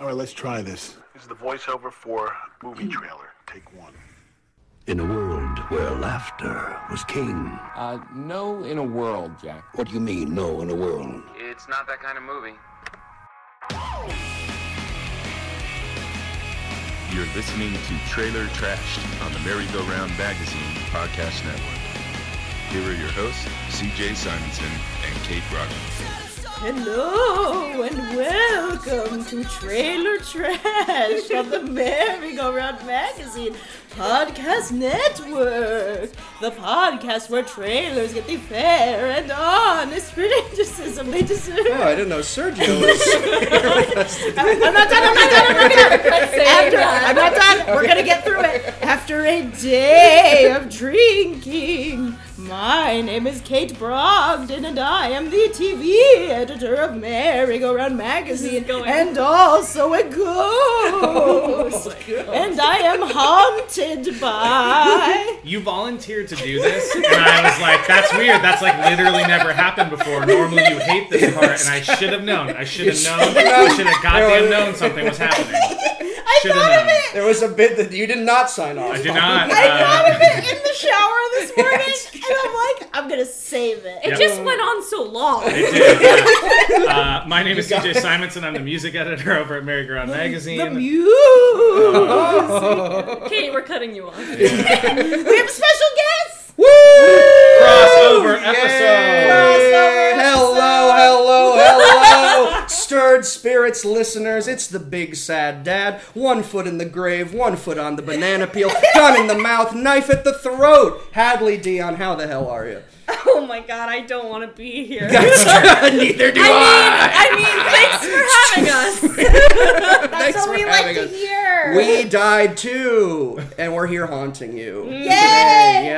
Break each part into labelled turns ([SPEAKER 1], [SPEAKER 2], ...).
[SPEAKER 1] All right, let's try this.
[SPEAKER 2] This is the voiceover for movie trailer. Take one.
[SPEAKER 3] In a world where laughter was king.
[SPEAKER 4] Uh, no, in a world, Jack.
[SPEAKER 3] What do you mean, no, in a world?
[SPEAKER 5] It's not that kind of movie.
[SPEAKER 6] You're listening to Trailer Trashed on the Merry-Go-Round Magazine Podcast Network. Here are your hosts, CJ Simonson and Kate Brockman.
[SPEAKER 7] Hello and welcome to Trailer Trash on the Merry-Go-Round Magazine Podcast Network, the podcast where trailers get the fair and honest criticism they deserve.
[SPEAKER 8] Oh, I didn't know Sergio was.
[SPEAKER 7] I'm not done. I'm not done. I'm not done. After, I'm not done. We're gonna get through it. After a day of drinking, my name is Kate Brogdon, and I am the TV editor of Merry-Go-Round magazine, and also a ghost. and I am haunted by.
[SPEAKER 9] You volunteered to do this, and I was like, "That's weird. That's like literally never happened before. Normally, you hate this part, and I should have known. I should have known. I should have goddamn known something was happening.
[SPEAKER 7] I
[SPEAKER 9] Should've
[SPEAKER 7] thought of
[SPEAKER 9] known.
[SPEAKER 7] it.
[SPEAKER 8] there was a bit that you did not sign off.
[SPEAKER 9] I did
[SPEAKER 8] on.
[SPEAKER 9] not.
[SPEAKER 7] I thought
[SPEAKER 9] Uh,
[SPEAKER 7] of it in the shower this morning,
[SPEAKER 8] Yes.
[SPEAKER 7] and I'm like, I'm gonna save it.
[SPEAKER 9] Yep.
[SPEAKER 10] just went on so long.
[SPEAKER 9] I did, yeah. Uh, my name is CJ Simonson. I'm the music editor over at Merry Go Round
[SPEAKER 7] The
[SPEAKER 9] Magazine.
[SPEAKER 7] muse.
[SPEAKER 10] Kate, we're cutting you off.
[SPEAKER 7] we have a special guest.
[SPEAKER 8] Woo!
[SPEAKER 9] Crossover
[SPEAKER 8] Yay!
[SPEAKER 9] episode.
[SPEAKER 8] Hello, hello, hello, stirred spirits, listeners. It's the big sad dad. One foot in the grave, one foot on the banana peel, gun in the mouth, knife at the throat. Hadley Dion, how the hell are you?
[SPEAKER 10] Oh my god, I don't want to be here.
[SPEAKER 8] Neither do I.
[SPEAKER 10] I mean, thanks for having us.
[SPEAKER 7] That's what we like to hear.
[SPEAKER 8] We died too, and we're here haunting you.
[SPEAKER 7] Yay!
[SPEAKER 8] Hey,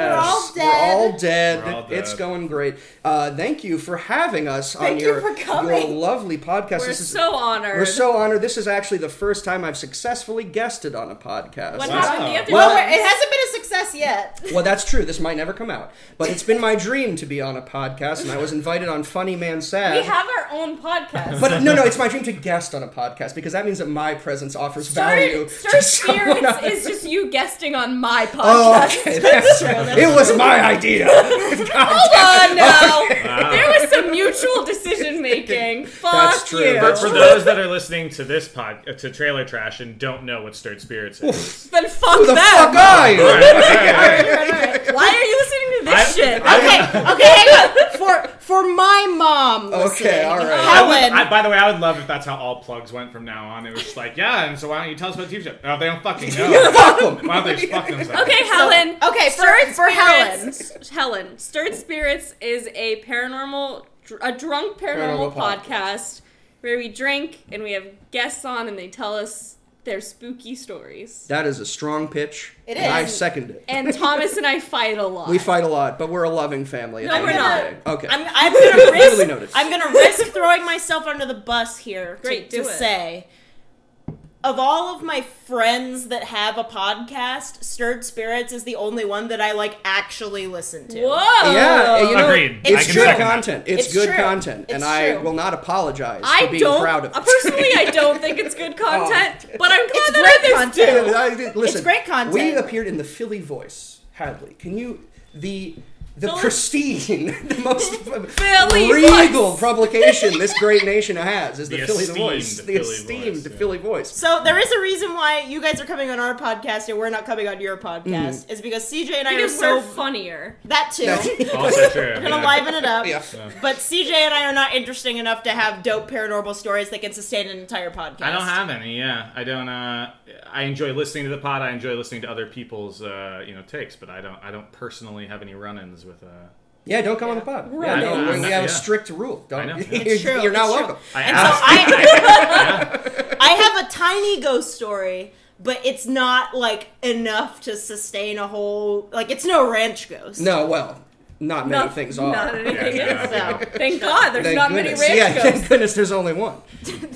[SPEAKER 7] Mm. We're all
[SPEAKER 8] yes,
[SPEAKER 7] dead.
[SPEAKER 8] We're all dead.
[SPEAKER 9] We're all
[SPEAKER 8] It's
[SPEAKER 9] dead.
[SPEAKER 8] going great. Uh, thank you for having us
[SPEAKER 7] Thank
[SPEAKER 8] on
[SPEAKER 7] you
[SPEAKER 8] your,
[SPEAKER 7] for coming.
[SPEAKER 8] your lovely podcast.
[SPEAKER 10] We're
[SPEAKER 8] this is,
[SPEAKER 10] so honored.
[SPEAKER 8] we're so honored. This is actually the first time I've successfully guested on a podcast.
[SPEAKER 10] What
[SPEAKER 9] Wow.
[SPEAKER 10] happened the other
[SPEAKER 7] well,
[SPEAKER 10] time?
[SPEAKER 7] we're- it hasn't been a success yet.
[SPEAKER 8] Well, that's true. This might never come out. But it's been my dream to be on a podcast, and I was invited on Funny Man Sad.
[SPEAKER 10] we have our own podcast.
[SPEAKER 8] but no, no, it's my dream to guest on a podcast because that means that my presence offers value.
[SPEAKER 10] Stirred,
[SPEAKER 8] to
[SPEAKER 10] Stirred
[SPEAKER 8] someone
[SPEAKER 10] Spirits
[SPEAKER 8] else.
[SPEAKER 10] is just you guesting on my podcast.
[SPEAKER 8] Oh, okay, that's true. It was my idea.
[SPEAKER 10] Hold on now. There was some mutual decision making. Fuck
[SPEAKER 8] That's true.
[SPEAKER 10] you.
[SPEAKER 8] That's
[SPEAKER 9] For
[SPEAKER 8] true.
[SPEAKER 9] those that are listening to this pod, uh, to Trailer Trash, and don't know what Stirred Spirits is,
[SPEAKER 10] Then fuck
[SPEAKER 8] Who the
[SPEAKER 10] them.
[SPEAKER 8] fuck are
[SPEAKER 9] All
[SPEAKER 8] you?
[SPEAKER 9] right, all right, all right.
[SPEAKER 10] Why are you listening to this
[SPEAKER 9] I-
[SPEAKER 10] shit?
[SPEAKER 9] I-
[SPEAKER 7] Okay, okay, hang on. For for my mom.
[SPEAKER 8] Okay,
[SPEAKER 7] listening,
[SPEAKER 8] all right.
[SPEAKER 9] I would-
[SPEAKER 7] Helen.
[SPEAKER 9] I- by the way, I would love if that's how all plugs went from now on. It was just like, yeah, and so why don't you tell us about the TV show? Oh, they don't fucking know.
[SPEAKER 8] Fuck 'em.
[SPEAKER 9] Why don't they just fuck themselves?
[SPEAKER 10] Okay, Helen.
[SPEAKER 7] okay, for- for Helen.
[SPEAKER 10] Spirits- Helen. Stirred Spirits is a paranormal, dr- a drunk paranormal,
[SPEAKER 8] Paranormal
[SPEAKER 10] podcast,
[SPEAKER 8] podcast.
[SPEAKER 10] where we drink and we have guests on and they tell us their spooky stories.
[SPEAKER 8] That is a strong pitch.
[SPEAKER 7] It
[SPEAKER 8] And I
[SPEAKER 7] is.
[SPEAKER 8] second it.
[SPEAKER 10] And Thomas and I fight a lot.
[SPEAKER 8] We fight a lot, but we're a loving family. at
[SPEAKER 10] No,
[SPEAKER 8] the
[SPEAKER 10] we're
[SPEAKER 8] end of the
[SPEAKER 10] not.
[SPEAKER 8] day. Okay.
[SPEAKER 7] I'm, I'm gonna risk.
[SPEAKER 8] Duly noted.
[SPEAKER 7] I'm gonna risk throwing myself under the bus here. to-
[SPEAKER 10] Great,
[SPEAKER 7] to,
[SPEAKER 10] do it.
[SPEAKER 7] say. Of all of my friends that have a podcast, Stirred Spirits is the only one that I like actually listen to.
[SPEAKER 10] Whoa!
[SPEAKER 8] yeah, you know,
[SPEAKER 9] Agreed. I
[SPEAKER 8] it's
[SPEAKER 9] can
[SPEAKER 8] good
[SPEAKER 9] second that.
[SPEAKER 8] Oh. content. It's,
[SPEAKER 7] It's
[SPEAKER 8] good
[SPEAKER 7] true.
[SPEAKER 8] content, and
[SPEAKER 7] It's
[SPEAKER 8] I
[SPEAKER 7] true.
[SPEAKER 8] will not apologize
[SPEAKER 10] I
[SPEAKER 8] for being
[SPEAKER 10] don't.
[SPEAKER 8] proud of it. Oh.
[SPEAKER 10] personally, I don't think it's good content, but I'm glad
[SPEAKER 7] It's
[SPEAKER 10] that
[SPEAKER 7] great
[SPEAKER 10] others
[SPEAKER 7] content.
[SPEAKER 10] do.
[SPEAKER 8] I- I- listen,
[SPEAKER 7] great content.
[SPEAKER 8] We appeared in the Philly voice, Hadley. Can you the the pristine, the most
[SPEAKER 10] Philly
[SPEAKER 8] regal
[SPEAKER 10] Voice.
[SPEAKER 8] publication this great nation has is the,
[SPEAKER 9] The
[SPEAKER 8] Philly
[SPEAKER 9] esteemed
[SPEAKER 8] voice, the
[SPEAKER 9] Philly
[SPEAKER 8] esteemed
[SPEAKER 9] Voice, yeah.
[SPEAKER 8] Philly voice.
[SPEAKER 7] So there is a reason why you guys are coming on our podcast and we're not coming on your podcast.
[SPEAKER 8] Mm-hmm.
[SPEAKER 7] Is because CJ and I are
[SPEAKER 10] Because
[SPEAKER 7] so
[SPEAKER 10] we're funnier.
[SPEAKER 7] that too. We're
[SPEAKER 9] Also true.
[SPEAKER 7] gonna
[SPEAKER 9] yeah.
[SPEAKER 7] liven it up.
[SPEAKER 8] Yeah.
[SPEAKER 7] But CJ and I are not interesting enough to have dope paranormal stories that can sustain an entire podcast.
[SPEAKER 9] I don't have any. Yeah, I don't. Uh, I enjoy listening to the pod. I enjoy listening to other people's, uh, you know, takes. But I don't. I don't personally have any run-ins with. Uh,
[SPEAKER 8] Yeah, don't come on the pod.
[SPEAKER 9] I
[SPEAKER 8] Yeah,
[SPEAKER 9] know,
[SPEAKER 8] no, we,
[SPEAKER 9] I'm
[SPEAKER 8] we
[SPEAKER 9] not-
[SPEAKER 8] have a
[SPEAKER 9] yeah.
[SPEAKER 8] strict rule. Don't.
[SPEAKER 9] I know, yeah.
[SPEAKER 8] You're,
[SPEAKER 7] It's true,
[SPEAKER 8] you're not
[SPEAKER 7] it's true.
[SPEAKER 8] welcome.
[SPEAKER 9] I
[SPEAKER 7] And
[SPEAKER 9] asked.
[SPEAKER 7] so I, I have a tiny ghost story, but it's not like enough to sustain a whole. Like it's no ranch ghost.
[SPEAKER 8] No, well, not many
[SPEAKER 10] Not-
[SPEAKER 8] things are.
[SPEAKER 10] Not anything
[SPEAKER 9] Yeah,
[SPEAKER 10] else.
[SPEAKER 7] So,
[SPEAKER 10] Thank God there's
[SPEAKER 8] Thank
[SPEAKER 10] not
[SPEAKER 8] goodness.
[SPEAKER 10] many
[SPEAKER 8] Yeah,
[SPEAKER 10] ranch
[SPEAKER 8] thank goodness there's only one.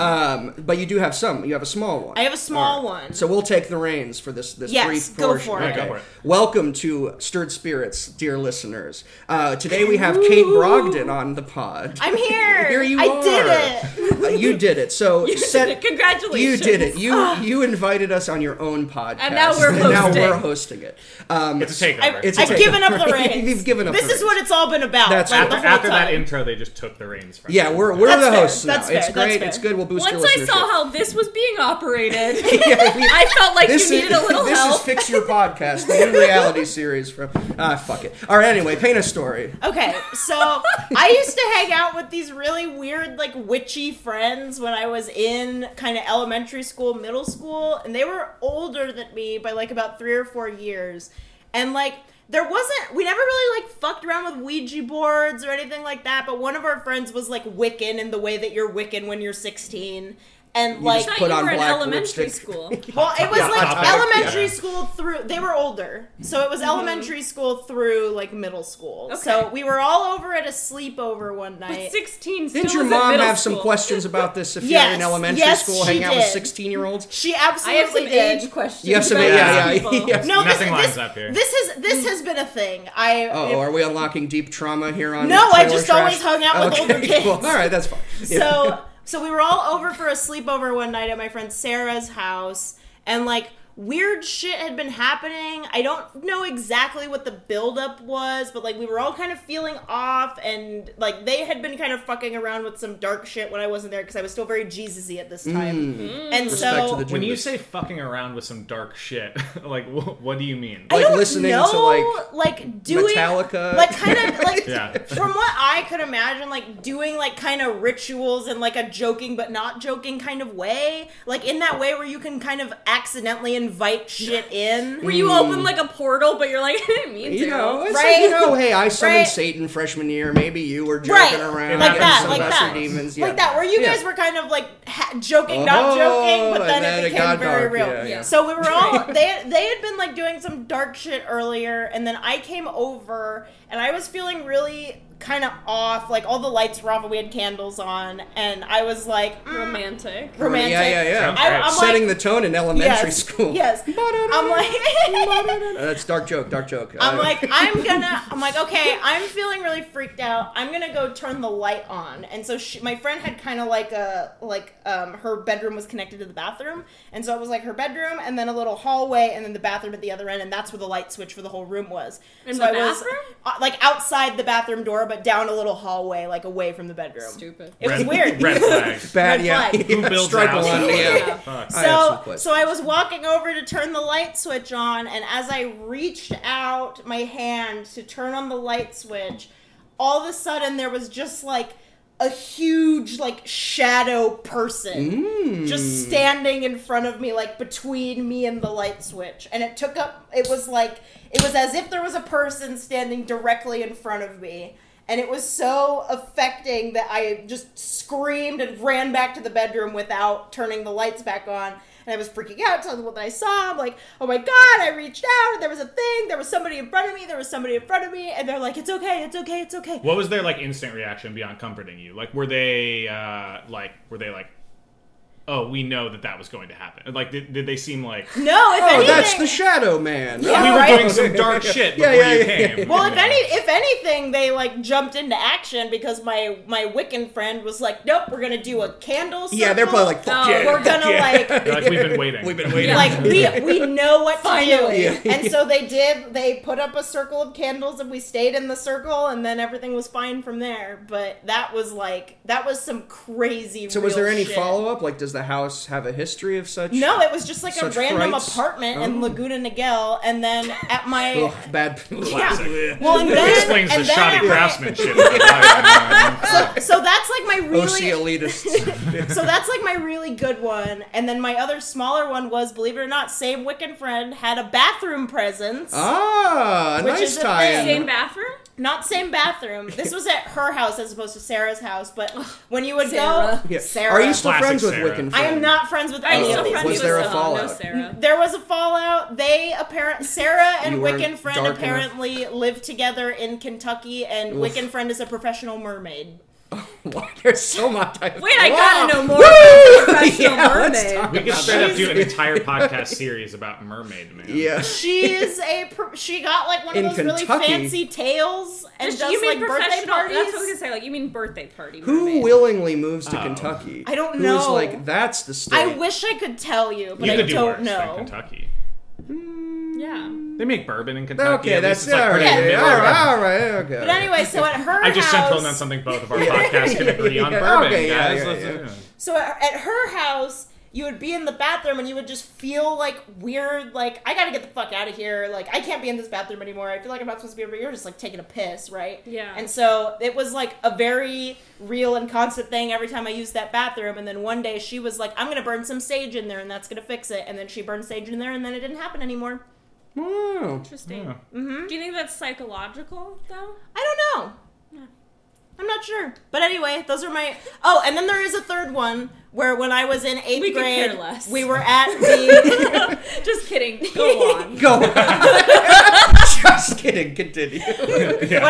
[SPEAKER 8] Um, but you do have some. You have a small one.
[SPEAKER 7] I have a small
[SPEAKER 8] All right.
[SPEAKER 7] one.
[SPEAKER 8] So we'll take the reins for this this
[SPEAKER 7] Yes,
[SPEAKER 8] brief
[SPEAKER 7] go
[SPEAKER 8] portion.
[SPEAKER 7] for it.
[SPEAKER 9] Yeah, go for it.
[SPEAKER 8] Welcome to Stirred Spirits, dear listeners. Uh, today we have Kate Brogdon on the pod.
[SPEAKER 7] I'm here.
[SPEAKER 8] Here you
[SPEAKER 7] I
[SPEAKER 8] are.
[SPEAKER 7] did it.
[SPEAKER 8] Uh, you did it. So set-
[SPEAKER 10] Congratulations.
[SPEAKER 8] You did it. You you invited us on your own podcast,
[SPEAKER 10] And now we're
[SPEAKER 8] and now
[SPEAKER 10] hosting.
[SPEAKER 8] we're hosting it. Um,
[SPEAKER 9] It's a takeover.
[SPEAKER 7] I've,
[SPEAKER 8] It's a
[SPEAKER 7] I've
[SPEAKER 8] takeover.
[SPEAKER 7] given up the reins.
[SPEAKER 8] You've given up
[SPEAKER 7] This
[SPEAKER 8] the
[SPEAKER 7] is
[SPEAKER 8] reins.
[SPEAKER 7] what it's all been about.
[SPEAKER 8] That's
[SPEAKER 7] like,
[SPEAKER 8] right.
[SPEAKER 9] after,
[SPEAKER 7] the whole
[SPEAKER 9] after that
[SPEAKER 7] time.
[SPEAKER 9] intro, they just took the reins from.
[SPEAKER 8] yeah,
[SPEAKER 9] you.
[SPEAKER 8] we're we're
[SPEAKER 7] That's
[SPEAKER 8] the
[SPEAKER 7] fair.
[SPEAKER 8] hosts now.
[SPEAKER 7] That's
[SPEAKER 8] it's
[SPEAKER 7] fair. That's
[SPEAKER 8] great.
[SPEAKER 7] fair.
[SPEAKER 8] It's good. We'll boost your
[SPEAKER 10] Once I
[SPEAKER 8] listeners.
[SPEAKER 10] saw how this was being operated,
[SPEAKER 8] yeah, we-
[SPEAKER 10] I felt like
[SPEAKER 8] this
[SPEAKER 10] you needed a
[SPEAKER 8] is,
[SPEAKER 10] little
[SPEAKER 8] this
[SPEAKER 10] help.
[SPEAKER 8] is fix your podcast, the new reality series from ah fuck it. All right, anyway, paint a story.
[SPEAKER 7] Okay, so I used to hang out with these really weird, like witchy friends when I was in kind of elementary school, middle school, and they were older than me by like about three or four years. And like, there wasn't, we never really like fucked around with Ouija boards or anything like that, but one of our friends was like Wiccan in the way that you're Wiccan when you're 16. And
[SPEAKER 10] I
[SPEAKER 7] like,
[SPEAKER 10] thought
[SPEAKER 8] put
[SPEAKER 10] you
[SPEAKER 8] on
[SPEAKER 10] were in
[SPEAKER 8] black
[SPEAKER 10] elementary
[SPEAKER 8] lipstick.
[SPEAKER 10] school.
[SPEAKER 7] well, it was like
[SPEAKER 9] topic,
[SPEAKER 7] elementary
[SPEAKER 9] yeah.
[SPEAKER 7] school through. They were older, so it was elementary school through like middle school. So
[SPEAKER 10] Mm-hmm. Okay.
[SPEAKER 7] we were all over at a sleepover one night.
[SPEAKER 10] But 16 still
[SPEAKER 8] Didn't your
[SPEAKER 10] isn't
[SPEAKER 8] mom
[SPEAKER 10] middle
[SPEAKER 8] have
[SPEAKER 10] school.
[SPEAKER 8] some questions about this? If you're
[SPEAKER 7] Yes,
[SPEAKER 8] in elementary
[SPEAKER 7] yes,
[SPEAKER 8] school,
[SPEAKER 7] she
[SPEAKER 8] hanging out with
[SPEAKER 7] did.
[SPEAKER 8] sixteen-year-olds,
[SPEAKER 7] She
[SPEAKER 10] I
[SPEAKER 7] absolutely
[SPEAKER 10] have some
[SPEAKER 7] did.
[SPEAKER 10] age questions.
[SPEAKER 8] you have some.
[SPEAKER 10] about
[SPEAKER 8] Yeah,
[SPEAKER 10] these
[SPEAKER 8] yeah,
[SPEAKER 10] people.
[SPEAKER 8] yeah.
[SPEAKER 7] No, this,
[SPEAKER 9] Nothing
[SPEAKER 7] this,
[SPEAKER 9] lines up here.
[SPEAKER 7] This has this has been a thing. I
[SPEAKER 8] Oh, are we unlocking deep trauma here on?
[SPEAKER 7] No, I
[SPEAKER 8] Trailer
[SPEAKER 7] just
[SPEAKER 8] Trash?
[SPEAKER 7] always hung out with
[SPEAKER 8] Okay,
[SPEAKER 7] older kids.
[SPEAKER 8] well, all right, that's fine. Yeah.
[SPEAKER 7] so so we were all over for a sleepover one night at my friend Sarah's house, and like weird shit had been happening. I don't know exactly what the buildup was, but like we were all kind of feeling off, and like they had been kind of fucking around with some dark shit when I wasn't there because I was still very Jesusy at this time, and
[SPEAKER 8] Mm. Respect to
[SPEAKER 7] so.
[SPEAKER 8] the
[SPEAKER 9] When you
[SPEAKER 8] Jewish.
[SPEAKER 9] say fucking around with some dark shit, like wh- what do you mean?
[SPEAKER 7] I
[SPEAKER 8] like
[SPEAKER 7] don't
[SPEAKER 8] listening to,
[SPEAKER 7] know,
[SPEAKER 8] like,
[SPEAKER 7] like doing
[SPEAKER 8] Metallica.
[SPEAKER 7] like kind of like
[SPEAKER 9] Yeah.
[SPEAKER 7] from what I could imagine, like doing like kind of rituals in like a joking but not joking kind of way, like in that way where you can kind of accidentally invite shit in.
[SPEAKER 10] Were you open like a portal, but you're like, I didn't mean to.
[SPEAKER 8] You know, it's
[SPEAKER 7] Right.
[SPEAKER 8] like, you know, hey, I summoned
[SPEAKER 7] Right.
[SPEAKER 8] Satan freshman year. Maybe you were joking
[SPEAKER 7] Right.
[SPEAKER 8] around.
[SPEAKER 9] Like
[SPEAKER 8] and
[SPEAKER 9] that,
[SPEAKER 8] some
[SPEAKER 9] like
[SPEAKER 8] lesser
[SPEAKER 9] that.
[SPEAKER 8] Demons. Yeah.
[SPEAKER 7] like that, where you
[SPEAKER 8] Yeah.
[SPEAKER 7] guys were kind of like ha- joking, not
[SPEAKER 8] Oh,
[SPEAKER 7] joking, but
[SPEAKER 8] and
[SPEAKER 7] then,
[SPEAKER 8] then
[SPEAKER 7] it
[SPEAKER 8] it
[SPEAKER 7] became
[SPEAKER 8] got
[SPEAKER 7] very
[SPEAKER 8] dark,
[SPEAKER 7] real.
[SPEAKER 8] yeah, yeah.
[SPEAKER 7] So we were all they they had been like doing some dark shit earlier, and then I came over and I was feeling really kind of off. Like all the lights were off, and we had candles on, and I was like mm,
[SPEAKER 10] romantic.
[SPEAKER 7] romantic.
[SPEAKER 8] Yeah, yeah, yeah.
[SPEAKER 9] Sounds
[SPEAKER 7] I, am
[SPEAKER 8] Setting
[SPEAKER 7] like,
[SPEAKER 8] the tone in elementary
[SPEAKER 7] yes,
[SPEAKER 8] school.
[SPEAKER 7] Yes. I'm like.
[SPEAKER 8] Uh, That's dark joke. Dark joke.
[SPEAKER 7] I'm
[SPEAKER 8] Uh,
[SPEAKER 7] like, I'm gonna, I'm like, okay, I'm feeling really freaked out. I'm gonna go turn the light on. And so she, my friend had kind of like a, like, um, her bedroom was connected to the bathroom. And so it was like her bedroom and then a little hallway and then the bathroom at the other end. And that's where the light switch for the whole room was.
[SPEAKER 10] In
[SPEAKER 7] so
[SPEAKER 10] the
[SPEAKER 7] I was
[SPEAKER 10] bathroom?
[SPEAKER 7] uh, like outside the bathroom door, but down a little hallway, like away from the bedroom.
[SPEAKER 10] Stupid.
[SPEAKER 7] It was weird.
[SPEAKER 9] Red flag.
[SPEAKER 8] bad.
[SPEAKER 7] red
[SPEAKER 8] Yeah.
[SPEAKER 7] flag.
[SPEAKER 9] Who builds
[SPEAKER 8] Strike
[SPEAKER 9] houses?
[SPEAKER 8] one. Yeah.
[SPEAKER 9] Fuck.
[SPEAKER 8] I have some
[SPEAKER 7] so,
[SPEAKER 8] questions.
[SPEAKER 7] so I was walking over to turn the light switch on, and as I reached out my hand to turn on the light switch, all of a sudden there was just like a huge like shadow person just standing in front of me like between me and the light switch and it took up it was like it was as if there was a person standing directly in front of me and it was so affecting that i just screamed and ran back to the bedroom without turning the lights back on and i was freaking out telling people that i saw i'm like oh my god i reached out and there was a thing there was somebody in front of me there was somebody in front of me and they're like it's okay it's okay it's okay
[SPEAKER 9] What was their like instant reaction beyond comforting you? Like were they uh like were they like oh we know that that was going to happen? Like did, did they seem like
[SPEAKER 7] no if
[SPEAKER 8] Oh,
[SPEAKER 7] anything
[SPEAKER 8] that's the shadow man.
[SPEAKER 7] Yeah.
[SPEAKER 9] we were
[SPEAKER 7] right.
[SPEAKER 9] doing some dark shit
[SPEAKER 8] Yeah,
[SPEAKER 9] before
[SPEAKER 8] yeah,
[SPEAKER 9] you
[SPEAKER 8] yeah, yeah.
[SPEAKER 9] came?
[SPEAKER 7] Well, if any, if anything, they like jumped into action because my my Wiccan friend was like, "Nope, we're gonna do a candle." Circle.
[SPEAKER 8] Yeah, they're probably like, fuck
[SPEAKER 10] No,
[SPEAKER 8] yeah.
[SPEAKER 7] "We're gonna like."
[SPEAKER 9] They're like we've been waiting.
[SPEAKER 8] We've been waiting.
[SPEAKER 7] Like we we know what
[SPEAKER 10] Finally.
[SPEAKER 7] to do, and so they did. They put up a circle of candles, and we stayed in the circle, and then everything was fine from there. But that was like that was some crazy.
[SPEAKER 8] So was
[SPEAKER 7] real
[SPEAKER 8] there any
[SPEAKER 7] shit.
[SPEAKER 8] follow up? Like, does the house have a history of such?
[SPEAKER 7] No, it was just like
[SPEAKER 8] Such
[SPEAKER 7] a random
[SPEAKER 8] frights?
[SPEAKER 7] apartment
[SPEAKER 8] Oh.
[SPEAKER 7] in Laguna Niguel, and then at my
[SPEAKER 8] Ugh, bad.
[SPEAKER 7] yeah. Well, and then
[SPEAKER 9] explains
[SPEAKER 7] and
[SPEAKER 9] the
[SPEAKER 7] then at
[SPEAKER 9] shoddy
[SPEAKER 7] my-
[SPEAKER 9] craftsmanship. of the life.
[SPEAKER 7] So that's like my really
[SPEAKER 8] OC elitists.
[SPEAKER 7] So that's like my really good one. And then my other smaller one was, believe it or not, same Wiccan friend had a bathroom presence.
[SPEAKER 8] ah,
[SPEAKER 7] Which
[SPEAKER 8] nice
[SPEAKER 7] is a
[SPEAKER 8] tie.
[SPEAKER 7] thing.
[SPEAKER 10] Same bathroom?
[SPEAKER 7] not same bathroom. This was at her house as opposed to Sarah's house. But when you would
[SPEAKER 1] Sarah.
[SPEAKER 7] go,
[SPEAKER 8] Yeah.
[SPEAKER 7] Sarah,
[SPEAKER 8] Are you still
[SPEAKER 9] Classic
[SPEAKER 8] friends with
[SPEAKER 9] Sarah.
[SPEAKER 8] Wiccan?
[SPEAKER 7] I am
[SPEAKER 8] Fran?
[SPEAKER 7] not friends with
[SPEAKER 10] I'm
[SPEAKER 7] any
[SPEAKER 10] still
[SPEAKER 7] of these.
[SPEAKER 10] friends
[SPEAKER 8] was
[SPEAKER 10] with
[SPEAKER 8] there a
[SPEAKER 10] Sarah.
[SPEAKER 8] fallout?
[SPEAKER 10] No, Sarah.
[SPEAKER 7] There was a fallout. They apparent Sarah and
[SPEAKER 8] You were
[SPEAKER 7] Wiccan friend
[SPEAKER 8] dark
[SPEAKER 7] apparently live together in Kentucky, and Wiccan friend is a professional mermaid.
[SPEAKER 8] Why there's so much. Wait,
[SPEAKER 1] Wait, I gotta know more about the professional mermaid.
[SPEAKER 9] We could straight up do an entire podcast series about mermaid man.
[SPEAKER 8] Yeah.
[SPEAKER 7] She's a pro- she got like one of
[SPEAKER 8] In
[SPEAKER 7] those really
[SPEAKER 8] Kentucky?
[SPEAKER 7] fancy tails and
[SPEAKER 10] Just-
[SPEAKER 7] does
[SPEAKER 10] you mean
[SPEAKER 7] like birthday
[SPEAKER 10] professional?
[SPEAKER 7] parties.
[SPEAKER 10] That's what I was gonna say. Like you mean birthday party?
[SPEAKER 8] Who
[SPEAKER 10] mermaid.
[SPEAKER 8] willingly moves
[SPEAKER 9] Oh.
[SPEAKER 8] to Kentucky?
[SPEAKER 7] I don't
[SPEAKER 8] Who's
[SPEAKER 7] know.
[SPEAKER 8] like that's the state?
[SPEAKER 7] I wish I could tell you, but
[SPEAKER 9] You
[SPEAKER 7] I
[SPEAKER 9] could do
[SPEAKER 7] don't
[SPEAKER 9] worse than
[SPEAKER 7] know.
[SPEAKER 9] Kentucky.
[SPEAKER 10] Yeah.
[SPEAKER 9] They make bourbon in Kentucky.
[SPEAKER 8] Okay,
[SPEAKER 9] at
[SPEAKER 8] that's
[SPEAKER 9] least it's, like,
[SPEAKER 8] all
[SPEAKER 9] pretty
[SPEAKER 8] right.
[SPEAKER 9] middle
[SPEAKER 8] All
[SPEAKER 9] of the-
[SPEAKER 8] right, all right, okay.
[SPEAKER 7] But anyway, so at her
[SPEAKER 9] I just sent
[SPEAKER 7] house,
[SPEAKER 9] home on something both of our podcasts can agree on
[SPEAKER 8] Yeah,
[SPEAKER 9] bourbon,
[SPEAKER 8] okay, yeah,
[SPEAKER 9] guys.
[SPEAKER 8] yeah,
[SPEAKER 9] Let's-
[SPEAKER 8] yeah.
[SPEAKER 7] So at at her house, you would be in the bathroom and you would just feel like weird, like I gotta get the fuck out of here. Like I can't be in this bathroom anymore. I feel like I'm not supposed to be over here. Just like taking a piss, right?
[SPEAKER 10] Yeah.
[SPEAKER 7] And so it was like a very real and constant thing every time I used that bathroom. And then one day she was like, "I'm gonna burn some sage in there, and that's gonna fix it." And then she burned sage in there, and then it didn't happen anymore.
[SPEAKER 8] Wow.
[SPEAKER 10] Interesting. Mm-hmm. Do you think that's psychological though?
[SPEAKER 7] I don't know. I'm not sure. But anyway, those are my. Oh, and then there is a third one where when I was in eighth
[SPEAKER 10] We could care
[SPEAKER 7] grade,
[SPEAKER 10] less.
[SPEAKER 7] we were at the.
[SPEAKER 10] Just kidding. Go on.
[SPEAKER 8] Go. Just kidding. Continue.
[SPEAKER 7] when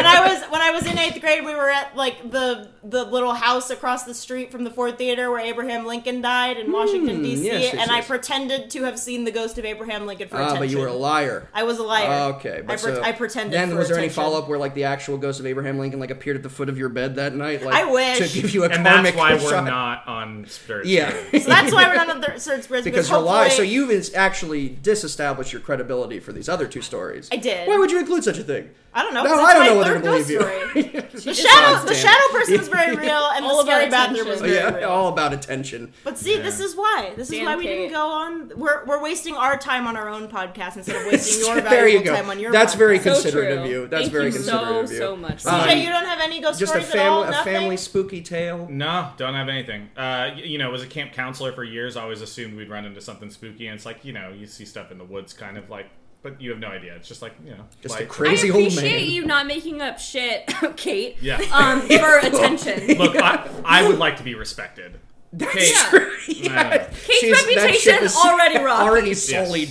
[SPEAKER 7] I was when I was in eighth grade, we were at like the the little house across the street from the Ford Theater where Abraham Lincoln died in Washington D.C.
[SPEAKER 8] Hmm, yes, yes,
[SPEAKER 7] and I
[SPEAKER 8] yes.
[SPEAKER 7] pretended to have seen the ghost of Abraham Lincoln for
[SPEAKER 8] Ah,
[SPEAKER 7] attention.
[SPEAKER 8] but you were a liar. Oh,
[SPEAKER 7] I was a liar.
[SPEAKER 8] okay,
[SPEAKER 7] I,
[SPEAKER 8] but
[SPEAKER 7] pre-
[SPEAKER 8] so
[SPEAKER 7] I pretended.
[SPEAKER 8] Then
[SPEAKER 7] for
[SPEAKER 8] was there any
[SPEAKER 7] attention.
[SPEAKER 8] follow up where like the actual ghost of Abraham Lincoln like appeared at the foot of your bed that night? Like,
[SPEAKER 7] I wish.
[SPEAKER 8] to give you a
[SPEAKER 9] And
[SPEAKER 8] karmic
[SPEAKER 9] that's why we're
[SPEAKER 8] shot?
[SPEAKER 9] not on Spirit
[SPEAKER 8] Yeah,
[SPEAKER 7] So that's why we're not on the third spirits
[SPEAKER 8] because you're lying. So
[SPEAKER 7] hopefully-
[SPEAKER 8] you've is- actually disestablished your credibility for these other two stories.
[SPEAKER 7] I did.
[SPEAKER 8] Why would you include such a thing?
[SPEAKER 7] I don't know.
[SPEAKER 8] No,
[SPEAKER 7] 'cause
[SPEAKER 8] I don't
[SPEAKER 7] it's
[SPEAKER 8] know
[SPEAKER 7] my
[SPEAKER 8] whether to
[SPEAKER 7] third ghost
[SPEAKER 8] believe you.
[SPEAKER 7] story. The shadow, the
[SPEAKER 8] Goddamn.
[SPEAKER 7] shadow person was very real, and
[SPEAKER 10] All
[SPEAKER 7] the scary
[SPEAKER 10] about
[SPEAKER 7] bathroom was very
[SPEAKER 10] attention.
[SPEAKER 8] yeah,
[SPEAKER 7] real.
[SPEAKER 8] all about attention.
[SPEAKER 7] But see, this is why. This is
[SPEAKER 10] Damn
[SPEAKER 7] why we
[SPEAKER 10] Kate.
[SPEAKER 7] didn't go on. We're, we're wasting our time on our own podcast instead of wasting your valuable
[SPEAKER 8] there you go.
[SPEAKER 7] time on your.
[SPEAKER 8] That's
[SPEAKER 7] podcast.
[SPEAKER 8] very
[SPEAKER 10] So
[SPEAKER 8] considerate
[SPEAKER 10] true.
[SPEAKER 8] of you. That's
[SPEAKER 10] Thank
[SPEAKER 8] very
[SPEAKER 10] you
[SPEAKER 8] considerate
[SPEAKER 10] so,
[SPEAKER 8] of you.
[SPEAKER 10] So much.
[SPEAKER 8] Um,
[SPEAKER 7] CJ, you don't have any ghost
[SPEAKER 8] Just a
[SPEAKER 7] stories at all.
[SPEAKER 8] family, a
[SPEAKER 7] Nothing.
[SPEAKER 8] family spooky tale.
[SPEAKER 9] No, don't have anything. Uh, y- you know, as a camp counselor for years, I always assumed we'd run into something spooky, and it's like you know, you see stuff in the woods, kind of like, but you have no idea. It's just like you know,
[SPEAKER 8] Just a
[SPEAKER 9] like,
[SPEAKER 10] I
[SPEAKER 8] crazy old man.
[SPEAKER 10] appreciate you not making up shit, Kate.
[SPEAKER 9] Yeah.
[SPEAKER 10] Um, for attention.
[SPEAKER 9] Look, I, I would like to be respected. Uh, Kate,
[SPEAKER 10] true.
[SPEAKER 9] Yeah.
[SPEAKER 10] Kate's
[SPEAKER 8] She's- that ship
[SPEAKER 10] reputation
[SPEAKER 8] is
[SPEAKER 10] already rough.
[SPEAKER 8] Already sullied.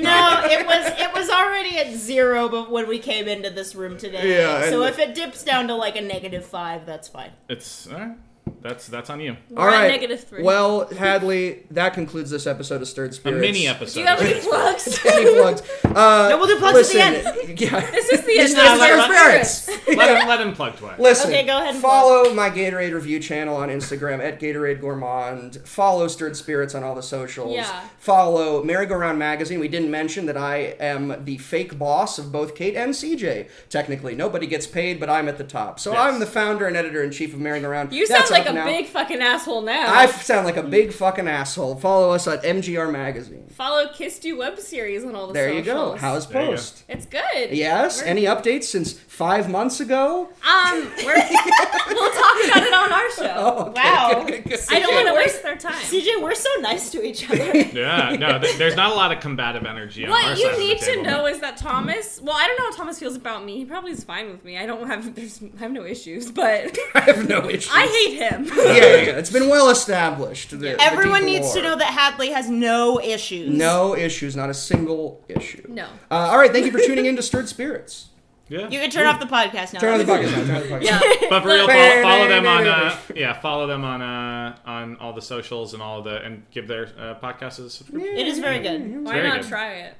[SPEAKER 7] know, it was it was already at zero, but when we came into this room today,
[SPEAKER 8] Yeah,
[SPEAKER 7] So
[SPEAKER 8] and-
[SPEAKER 7] if it dips down to like a negative five, that's fine.
[SPEAKER 9] it's all right. That's that's on you.
[SPEAKER 10] We're at negative three.
[SPEAKER 8] Well, Hadley, that concludes this episode of Stirred
[SPEAKER 9] A
[SPEAKER 8] Spirits.
[SPEAKER 9] mini episode.
[SPEAKER 10] Do you have any plugs?
[SPEAKER 8] Any plugs? Uh,
[SPEAKER 7] No, we'll do plugs
[SPEAKER 8] listen,
[SPEAKER 7] at the end.
[SPEAKER 8] Yeah.
[SPEAKER 10] this is the
[SPEAKER 8] It's
[SPEAKER 10] end
[SPEAKER 8] not
[SPEAKER 10] of
[SPEAKER 7] like
[SPEAKER 10] Star
[SPEAKER 7] my
[SPEAKER 10] Spirits.
[SPEAKER 9] let, him, let him plug twice.
[SPEAKER 8] Listen,
[SPEAKER 7] Okay, go ahead and
[SPEAKER 8] follow my Gatorade review channel on Instagram at Gatorade Gourmand. Follow Stirred Spirits on all the socials.
[SPEAKER 10] Yeah.
[SPEAKER 8] Follow Merry Go Round Magazine. We didn't mention that I am the fake boss of both Kate and CJ. Technically, nobody gets paid, but I'm at the top. So
[SPEAKER 9] Yes.
[SPEAKER 8] I'm the founder and editor in chief of Merry Go Round.
[SPEAKER 10] You sound
[SPEAKER 8] That's
[SPEAKER 10] like
[SPEAKER 8] up
[SPEAKER 10] a
[SPEAKER 8] now.
[SPEAKER 10] big fucking asshole now.
[SPEAKER 8] I f- sound like a big fucking asshole. Follow us at MGR Magazine.
[SPEAKER 10] follow Kissed You web series on all the
[SPEAKER 8] There
[SPEAKER 10] socials.
[SPEAKER 8] you go. How's
[SPEAKER 9] There you go.
[SPEAKER 8] post?
[SPEAKER 10] It's good.
[SPEAKER 8] Yes.
[SPEAKER 10] We're-
[SPEAKER 8] Any updates since five months ago?
[SPEAKER 10] Um, we're, we'll talk about it on our show.
[SPEAKER 8] Oh,
[SPEAKER 7] Wow,
[SPEAKER 10] I don't want to waste their time.
[SPEAKER 7] CJ, we're so nice to each other.
[SPEAKER 9] Yeah, no, th- there's not a lot of combative energy. on our
[SPEAKER 10] What
[SPEAKER 9] side
[SPEAKER 10] you
[SPEAKER 9] of the
[SPEAKER 10] need to
[SPEAKER 9] table.
[SPEAKER 10] know is that Thomas. Well, I don't know how Thomas feels about me. He probably is fine with me. I don't have. There's. I have no issues. But
[SPEAKER 8] I have no issues.
[SPEAKER 10] I hate him.
[SPEAKER 8] yeah, yeah, yeah. It's been well established. the- the
[SPEAKER 7] Everyone
[SPEAKER 8] deep
[SPEAKER 7] needs to
[SPEAKER 8] lore.
[SPEAKER 7] know that Hadley has no issues.
[SPEAKER 8] No issues, not a single issue.
[SPEAKER 10] No.
[SPEAKER 8] Uh, all right, thank you for tuning in to Stirred Spirits.
[SPEAKER 9] Yeah.
[SPEAKER 7] You can turn off the podcast now.
[SPEAKER 8] Turn on the bucket. Turn on the bucket.
[SPEAKER 10] Yeah.
[SPEAKER 9] but for real, follow, follow them on uh, yeah, follow them on uh, on all the socials and all the and give their uh, podcasts a subscription.
[SPEAKER 7] It is very good.
[SPEAKER 10] Why
[SPEAKER 9] Very
[SPEAKER 10] not
[SPEAKER 9] good.
[SPEAKER 10] try it?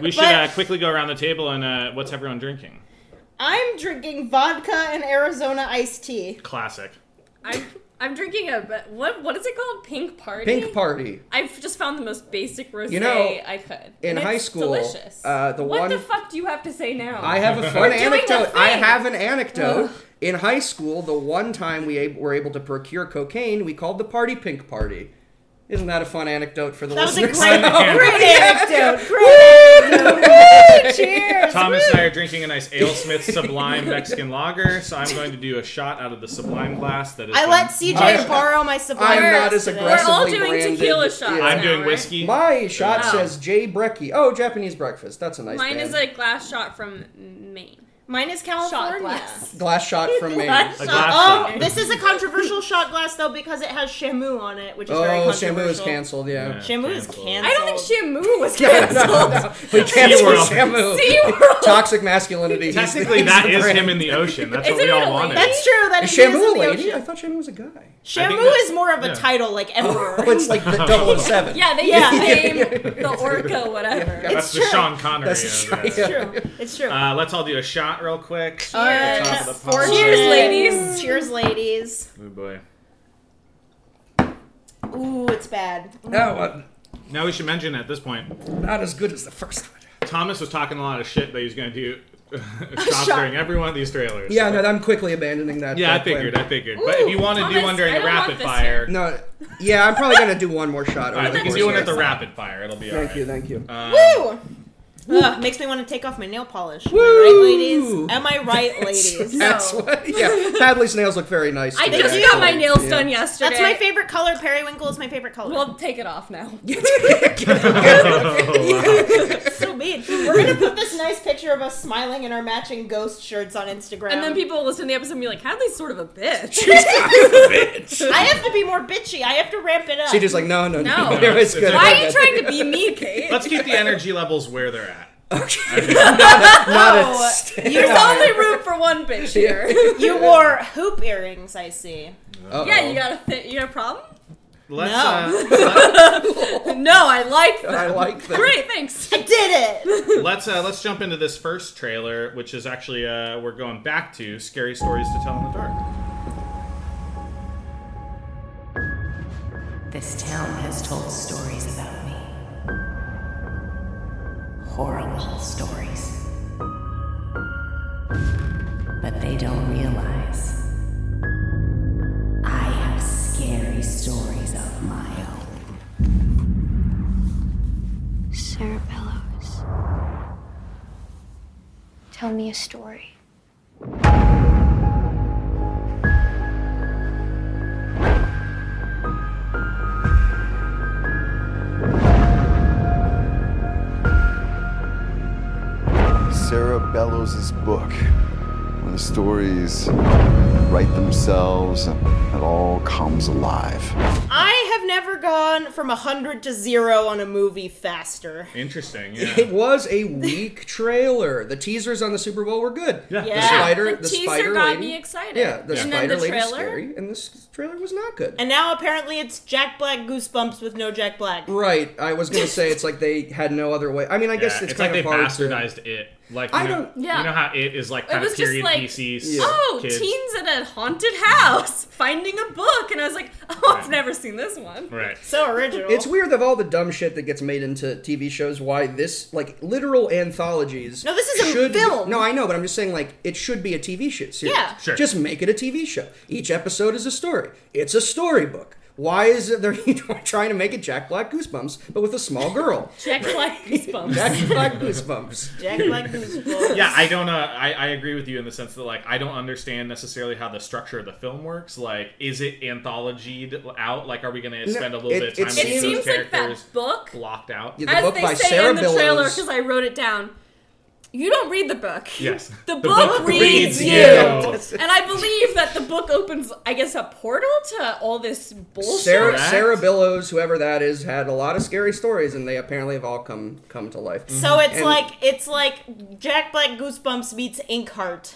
[SPEAKER 9] We should
[SPEAKER 7] But-
[SPEAKER 9] uh, quickly go around the table and uh, what's everyone drinking?
[SPEAKER 7] I'm drinking vodka and Arizona iced tea.
[SPEAKER 9] Classic.
[SPEAKER 10] I'm. I'm drinking a what? What is it called? Pink party.
[SPEAKER 8] Pink Party.
[SPEAKER 10] I've just found the most basic rosé
[SPEAKER 8] You know,
[SPEAKER 10] I could.
[SPEAKER 8] in
[SPEAKER 10] And
[SPEAKER 8] high
[SPEAKER 10] it's
[SPEAKER 8] school,
[SPEAKER 10] delicious.
[SPEAKER 8] uh, the
[SPEAKER 10] what
[SPEAKER 8] one-
[SPEAKER 10] the fuck do you have to say now?
[SPEAKER 8] I have a fun
[SPEAKER 10] doing the
[SPEAKER 8] anecdote. I
[SPEAKER 10] thing.
[SPEAKER 8] have an anecdote. In high school, the one time we ab- were able to procure cocaine, we called the party Pink Party. Isn't that a fun anecdote for the
[SPEAKER 7] That was a
[SPEAKER 8] listeners?
[SPEAKER 7] great, great anecdote. Great Cheers.
[SPEAKER 9] Thomas and I are drinking a nice AleSmith Sublime Mexican Lager, so I'm going to do a shot out of the Sublime glass. That is.
[SPEAKER 7] I let CJ borrow my supply.
[SPEAKER 8] I'm not as
[SPEAKER 10] We're
[SPEAKER 8] aggressive.
[SPEAKER 10] all
[SPEAKER 8] Aggressively
[SPEAKER 10] doing
[SPEAKER 8] branded.
[SPEAKER 10] tequila shots.
[SPEAKER 8] Yeah.
[SPEAKER 9] I'm
[SPEAKER 10] now,
[SPEAKER 9] doing
[SPEAKER 10] right?
[SPEAKER 9] whiskey.
[SPEAKER 8] My shot
[SPEAKER 10] Wow.
[SPEAKER 8] says Jay Brecky. Oh, Japanese breakfast. That's a nice
[SPEAKER 10] Mine
[SPEAKER 8] band.
[SPEAKER 10] is a glass shot from Maine.
[SPEAKER 7] Mine is
[SPEAKER 10] Shot
[SPEAKER 7] California.
[SPEAKER 10] glass.
[SPEAKER 8] glass shot from Maine.
[SPEAKER 10] Glass
[SPEAKER 9] A
[SPEAKER 10] shot.
[SPEAKER 9] glass
[SPEAKER 7] Oh,
[SPEAKER 9] shot.
[SPEAKER 7] this is a controversial shot glass though because it has Shamu on it, which is very
[SPEAKER 8] Oh,
[SPEAKER 7] controversial.
[SPEAKER 8] Shamu is canceled. Yeah.
[SPEAKER 7] Shamu is canceled.
[SPEAKER 10] I don't think Shamu was canceled.
[SPEAKER 8] We canceled
[SPEAKER 9] SeaWorld.
[SPEAKER 8] Shamu.
[SPEAKER 10] SeaWorld.
[SPEAKER 8] Toxic masculinity.
[SPEAKER 9] Technically, that is him in the ocean. That's what we
[SPEAKER 10] Isn't it a
[SPEAKER 9] all wanted.
[SPEAKER 10] lady?
[SPEAKER 7] That's true. That
[SPEAKER 8] Is
[SPEAKER 7] he is in
[SPEAKER 8] Shamu a
[SPEAKER 7] the
[SPEAKER 8] lady? I
[SPEAKER 7] ocean.
[SPEAKER 8] thought Shamu was a guy.
[SPEAKER 9] I think
[SPEAKER 7] Shamu
[SPEAKER 9] that-
[SPEAKER 7] is more of a
[SPEAKER 9] yeah.
[SPEAKER 7] title, like emperor.
[SPEAKER 8] Oh, it's like the 007.
[SPEAKER 10] Yeah, they
[SPEAKER 7] Yeah.
[SPEAKER 10] just named the orca whatever.
[SPEAKER 9] That's the
[SPEAKER 7] true.
[SPEAKER 9] Sean Connery.
[SPEAKER 8] That's
[SPEAKER 9] of
[SPEAKER 8] true.
[SPEAKER 9] it.
[SPEAKER 7] it's true. It's true.
[SPEAKER 9] Uh, let's all do a shot real quick.
[SPEAKER 7] Oh.
[SPEAKER 10] Cheers.
[SPEAKER 9] Top of the
[SPEAKER 7] Fortune.
[SPEAKER 9] pile.
[SPEAKER 10] Cheers, ladies.
[SPEAKER 7] Cheers, ladies.
[SPEAKER 9] Oh boy.
[SPEAKER 7] Ooh, it's bad.
[SPEAKER 8] That one,
[SPEAKER 9] Now we should mention at this point,
[SPEAKER 8] not as good as the first one.
[SPEAKER 9] Thomas was talking a lot of shit that he was going to do shots
[SPEAKER 7] shot.
[SPEAKER 9] during every one of these trailers.
[SPEAKER 8] Yeah, no, I'm quickly abandoning that.
[SPEAKER 9] Yeah, I
[SPEAKER 8] that plan.
[SPEAKER 9] figured. I figured. but if you want to do
[SPEAKER 10] Thomas,
[SPEAKER 9] one during
[SPEAKER 10] I
[SPEAKER 9] the
[SPEAKER 10] don't want
[SPEAKER 9] rapid
[SPEAKER 10] this
[SPEAKER 9] fire, uh,
[SPEAKER 8] No, yeah, I'm probably gonna do one more shot.
[SPEAKER 9] all
[SPEAKER 8] over
[SPEAKER 9] right,
[SPEAKER 8] the
[SPEAKER 9] we can
[SPEAKER 8] course
[SPEAKER 9] do one
[SPEAKER 8] here.
[SPEAKER 9] at the rapid fire. It'll be all
[SPEAKER 8] Thank
[SPEAKER 9] right.
[SPEAKER 8] you, thank you.
[SPEAKER 7] Woo! Ugh, makes me want to take off my nail polish. Am I right, ladies? Am I right, ladies?
[SPEAKER 8] That's what. Yeah, Hadley's nails look very nice.
[SPEAKER 10] I
[SPEAKER 8] today,
[SPEAKER 10] just got my
[SPEAKER 8] actually.
[SPEAKER 10] nails
[SPEAKER 8] Yeah.
[SPEAKER 10] done yesterday.
[SPEAKER 7] That's my favorite color. Periwinkle is my favorite color.
[SPEAKER 10] Well, take it off now.
[SPEAKER 7] so mean. We're gonna put this nice picture of us smiling in our matching ghost shirts on Instagram.
[SPEAKER 10] And then people listen to the episode and be like, Hadley's sort of a bitch.
[SPEAKER 7] I have to be more bitchy. I have to ramp it up.
[SPEAKER 8] She just like no, no, no.
[SPEAKER 10] No.
[SPEAKER 8] It was good.
[SPEAKER 10] Why are you trying to be me, Kate?
[SPEAKER 9] Let's keep the energy levels where they're at.
[SPEAKER 8] Not a
[SPEAKER 7] Oh,
[SPEAKER 8] st-
[SPEAKER 10] There's only room for one bitch here.
[SPEAKER 7] you wore hoop earrings. I see.
[SPEAKER 8] Uh-oh.
[SPEAKER 10] Yeah, you got a thi- you got a problem?
[SPEAKER 9] Let's,
[SPEAKER 7] No.
[SPEAKER 9] uh,
[SPEAKER 10] No, I like them.
[SPEAKER 8] I like that.
[SPEAKER 10] Great, thanks.
[SPEAKER 7] I did it.
[SPEAKER 9] let's uh, let's jump into this first trailer, which is actually uh, we're going back to scary stories to tell in the dark.
[SPEAKER 5] This town has told stories about me. Horrible stories. But they don't realize I have scary stories of my own.
[SPEAKER 11] Sarah Bellows. Tell me a story.
[SPEAKER 12] Sarah Bellows' book, where the stories write themselves and it all comes alive.
[SPEAKER 7] I have never gone from hundred to zero on a movie faster.
[SPEAKER 9] Interesting. Yeah.
[SPEAKER 8] It was a weak trailer. The teasers on the Super Bowl were good.
[SPEAKER 9] Yeah.
[SPEAKER 8] The
[SPEAKER 7] Yeah.
[SPEAKER 8] spider, the,
[SPEAKER 10] the teaser
[SPEAKER 8] spider
[SPEAKER 10] got
[SPEAKER 8] lady.
[SPEAKER 10] me excited.
[SPEAKER 8] Yeah, the
[SPEAKER 10] and
[SPEAKER 8] spider
[SPEAKER 10] then the
[SPEAKER 8] lady
[SPEAKER 10] trailer.
[SPEAKER 8] scary, and this trailer was not good.
[SPEAKER 7] And now apparently it's Jack Black goosebumps with no Jack Black.
[SPEAKER 8] right, I was gonna say it's like they had no other way. I mean, I guess
[SPEAKER 9] Yeah,
[SPEAKER 8] it's,
[SPEAKER 9] it's,
[SPEAKER 8] kind
[SPEAKER 9] like they
[SPEAKER 8] of hard to.
[SPEAKER 9] bastardized it. Like
[SPEAKER 8] I
[SPEAKER 9] you know,
[SPEAKER 8] don't-
[SPEAKER 10] Yeah.
[SPEAKER 9] You know how it is like
[SPEAKER 10] It
[SPEAKER 9] kind
[SPEAKER 10] was
[SPEAKER 9] of
[SPEAKER 10] just
[SPEAKER 9] period
[SPEAKER 10] like,
[SPEAKER 9] pieces.
[SPEAKER 10] oh,
[SPEAKER 9] kids.
[SPEAKER 10] teens at a haunted house finding a book, and I was like, oh, I've never seen this one.
[SPEAKER 9] Right.
[SPEAKER 7] So original.
[SPEAKER 8] It's weird of all the dumb shit that gets made into TV shows. Why this like literal anthologies?
[SPEAKER 7] No, this is a
[SPEAKER 8] should,
[SPEAKER 7] film.
[SPEAKER 8] No, I know, but I'm just saying like it should be a TV show. Series.
[SPEAKER 7] Yeah.
[SPEAKER 9] Sure.
[SPEAKER 8] Just make it a TV show. Each episode is a story. It's a storybook. Why is it they're trying to make it Jack Black Goosebumps, but with a small girl?
[SPEAKER 10] Jack Black goosebumps.
[SPEAKER 8] Jack Black Goosebumps.
[SPEAKER 7] Jack Black goosebumps.
[SPEAKER 9] Yeah, I don't. Uh, I I agree with you in the sense that like I don't understand necessarily how the structure of the film works. Like, is it anthologied out? Like, are we going to spend a little
[SPEAKER 8] it-
[SPEAKER 9] bit of
[SPEAKER 8] it
[SPEAKER 9] time with
[SPEAKER 10] it
[SPEAKER 8] seems-
[SPEAKER 9] these
[SPEAKER 10] seems like
[SPEAKER 9] characters
[SPEAKER 10] that book,
[SPEAKER 9] blocked out?
[SPEAKER 8] Yeah, the
[SPEAKER 10] as
[SPEAKER 8] book
[SPEAKER 10] they
[SPEAKER 8] by
[SPEAKER 10] say
[SPEAKER 8] Sarah
[SPEAKER 10] in the trailer,
[SPEAKER 8] Billows.
[SPEAKER 10] because I wrote it down. You don't read the book.
[SPEAKER 9] Yes.
[SPEAKER 10] The,
[SPEAKER 9] The
[SPEAKER 10] book,
[SPEAKER 9] book
[SPEAKER 10] reads
[SPEAKER 9] reads
[SPEAKER 10] you.
[SPEAKER 9] you.
[SPEAKER 10] and I believe that the book opens, I guess, a portal to all this bullshit.
[SPEAKER 8] Sarah,
[SPEAKER 9] Correct.
[SPEAKER 8] Sarah Billows, whoever that is, had a lot of scary stories, and they apparently have all come come to life.
[SPEAKER 9] Mm.
[SPEAKER 7] So it's
[SPEAKER 8] And-
[SPEAKER 7] like it's like Jack Black goosebumps meets Inkheart.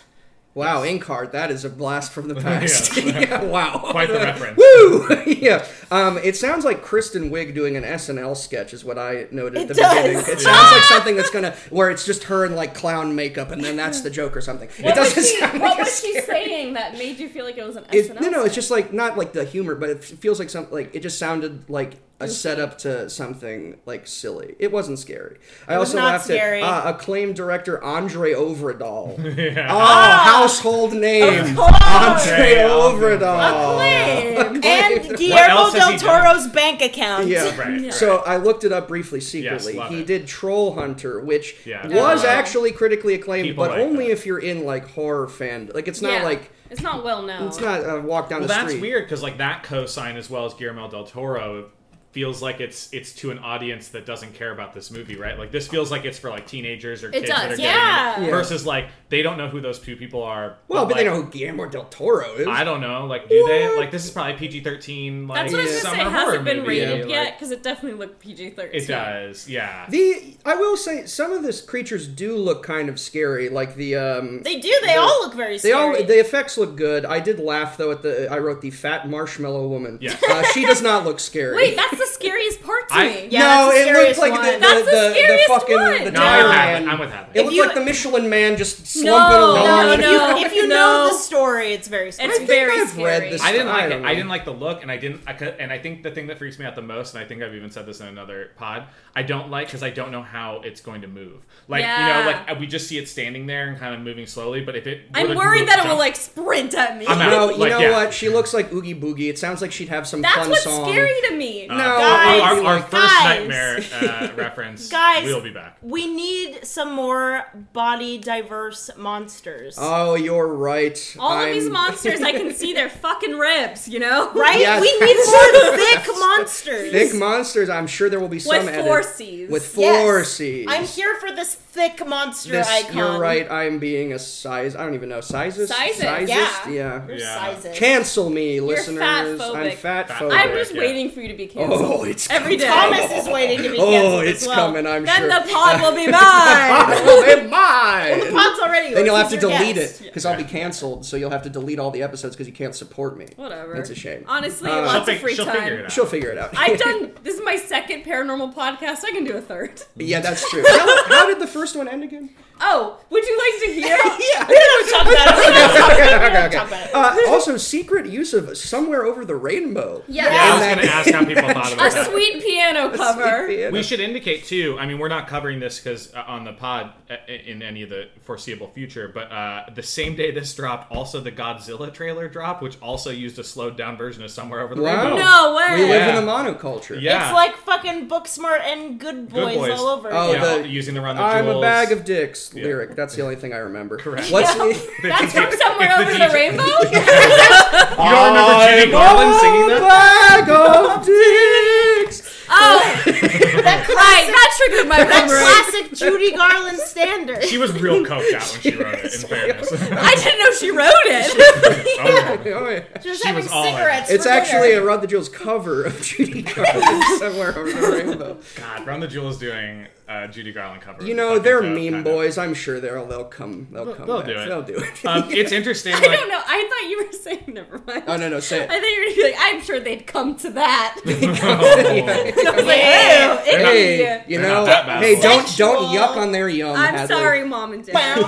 [SPEAKER 8] Wow, Inkheart, that is a blast from the past. Yeah, wow.
[SPEAKER 9] Quite the reference.
[SPEAKER 8] Woo! yeah. Um, it sounds like Kristen Wiig doing an SNL sketch is what I noted at
[SPEAKER 7] It
[SPEAKER 8] the
[SPEAKER 7] does.
[SPEAKER 8] beginning. It sounds like something that's gonna where it's just her in like clown makeup and then that's the joke or something. it
[SPEAKER 10] What was,
[SPEAKER 8] doesn't
[SPEAKER 10] she,
[SPEAKER 8] sound
[SPEAKER 10] what
[SPEAKER 8] like a
[SPEAKER 10] was she
[SPEAKER 8] scary-
[SPEAKER 10] saying that made you feel like it was an
[SPEAKER 8] It, no,
[SPEAKER 10] SNL?
[SPEAKER 8] no, it's
[SPEAKER 10] sketch?
[SPEAKER 8] just like not like the humor, but it f- feels like something like it just sounded like a setup to something like silly. It wasn't scary. I
[SPEAKER 7] was
[SPEAKER 8] also
[SPEAKER 7] not
[SPEAKER 8] laughed
[SPEAKER 7] scary.
[SPEAKER 8] at uh, acclaimed director Andre Overdahl. Oh, household name.
[SPEAKER 7] Oh,
[SPEAKER 8] Andre
[SPEAKER 9] Andre
[SPEAKER 8] Overdahl.
[SPEAKER 7] acclaimed. and Guillermo del Toro's bank account.
[SPEAKER 8] Yeah. So I looked it up briefly secretly.
[SPEAKER 9] love
[SPEAKER 8] he
[SPEAKER 9] it.
[SPEAKER 8] did Troll Hunter, which
[SPEAKER 9] Yeah.
[SPEAKER 8] was
[SPEAKER 10] Oh.
[SPEAKER 8] actually critically acclaimed,
[SPEAKER 9] People
[SPEAKER 8] but
[SPEAKER 9] like
[SPEAKER 8] only if you're in like horror fan. Like it's not
[SPEAKER 10] Yeah. Oh.
[SPEAKER 8] like
[SPEAKER 10] it's not well known.
[SPEAKER 8] it's not a walk down
[SPEAKER 9] Well,
[SPEAKER 8] the
[SPEAKER 9] that's
[SPEAKER 8] street.
[SPEAKER 9] weird because like that cosign as well as Guillermo del Toro feels like it's it's to an audience that doesn't care about this movie, right? Like this feels like it's for like teenagers or
[SPEAKER 10] It
[SPEAKER 9] kids that
[SPEAKER 10] does,
[SPEAKER 9] are
[SPEAKER 10] yeah.
[SPEAKER 9] getting it,
[SPEAKER 10] Yeah.
[SPEAKER 9] versus like they don't know who those two people are.
[SPEAKER 8] Well, but they
[SPEAKER 9] like,
[SPEAKER 8] know who Guillermo del Toro is.
[SPEAKER 9] I don't know. Like, do they? Like, this is probably PG thirteen. Like,
[SPEAKER 10] That's what I was gonna
[SPEAKER 9] summer
[SPEAKER 10] say.
[SPEAKER 9] horror
[SPEAKER 10] Has it been
[SPEAKER 9] movie,
[SPEAKER 10] rated
[SPEAKER 9] like,
[SPEAKER 10] yet? Because it definitely looked PG thirteen.
[SPEAKER 9] It does. Yeah.
[SPEAKER 8] The I will say some of these creatures do look kind of scary, like the um.
[SPEAKER 7] They do. They all look very
[SPEAKER 8] They all
[SPEAKER 7] scary.
[SPEAKER 8] the effects look good. I did laugh though at the I wrote the fat marshmallow woman.
[SPEAKER 9] Yeah.
[SPEAKER 8] Uh, she does not look scary.
[SPEAKER 10] Wait, that's the scariest part to
[SPEAKER 9] I-
[SPEAKER 10] me.
[SPEAKER 7] Yeah,
[SPEAKER 8] no,
[SPEAKER 7] that's the
[SPEAKER 8] it looked
[SPEAKER 7] scariest
[SPEAKER 8] like
[SPEAKER 7] one.
[SPEAKER 8] the,
[SPEAKER 10] That's
[SPEAKER 8] the,
[SPEAKER 10] the
[SPEAKER 8] the, the
[SPEAKER 10] scariest
[SPEAKER 8] fucking
[SPEAKER 10] one.
[SPEAKER 8] the
[SPEAKER 9] No,
[SPEAKER 8] tire
[SPEAKER 9] I'm
[SPEAKER 8] man.
[SPEAKER 9] with Habit. I'm with Habit.
[SPEAKER 8] It looked
[SPEAKER 7] you-
[SPEAKER 8] like the Michelin man just slumping along.
[SPEAKER 7] no, no,
[SPEAKER 10] No, no,
[SPEAKER 7] If you, if you
[SPEAKER 10] no.
[SPEAKER 7] know the story, it's very scary.
[SPEAKER 10] It's
[SPEAKER 8] think
[SPEAKER 10] very
[SPEAKER 8] I've
[SPEAKER 10] scary.
[SPEAKER 8] read this-
[SPEAKER 9] I didn't like
[SPEAKER 8] I
[SPEAKER 9] it.
[SPEAKER 8] don't know.
[SPEAKER 9] I didn't like the look, and I didn't. I could, and I think the thing that freaks me out the most, and I think I've even said this in another pod, I don't like because I don't know how it's going to move. Like you
[SPEAKER 10] Yeah.
[SPEAKER 9] know, like we just see it standing there and kind of moving slowly. But if it,
[SPEAKER 10] I'm
[SPEAKER 9] would've
[SPEAKER 10] worried
[SPEAKER 9] moved-
[SPEAKER 10] that it will
[SPEAKER 9] jump-
[SPEAKER 10] like sprint at me.
[SPEAKER 9] I'm out.
[SPEAKER 8] No, you
[SPEAKER 9] Like,
[SPEAKER 8] know
[SPEAKER 9] yeah.
[SPEAKER 8] what? She looks like Oogie Boogie. It sounds like she'd have some
[SPEAKER 10] That's
[SPEAKER 8] fun
[SPEAKER 10] what's
[SPEAKER 8] song.
[SPEAKER 10] scary to me.
[SPEAKER 9] Uh,
[SPEAKER 8] No,
[SPEAKER 9] our- our, our
[SPEAKER 7] guys,
[SPEAKER 9] first
[SPEAKER 7] guys.
[SPEAKER 9] nightmare uh, reference.
[SPEAKER 7] Guys.
[SPEAKER 9] we'll be back.
[SPEAKER 7] we need some more body diverse monsters.
[SPEAKER 8] Oh, you're right.
[SPEAKER 10] All
[SPEAKER 8] I'm-
[SPEAKER 10] of these monsters, I can see their fucking ribs. You know,
[SPEAKER 7] right?
[SPEAKER 8] yes.
[SPEAKER 7] We need more thick monsters.
[SPEAKER 8] Thick monsters. I'm sure there will be some
[SPEAKER 10] With
[SPEAKER 8] edit.
[SPEAKER 10] four Cs.
[SPEAKER 8] With
[SPEAKER 7] Yes.
[SPEAKER 8] four Cs.
[SPEAKER 7] I'm here for this thick monster
[SPEAKER 8] This-
[SPEAKER 7] icon.
[SPEAKER 8] You're right. I'm being a size. I don't even know sizes.
[SPEAKER 10] Sizes,
[SPEAKER 7] yeah.
[SPEAKER 8] yeah.
[SPEAKER 7] Your
[SPEAKER 9] Yeah.
[SPEAKER 7] sizes.
[SPEAKER 8] Cancel me, listeners. I'm
[SPEAKER 10] fatphobic.
[SPEAKER 8] fat
[SPEAKER 9] Fat-
[SPEAKER 8] phobic.
[SPEAKER 10] I'm just
[SPEAKER 9] Yeah.
[SPEAKER 10] waiting for you to be canceled.
[SPEAKER 8] oh, it's
[SPEAKER 10] Every day.
[SPEAKER 7] Thomas is waiting to be
[SPEAKER 8] oh,
[SPEAKER 7] canceled
[SPEAKER 8] it's
[SPEAKER 7] as well.
[SPEAKER 8] coming. I'm
[SPEAKER 10] then
[SPEAKER 8] sure.
[SPEAKER 10] the pod will be mine.
[SPEAKER 8] oh, am I?
[SPEAKER 7] Pod's already.
[SPEAKER 8] Then
[SPEAKER 7] yours.
[SPEAKER 8] you'll have to
[SPEAKER 7] He's your
[SPEAKER 8] delete
[SPEAKER 7] guest.
[SPEAKER 8] it because I'll be canceled. So you'll have to delete all the episodes because you can't support me.
[SPEAKER 10] Whatever.
[SPEAKER 8] That's a shame.
[SPEAKER 10] Honestly,
[SPEAKER 8] Uh,
[SPEAKER 10] lots
[SPEAKER 9] She'll
[SPEAKER 10] of free
[SPEAKER 9] fig- she'll
[SPEAKER 10] time.
[SPEAKER 9] figure it out.
[SPEAKER 8] She'll figure it out.
[SPEAKER 10] I've done. This is my second paranormal podcast. I can do a third.
[SPEAKER 8] yeah, that's true. How, how did the first one end again?
[SPEAKER 10] Oh, would you like to hear?
[SPEAKER 7] We don't talk about it. We don't talk about it. We don't talk about it.
[SPEAKER 8] Uh, also, secret use of "Somewhere Over the Rainbow."
[SPEAKER 10] Yes.
[SPEAKER 9] Yeah, I was
[SPEAKER 8] And
[SPEAKER 9] gonna ask how people thought about
[SPEAKER 10] A
[SPEAKER 9] that.
[SPEAKER 10] sweet piano cover.
[SPEAKER 9] We should indicate too. I mean, we're not covering this because uh, on the pod uh, in any of the foreseeable future. But uh, the same day this dropped, also the Godzilla trailer dropped, which also used a slowed down version of Somewhere Over the
[SPEAKER 8] Wow.
[SPEAKER 9] Rainbow.
[SPEAKER 10] No way.
[SPEAKER 8] We live
[SPEAKER 9] Yeah.
[SPEAKER 8] in a monoculture.
[SPEAKER 9] Yeah.
[SPEAKER 7] It's like fucking Booksmart and Good Boys,
[SPEAKER 9] Boys.
[SPEAKER 7] all over.
[SPEAKER 8] Oh,
[SPEAKER 7] again.
[SPEAKER 9] Yeah,
[SPEAKER 8] the-
[SPEAKER 9] using the run the
[SPEAKER 8] I'm
[SPEAKER 9] jewels.
[SPEAKER 8] a bag of dicks lyric. That's the only thing I remember. Correct. What's
[SPEAKER 10] That's from somewhere over the rainbow.
[SPEAKER 9] You don't remember Judy Garland singing
[SPEAKER 8] a
[SPEAKER 9] that?
[SPEAKER 8] bag of dicks?
[SPEAKER 10] Oh, that right. That triggered my memory.
[SPEAKER 7] Classic Judy Garland standard.
[SPEAKER 9] She was real coked out when she wrote it. In fairness,
[SPEAKER 10] I didn't know she wrote it.
[SPEAKER 9] Oh, yeah.
[SPEAKER 8] Oh, yeah.
[SPEAKER 7] She was
[SPEAKER 9] She
[SPEAKER 7] having
[SPEAKER 9] was all in it.
[SPEAKER 7] cigarettes.
[SPEAKER 8] It's
[SPEAKER 7] for
[SPEAKER 8] actually
[SPEAKER 7] dinner.
[SPEAKER 8] a Rod the Jewels cover of Judy Garland somewhere over the rainbow.
[SPEAKER 9] God, Run the Jewel is doing uh, Judy Garland cover.
[SPEAKER 8] You know they're
[SPEAKER 9] Fucking dope,
[SPEAKER 8] meme
[SPEAKER 9] kind of.
[SPEAKER 8] boys. I'm sure they'll they'll come. They'll come.
[SPEAKER 9] they'll
[SPEAKER 8] back.
[SPEAKER 9] do it.
[SPEAKER 8] They'll do it.
[SPEAKER 9] Um, it's interesting.
[SPEAKER 10] I
[SPEAKER 9] like,
[SPEAKER 10] don't know. I thought you were saying never mind.
[SPEAKER 8] oh no no say
[SPEAKER 10] I
[SPEAKER 8] it.
[SPEAKER 10] thought you were gonna be like, I'm sure they'd come to that. and
[SPEAKER 9] Oh.
[SPEAKER 10] I was like, ew, icky.
[SPEAKER 8] Hey, you
[SPEAKER 9] They're
[SPEAKER 8] know,
[SPEAKER 9] not that bad.
[SPEAKER 8] hey, don't don't
[SPEAKER 7] Sexual.
[SPEAKER 8] yuck on their yum.
[SPEAKER 10] I'm
[SPEAKER 8] Hadley.
[SPEAKER 10] sorry, mom and dad.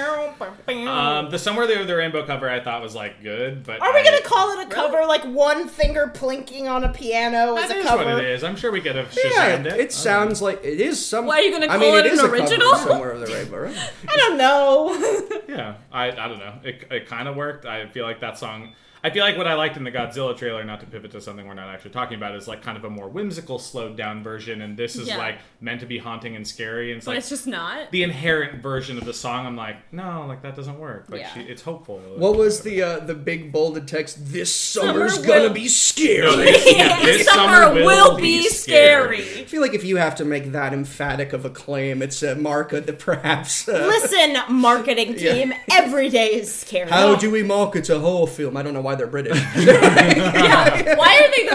[SPEAKER 9] Um, the Somewhere Over the Rainbow cover I thought was like good, but
[SPEAKER 7] Are we
[SPEAKER 9] I-
[SPEAKER 7] gonna call it a cover? Like one finger plinking on a piano
[SPEAKER 9] That
[SPEAKER 7] is a
[SPEAKER 9] is
[SPEAKER 7] cover.
[SPEAKER 9] what it is. I'm sure we could have
[SPEAKER 8] Yeah,
[SPEAKER 9] shazammed
[SPEAKER 8] it,
[SPEAKER 9] it.
[SPEAKER 8] sounds like it is some.
[SPEAKER 10] Why are you gonna
[SPEAKER 8] I mean,
[SPEAKER 10] call it
[SPEAKER 8] is
[SPEAKER 10] an
[SPEAKER 8] a cover of
[SPEAKER 10] original?
[SPEAKER 8] Somewhere over the rainbow. Right?
[SPEAKER 7] I don't know.
[SPEAKER 9] Yeah, I, I don't know. It, it kind of worked. I feel like that song. I feel like what I liked in the Godzilla trailer, not to pivot to something we're not actually talking about, is like kind of a more whimsical, slowed down version, and this is
[SPEAKER 10] Yeah.
[SPEAKER 9] like meant to be haunting and scary. And it's
[SPEAKER 10] But
[SPEAKER 9] like
[SPEAKER 10] it's just not.
[SPEAKER 9] the inherent version of the song. I'm like, no, like that doesn't work. Like
[SPEAKER 10] Yeah.
[SPEAKER 9] she, it's hopeful.
[SPEAKER 8] What was the uh, the big bolded text? This summer's
[SPEAKER 10] Summer
[SPEAKER 8] gonna
[SPEAKER 10] will-
[SPEAKER 8] be scary.
[SPEAKER 9] Yeah, this
[SPEAKER 10] summer,
[SPEAKER 9] summer
[SPEAKER 10] will be scary.
[SPEAKER 8] I feel like if you have to make that emphatic of a claim, it's a mark of the perhaps. Uh,
[SPEAKER 7] Listen, marketing team, every day is scary.
[SPEAKER 8] how Oh, do we market a horror film? I don't know why they're British.
[SPEAKER 10] Yeah. Why are they the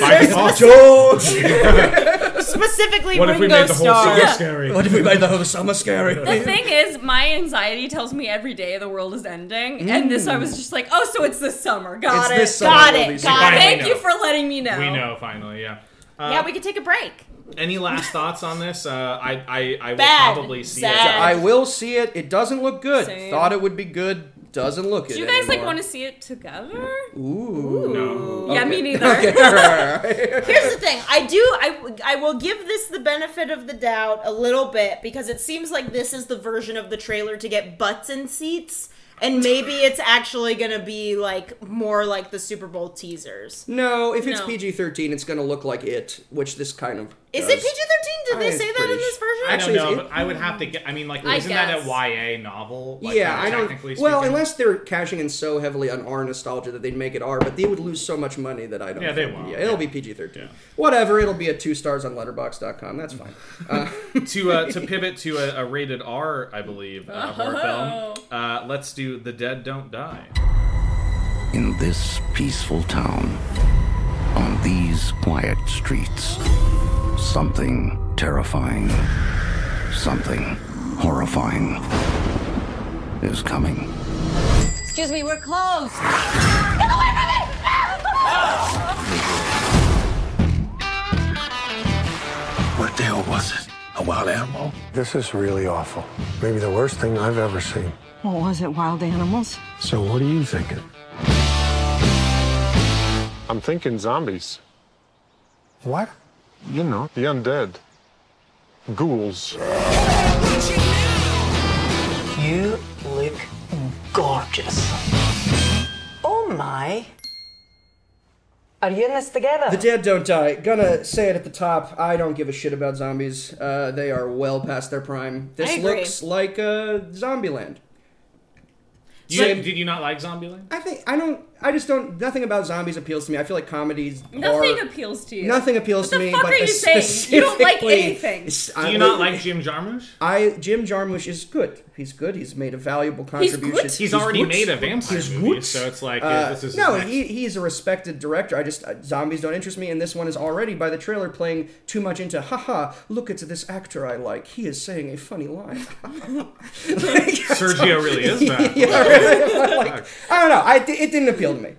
[SPEAKER 9] By default.
[SPEAKER 8] George,
[SPEAKER 7] Specifically,
[SPEAKER 9] What if we
[SPEAKER 7] Ringo
[SPEAKER 9] made the whole
[SPEAKER 7] Starr.
[SPEAKER 9] song scary?
[SPEAKER 8] what if we made the whole summer scary?
[SPEAKER 10] The thing is, my anxiety tells me every day the world is ending, and this I was just like, oh, so it's this summer. Got
[SPEAKER 8] It's
[SPEAKER 10] it.
[SPEAKER 8] this summer
[SPEAKER 7] Got
[SPEAKER 8] will
[SPEAKER 7] it,
[SPEAKER 8] be
[SPEAKER 7] got
[SPEAKER 8] scary.
[SPEAKER 9] it. Finally
[SPEAKER 10] Thank you
[SPEAKER 9] know.
[SPEAKER 10] for letting me know.
[SPEAKER 9] We know finally. Yeah.
[SPEAKER 7] Yeah, we could take a break.
[SPEAKER 9] Any last thoughts on this? Uh, I I, I will
[SPEAKER 7] Bad.
[SPEAKER 9] probably see
[SPEAKER 7] Sad.
[SPEAKER 9] it.
[SPEAKER 8] I will see it. It doesn't look good.
[SPEAKER 10] Same.
[SPEAKER 8] Thought it would be good. Doesn't look
[SPEAKER 10] Do
[SPEAKER 8] it.
[SPEAKER 10] you guys like
[SPEAKER 8] anymore.
[SPEAKER 10] want to see it together?
[SPEAKER 8] Ooh.
[SPEAKER 9] No.
[SPEAKER 10] Yeah, me neither.
[SPEAKER 8] Okay, all right, all right.
[SPEAKER 7] Here's the thing. I do. I, I will give this the benefit of the doubt a little bit because it seems like this is the version of the trailer to get butts in seats. And maybe it's actually gonna be like more like the Super Bowl teasers.
[SPEAKER 8] No, if it's
[SPEAKER 7] No.
[SPEAKER 8] PG thirteen, it's going to look like it, which this kind of
[SPEAKER 7] Is it
[SPEAKER 8] does.
[SPEAKER 7] PG thirteen? Did
[SPEAKER 8] I
[SPEAKER 7] they
[SPEAKER 8] was
[SPEAKER 7] say that in
[SPEAKER 8] pretty
[SPEAKER 7] this version?
[SPEAKER 9] I don't
[SPEAKER 8] Actually,
[SPEAKER 9] know,
[SPEAKER 8] it-
[SPEAKER 9] but I would have to get. I mean, like,
[SPEAKER 7] I
[SPEAKER 9] isn't that
[SPEAKER 7] guess.
[SPEAKER 9] a YA novel? Like,
[SPEAKER 8] yeah,
[SPEAKER 9] kind
[SPEAKER 8] I
[SPEAKER 9] of
[SPEAKER 8] don't.
[SPEAKER 9] Technically
[SPEAKER 8] Well,
[SPEAKER 9] speaking?
[SPEAKER 8] unless they're cashing in so heavily on R nostalgia that they'd make it R, but they would lose so much money that I don't.
[SPEAKER 9] Yeah, they
[SPEAKER 8] think-
[SPEAKER 9] won't.
[SPEAKER 8] Yeah, it'll be PG thirteen. Whatever, it'll be a two stars on Letterbox.com. That's fine. Uh,
[SPEAKER 9] to uh, to pivot to a, a rated R, I believe, uh, horror
[SPEAKER 1] Oh.
[SPEAKER 9] film. Uh, let's do The Dead Don't Die.
[SPEAKER 3] In this peaceful town, on these quiet streets, something terrifying, something horrifying is coming.
[SPEAKER 13] Excuse me, we're closed.
[SPEAKER 3] What the hell was it? A wild animal?
[SPEAKER 14] This is really awful. Maybe the worst thing I've ever seen.
[SPEAKER 13] What was it, wild animals?
[SPEAKER 14] So, what are you thinking?
[SPEAKER 15] I'm thinking zombies.
[SPEAKER 14] What?
[SPEAKER 15] You know, the undead. Ghouls.
[SPEAKER 13] You look gorgeous. Oh my. Are you in this together?
[SPEAKER 8] The dead don't die. Gonna say it at the top. I don't give a shit about zombies. Uh, they are well past their prime.
[SPEAKER 7] I
[SPEAKER 8] This
[SPEAKER 7] agree.
[SPEAKER 8] looks like uh, Zombieland.
[SPEAKER 9] You,
[SPEAKER 8] Same-
[SPEAKER 9] did you not like Zombieland?
[SPEAKER 8] I think I don't. I just don't. Nothing about zombies appeals to me. I feel like comedies.
[SPEAKER 10] Nothing
[SPEAKER 8] are,
[SPEAKER 10] appeals to you.
[SPEAKER 8] Nothing appeals to
[SPEAKER 10] What the
[SPEAKER 8] me.
[SPEAKER 10] fuck
[SPEAKER 8] but
[SPEAKER 10] are you saying? You don't like
[SPEAKER 8] specifically-
[SPEAKER 10] anything.
[SPEAKER 8] S-
[SPEAKER 9] Do
[SPEAKER 8] I-
[SPEAKER 9] you not like Jim Jarmusch?
[SPEAKER 8] I Jim Jarmusch is good. He's good. He's made a valuable contribution.
[SPEAKER 9] He's, already
[SPEAKER 8] good.
[SPEAKER 9] made a vampire
[SPEAKER 8] He's
[SPEAKER 9] movie,
[SPEAKER 8] good.
[SPEAKER 9] so it's like
[SPEAKER 8] Uh,
[SPEAKER 9] this is
[SPEAKER 8] no,
[SPEAKER 9] his next-
[SPEAKER 8] he, he's a respected director. I just uh, zombies don't interest me, and this one is already by the trailer playing too much into haha. Look at this actor I like. He is saying a funny line.
[SPEAKER 9] Sergio really is back.
[SPEAKER 8] Yeah, really. Like, I don't know. I, it didn't appeal to me.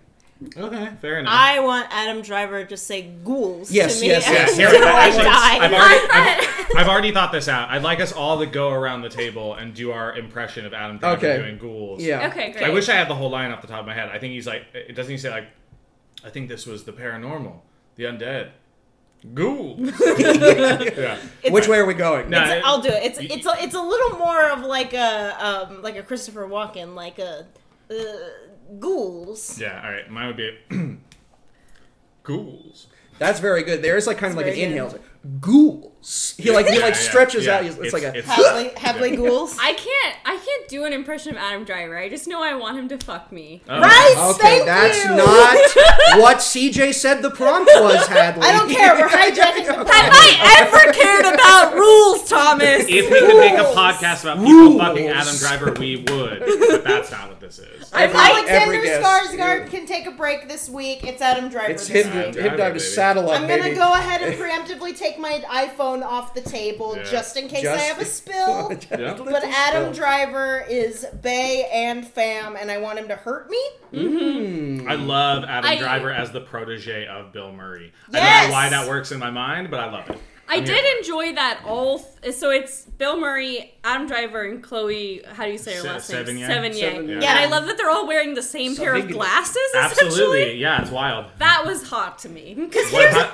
[SPEAKER 9] Okay, fair enough.
[SPEAKER 7] I want Adam Driver to say ghouls
[SPEAKER 8] Yes,
[SPEAKER 7] to me
[SPEAKER 8] yes, yes.
[SPEAKER 7] until
[SPEAKER 9] Here,
[SPEAKER 7] I
[SPEAKER 9] actually,
[SPEAKER 7] die.
[SPEAKER 9] I've already, I've, I've already thought this out. I'd like us all to go around the table and do our impression of Adam Driver
[SPEAKER 8] Okay.
[SPEAKER 9] doing ghouls.
[SPEAKER 8] Yeah. Okay,
[SPEAKER 9] I
[SPEAKER 8] great.
[SPEAKER 9] wish I had the whole line off the top of my head. I think he's like, it doesn't he say like, I think this was the paranormal, the undead, ghouls. yeah.
[SPEAKER 8] Which way are we going?
[SPEAKER 9] No,
[SPEAKER 7] It's- I'll do it. It's it's a, it's a little more of like a um like a Christopher Walken like a uh, ghouls.
[SPEAKER 9] Yeah, all right. Mine would be ghouls.
[SPEAKER 8] That's very good. There is like kind of like an
[SPEAKER 7] very good.
[SPEAKER 8] inhale. It's like, Ghouls. He like he
[SPEAKER 9] Yeah, yeah,
[SPEAKER 8] like stretches
[SPEAKER 9] yeah.
[SPEAKER 8] out. He's, it's, like a Yeah.
[SPEAKER 10] I can't. I can't do an impression of Adam Driver. I just know I want him to fuck me.
[SPEAKER 9] Oh.
[SPEAKER 8] Okay, that's not what CJ said the prompt was, Hadley.
[SPEAKER 10] I don't care, we're
[SPEAKER 7] hijacking the
[SPEAKER 10] Have I ever cared about rules, Thomas?
[SPEAKER 9] If we could make a podcast about people fucking Adam Driver, we would. But that's not what this is.
[SPEAKER 7] If Alexander Skarsgård can take a break this week, it's Adam Driver.
[SPEAKER 8] It's
[SPEAKER 7] this
[SPEAKER 8] him,
[SPEAKER 7] week.
[SPEAKER 9] Driver,
[SPEAKER 8] him dive
[SPEAKER 9] baby.
[SPEAKER 8] to satellite.
[SPEAKER 7] I'm gonna
[SPEAKER 8] baby.
[SPEAKER 7] go ahead and preemptively take my iPhone off the table
[SPEAKER 8] Yeah.
[SPEAKER 7] just in case I
[SPEAKER 8] Just-
[SPEAKER 7] have a spill.
[SPEAKER 8] Just a little
[SPEAKER 7] But Adam
[SPEAKER 8] spill.
[SPEAKER 7] Driver is Bay and fam, and I want him to hurt me.
[SPEAKER 9] Mhm. I love Adam
[SPEAKER 7] I-
[SPEAKER 9] Driver as the protege of Bill Murray. I don't
[SPEAKER 10] Yes!
[SPEAKER 9] know why that works in my mind, but I love it.
[SPEAKER 10] I
[SPEAKER 9] I'm here
[SPEAKER 10] did enjoy that all. Th- so it's Bill Murray, Adam Driver, and Chloe. How do you say her
[SPEAKER 9] Se-
[SPEAKER 10] last name?
[SPEAKER 9] Sevigny?
[SPEAKER 10] Seven
[SPEAKER 9] Sevigny.
[SPEAKER 10] Yeah.
[SPEAKER 9] Yeah.
[SPEAKER 10] And I love that they're all wearing the same pair of
[SPEAKER 9] Sevigny.
[SPEAKER 10] glasses.
[SPEAKER 9] for it.
[SPEAKER 10] Essentially,
[SPEAKER 9] Absolutely, yeah, it's wild.
[SPEAKER 10] that was hot to me.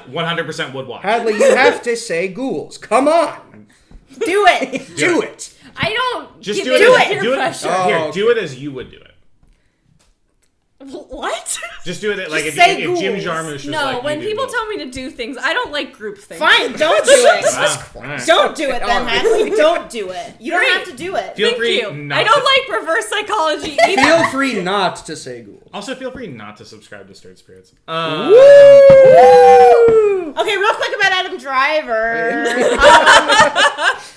[SPEAKER 9] One hundred percent would watch.
[SPEAKER 8] Hadley, you have to say ghouls. Come on.
[SPEAKER 7] Do it.
[SPEAKER 8] do it.
[SPEAKER 10] I don't
[SPEAKER 9] Just
[SPEAKER 10] give
[SPEAKER 9] do it. as-
[SPEAKER 10] in to peer
[SPEAKER 9] Do it. Oh.
[SPEAKER 10] pressure.
[SPEAKER 8] Oh,
[SPEAKER 9] Here, do it as you would do it.
[SPEAKER 10] What?
[SPEAKER 9] Just do it like if,
[SPEAKER 10] Just say
[SPEAKER 9] if Jim
[SPEAKER 10] ghouls.
[SPEAKER 9] Jarmusch was
[SPEAKER 10] No,
[SPEAKER 9] like. you
[SPEAKER 10] when
[SPEAKER 9] do
[SPEAKER 10] people
[SPEAKER 9] ghouls.
[SPEAKER 10] tell me to do things, I don't like group things.
[SPEAKER 7] Fine, don't do it.
[SPEAKER 9] Wow. Ah, All right.
[SPEAKER 7] Don't do it, then, Hadley. Don't do it. You don't
[SPEAKER 10] Great.
[SPEAKER 7] have to do it.
[SPEAKER 9] Feel
[SPEAKER 10] Thank
[SPEAKER 9] free
[SPEAKER 10] you.
[SPEAKER 9] not
[SPEAKER 10] I don't
[SPEAKER 9] to-
[SPEAKER 10] like reverse psychology either.
[SPEAKER 8] Feel free not to say ghouls.
[SPEAKER 9] Also, feel free not to subscribe to Stirred Spirits. Uh,
[SPEAKER 10] Mm.
[SPEAKER 7] Okay, real quick about Adam Driver. Um,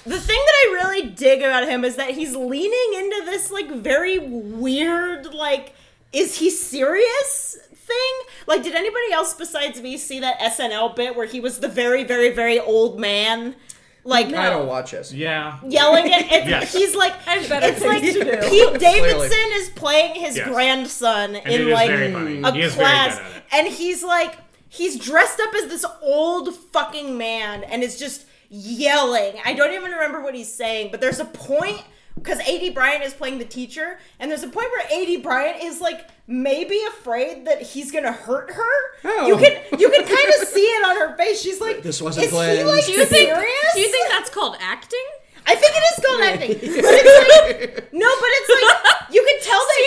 [SPEAKER 7] the thing that I really dig about him is that he's leaning into this like very weird like is he serious thing? Like did anybody else besides me see that SNL bit where he was the very very very old man? Like
[SPEAKER 8] I don't watch this.
[SPEAKER 9] Yeah.
[SPEAKER 7] yelling at it.
[SPEAKER 8] Yes.
[SPEAKER 7] He's like,
[SPEAKER 10] better
[SPEAKER 7] it's like
[SPEAKER 10] things to do.
[SPEAKER 7] Pete Davidson
[SPEAKER 8] Clearly.
[SPEAKER 7] is playing his
[SPEAKER 8] Yes.
[SPEAKER 7] grandson
[SPEAKER 8] And
[SPEAKER 7] in
[SPEAKER 8] it is
[SPEAKER 7] like
[SPEAKER 8] very funny.
[SPEAKER 7] a
[SPEAKER 8] He is very
[SPEAKER 7] class,
[SPEAKER 8] good at it.
[SPEAKER 7] and he's like, he's dressed up as this old fucking man, and is just yelling. I don't even remember what he's saying, but there's a point. Because AD Bryant is playing the teacher, and there's a point where AD Bryant is like maybe afraid that he's gonna hurt her.
[SPEAKER 8] Oh.
[SPEAKER 7] You can you can kind of see it on her face. She's like,
[SPEAKER 8] This wasn't
[SPEAKER 7] is He
[SPEAKER 8] planned.
[SPEAKER 7] like
[SPEAKER 10] Do you think?
[SPEAKER 7] serious?
[SPEAKER 10] Do you think that's called acting?
[SPEAKER 7] I think it is called acting. But it's like no, but it's like you can tell that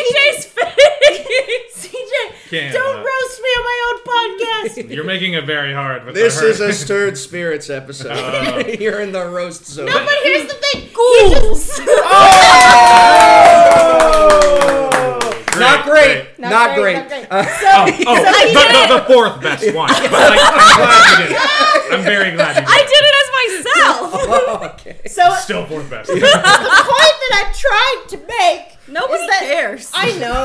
[SPEAKER 9] Can't.
[SPEAKER 7] Don't roast me on my own podcast.
[SPEAKER 9] You're making it very hard. With
[SPEAKER 8] This
[SPEAKER 9] the
[SPEAKER 8] is
[SPEAKER 9] hurt.
[SPEAKER 8] a stirred spirits episode.
[SPEAKER 9] Oh.
[SPEAKER 8] You're in the roast zone.
[SPEAKER 7] No, but here's the thing. Ghouls.
[SPEAKER 9] Oh,
[SPEAKER 8] not great.
[SPEAKER 7] Not
[SPEAKER 8] Not
[SPEAKER 7] great,
[SPEAKER 8] great.
[SPEAKER 7] not great.
[SPEAKER 8] Uh,
[SPEAKER 9] Oh, oh
[SPEAKER 7] he
[SPEAKER 9] the, the, the fourth best one. But like, I'm glad you did it. I'm very glad you did
[SPEAKER 10] I did it as myself.
[SPEAKER 7] So uh,
[SPEAKER 9] it. Still fourth best.
[SPEAKER 7] the point that I'm trying to make nobody is that cares. I know.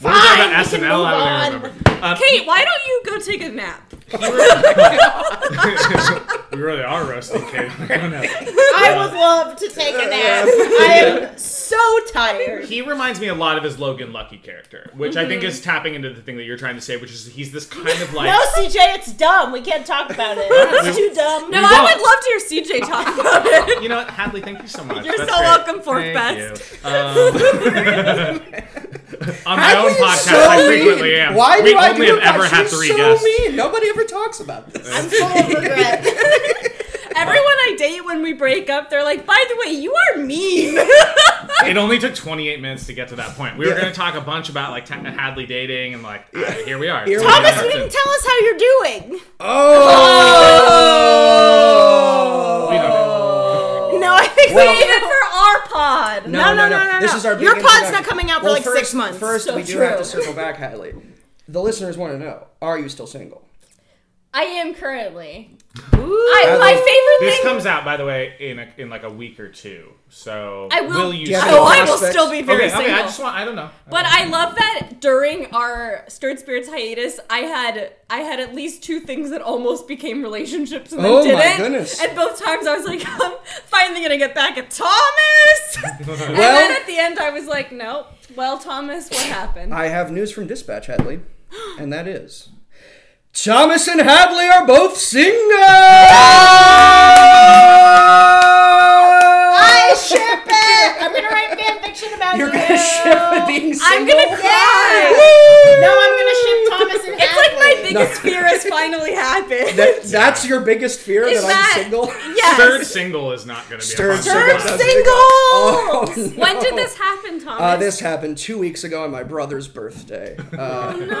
[SPEAKER 9] When we
[SPEAKER 7] Fine,
[SPEAKER 9] go to SNL, I don't even remember. Uh,
[SPEAKER 10] Kate, why don't you go take a nap?
[SPEAKER 9] we really are roasting Kate.
[SPEAKER 7] I would love to take a nap. I am so tired.
[SPEAKER 9] He reminds me a lot of his Logan Lucky character, which I
[SPEAKER 8] Mm-hmm.
[SPEAKER 9] think is tapping into the thing that you're trying to say, which is he's this kind of like.
[SPEAKER 7] No, CJ, it's dumb. We can't talk about it. It's too dumb.
[SPEAKER 10] No, I would love to hear CJ talk about it.
[SPEAKER 9] you know what, Hadley? Thank you so much.
[SPEAKER 10] You're
[SPEAKER 9] That's
[SPEAKER 10] so
[SPEAKER 9] great.
[SPEAKER 10] welcome, fourth
[SPEAKER 9] Thank you. Um, on my own
[SPEAKER 8] Hadley is
[SPEAKER 9] podcast,
[SPEAKER 8] so
[SPEAKER 9] I
[SPEAKER 8] mean.
[SPEAKER 9] frequently am.
[SPEAKER 8] Why
[SPEAKER 9] we
[SPEAKER 8] do I
[SPEAKER 9] only
[SPEAKER 8] do
[SPEAKER 9] have ever
[SPEAKER 8] that?
[SPEAKER 9] had
[SPEAKER 8] She's
[SPEAKER 9] three
[SPEAKER 8] so
[SPEAKER 9] guests.
[SPEAKER 8] mean. Nobody ever talks about this.
[SPEAKER 7] I'm full of regret.
[SPEAKER 10] Everyone I date when we break up, they're like, by the way, you are mean.
[SPEAKER 9] It only took 28 minutes to get to that point. We were going to talk a bunch about like t- Hadley dating and like uh, here we are.
[SPEAKER 8] Here we
[SPEAKER 9] It's
[SPEAKER 8] are.
[SPEAKER 7] Thomas, you
[SPEAKER 9] been a
[SPEAKER 7] didn't
[SPEAKER 9] minute.
[SPEAKER 7] tell us how you're doing.
[SPEAKER 8] Oh.
[SPEAKER 9] We don't know.
[SPEAKER 7] No, I think
[SPEAKER 8] Well-
[SPEAKER 7] we need it for our pod.
[SPEAKER 8] No, no, no,
[SPEAKER 7] no.
[SPEAKER 8] This is our big
[SPEAKER 7] Your pod's not
[SPEAKER 8] introduction.
[SPEAKER 7] coming out for
[SPEAKER 8] Well,
[SPEAKER 7] like
[SPEAKER 8] first-
[SPEAKER 7] six months.
[SPEAKER 8] First,
[SPEAKER 7] so
[SPEAKER 8] we do
[SPEAKER 7] true.
[SPEAKER 8] have to circle back, Hadley. The listeners want to know: Are you still single?
[SPEAKER 10] I am currently.
[SPEAKER 7] I,
[SPEAKER 10] my favorite
[SPEAKER 9] This
[SPEAKER 10] thing.
[SPEAKER 9] comes out, by the way, in a, in like a week or two. So
[SPEAKER 10] I will.
[SPEAKER 9] you?
[SPEAKER 8] Yeah,
[SPEAKER 9] still-
[SPEAKER 10] oh, I will
[SPEAKER 8] prospects?
[SPEAKER 10] still be very
[SPEAKER 9] okay, okay.
[SPEAKER 10] single.
[SPEAKER 9] I just want. I don't know.
[SPEAKER 10] But I love that during our stirred spirits hiatus, I had I had at least two things that almost became relationships and then
[SPEAKER 8] Oh my
[SPEAKER 10] didn't.
[SPEAKER 8] goodness.
[SPEAKER 10] And both times I was like, I'm finally gonna get back at Thomas. and
[SPEAKER 8] Well-
[SPEAKER 10] then at the end I was like, nope. Well, Thomas, what happened?
[SPEAKER 8] I have news from Dispatch, Hadley, and that is Thomas and Hadley are both
[SPEAKER 7] I
[SPEAKER 8] single.
[SPEAKER 7] ship it. I'm gonna write fan fiction about
[SPEAKER 8] You're
[SPEAKER 7] you.
[SPEAKER 8] gonna ship it being single.
[SPEAKER 10] I'm gonna cry.
[SPEAKER 7] No, I'm gonna ship Thomas and
[SPEAKER 10] It's like my
[SPEAKER 7] Hadley.
[SPEAKER 10] biggest fear has finally happened.
[SPEAKER 8] That, that's your biggest fear
[SPEAKER 10] Is
[SPEAKER 8] that,
[SPEAKER 10] that-
[SPEAKER 8] I'm single.
[SPEAKER 9] Third
[SPEAKER 10] yes.
[SPEAKER 9] single is not going to be.
[SPEAKER 8] Stirred
[SPEAKER 9] a fun
[SPEAKER 8] single.
[SPEAKER 9] one.
[SPEAKER 7] Third
[SPEAKER 8] That's-
[SPEAKER 7] single.
[SPEAKER 8] Oh, no.
[SPEAKER 10] When did this happen, Thomas?
[SPEAKER 8] Uh, this happened two weeks ago on my brother's birthday. Uh, yeah,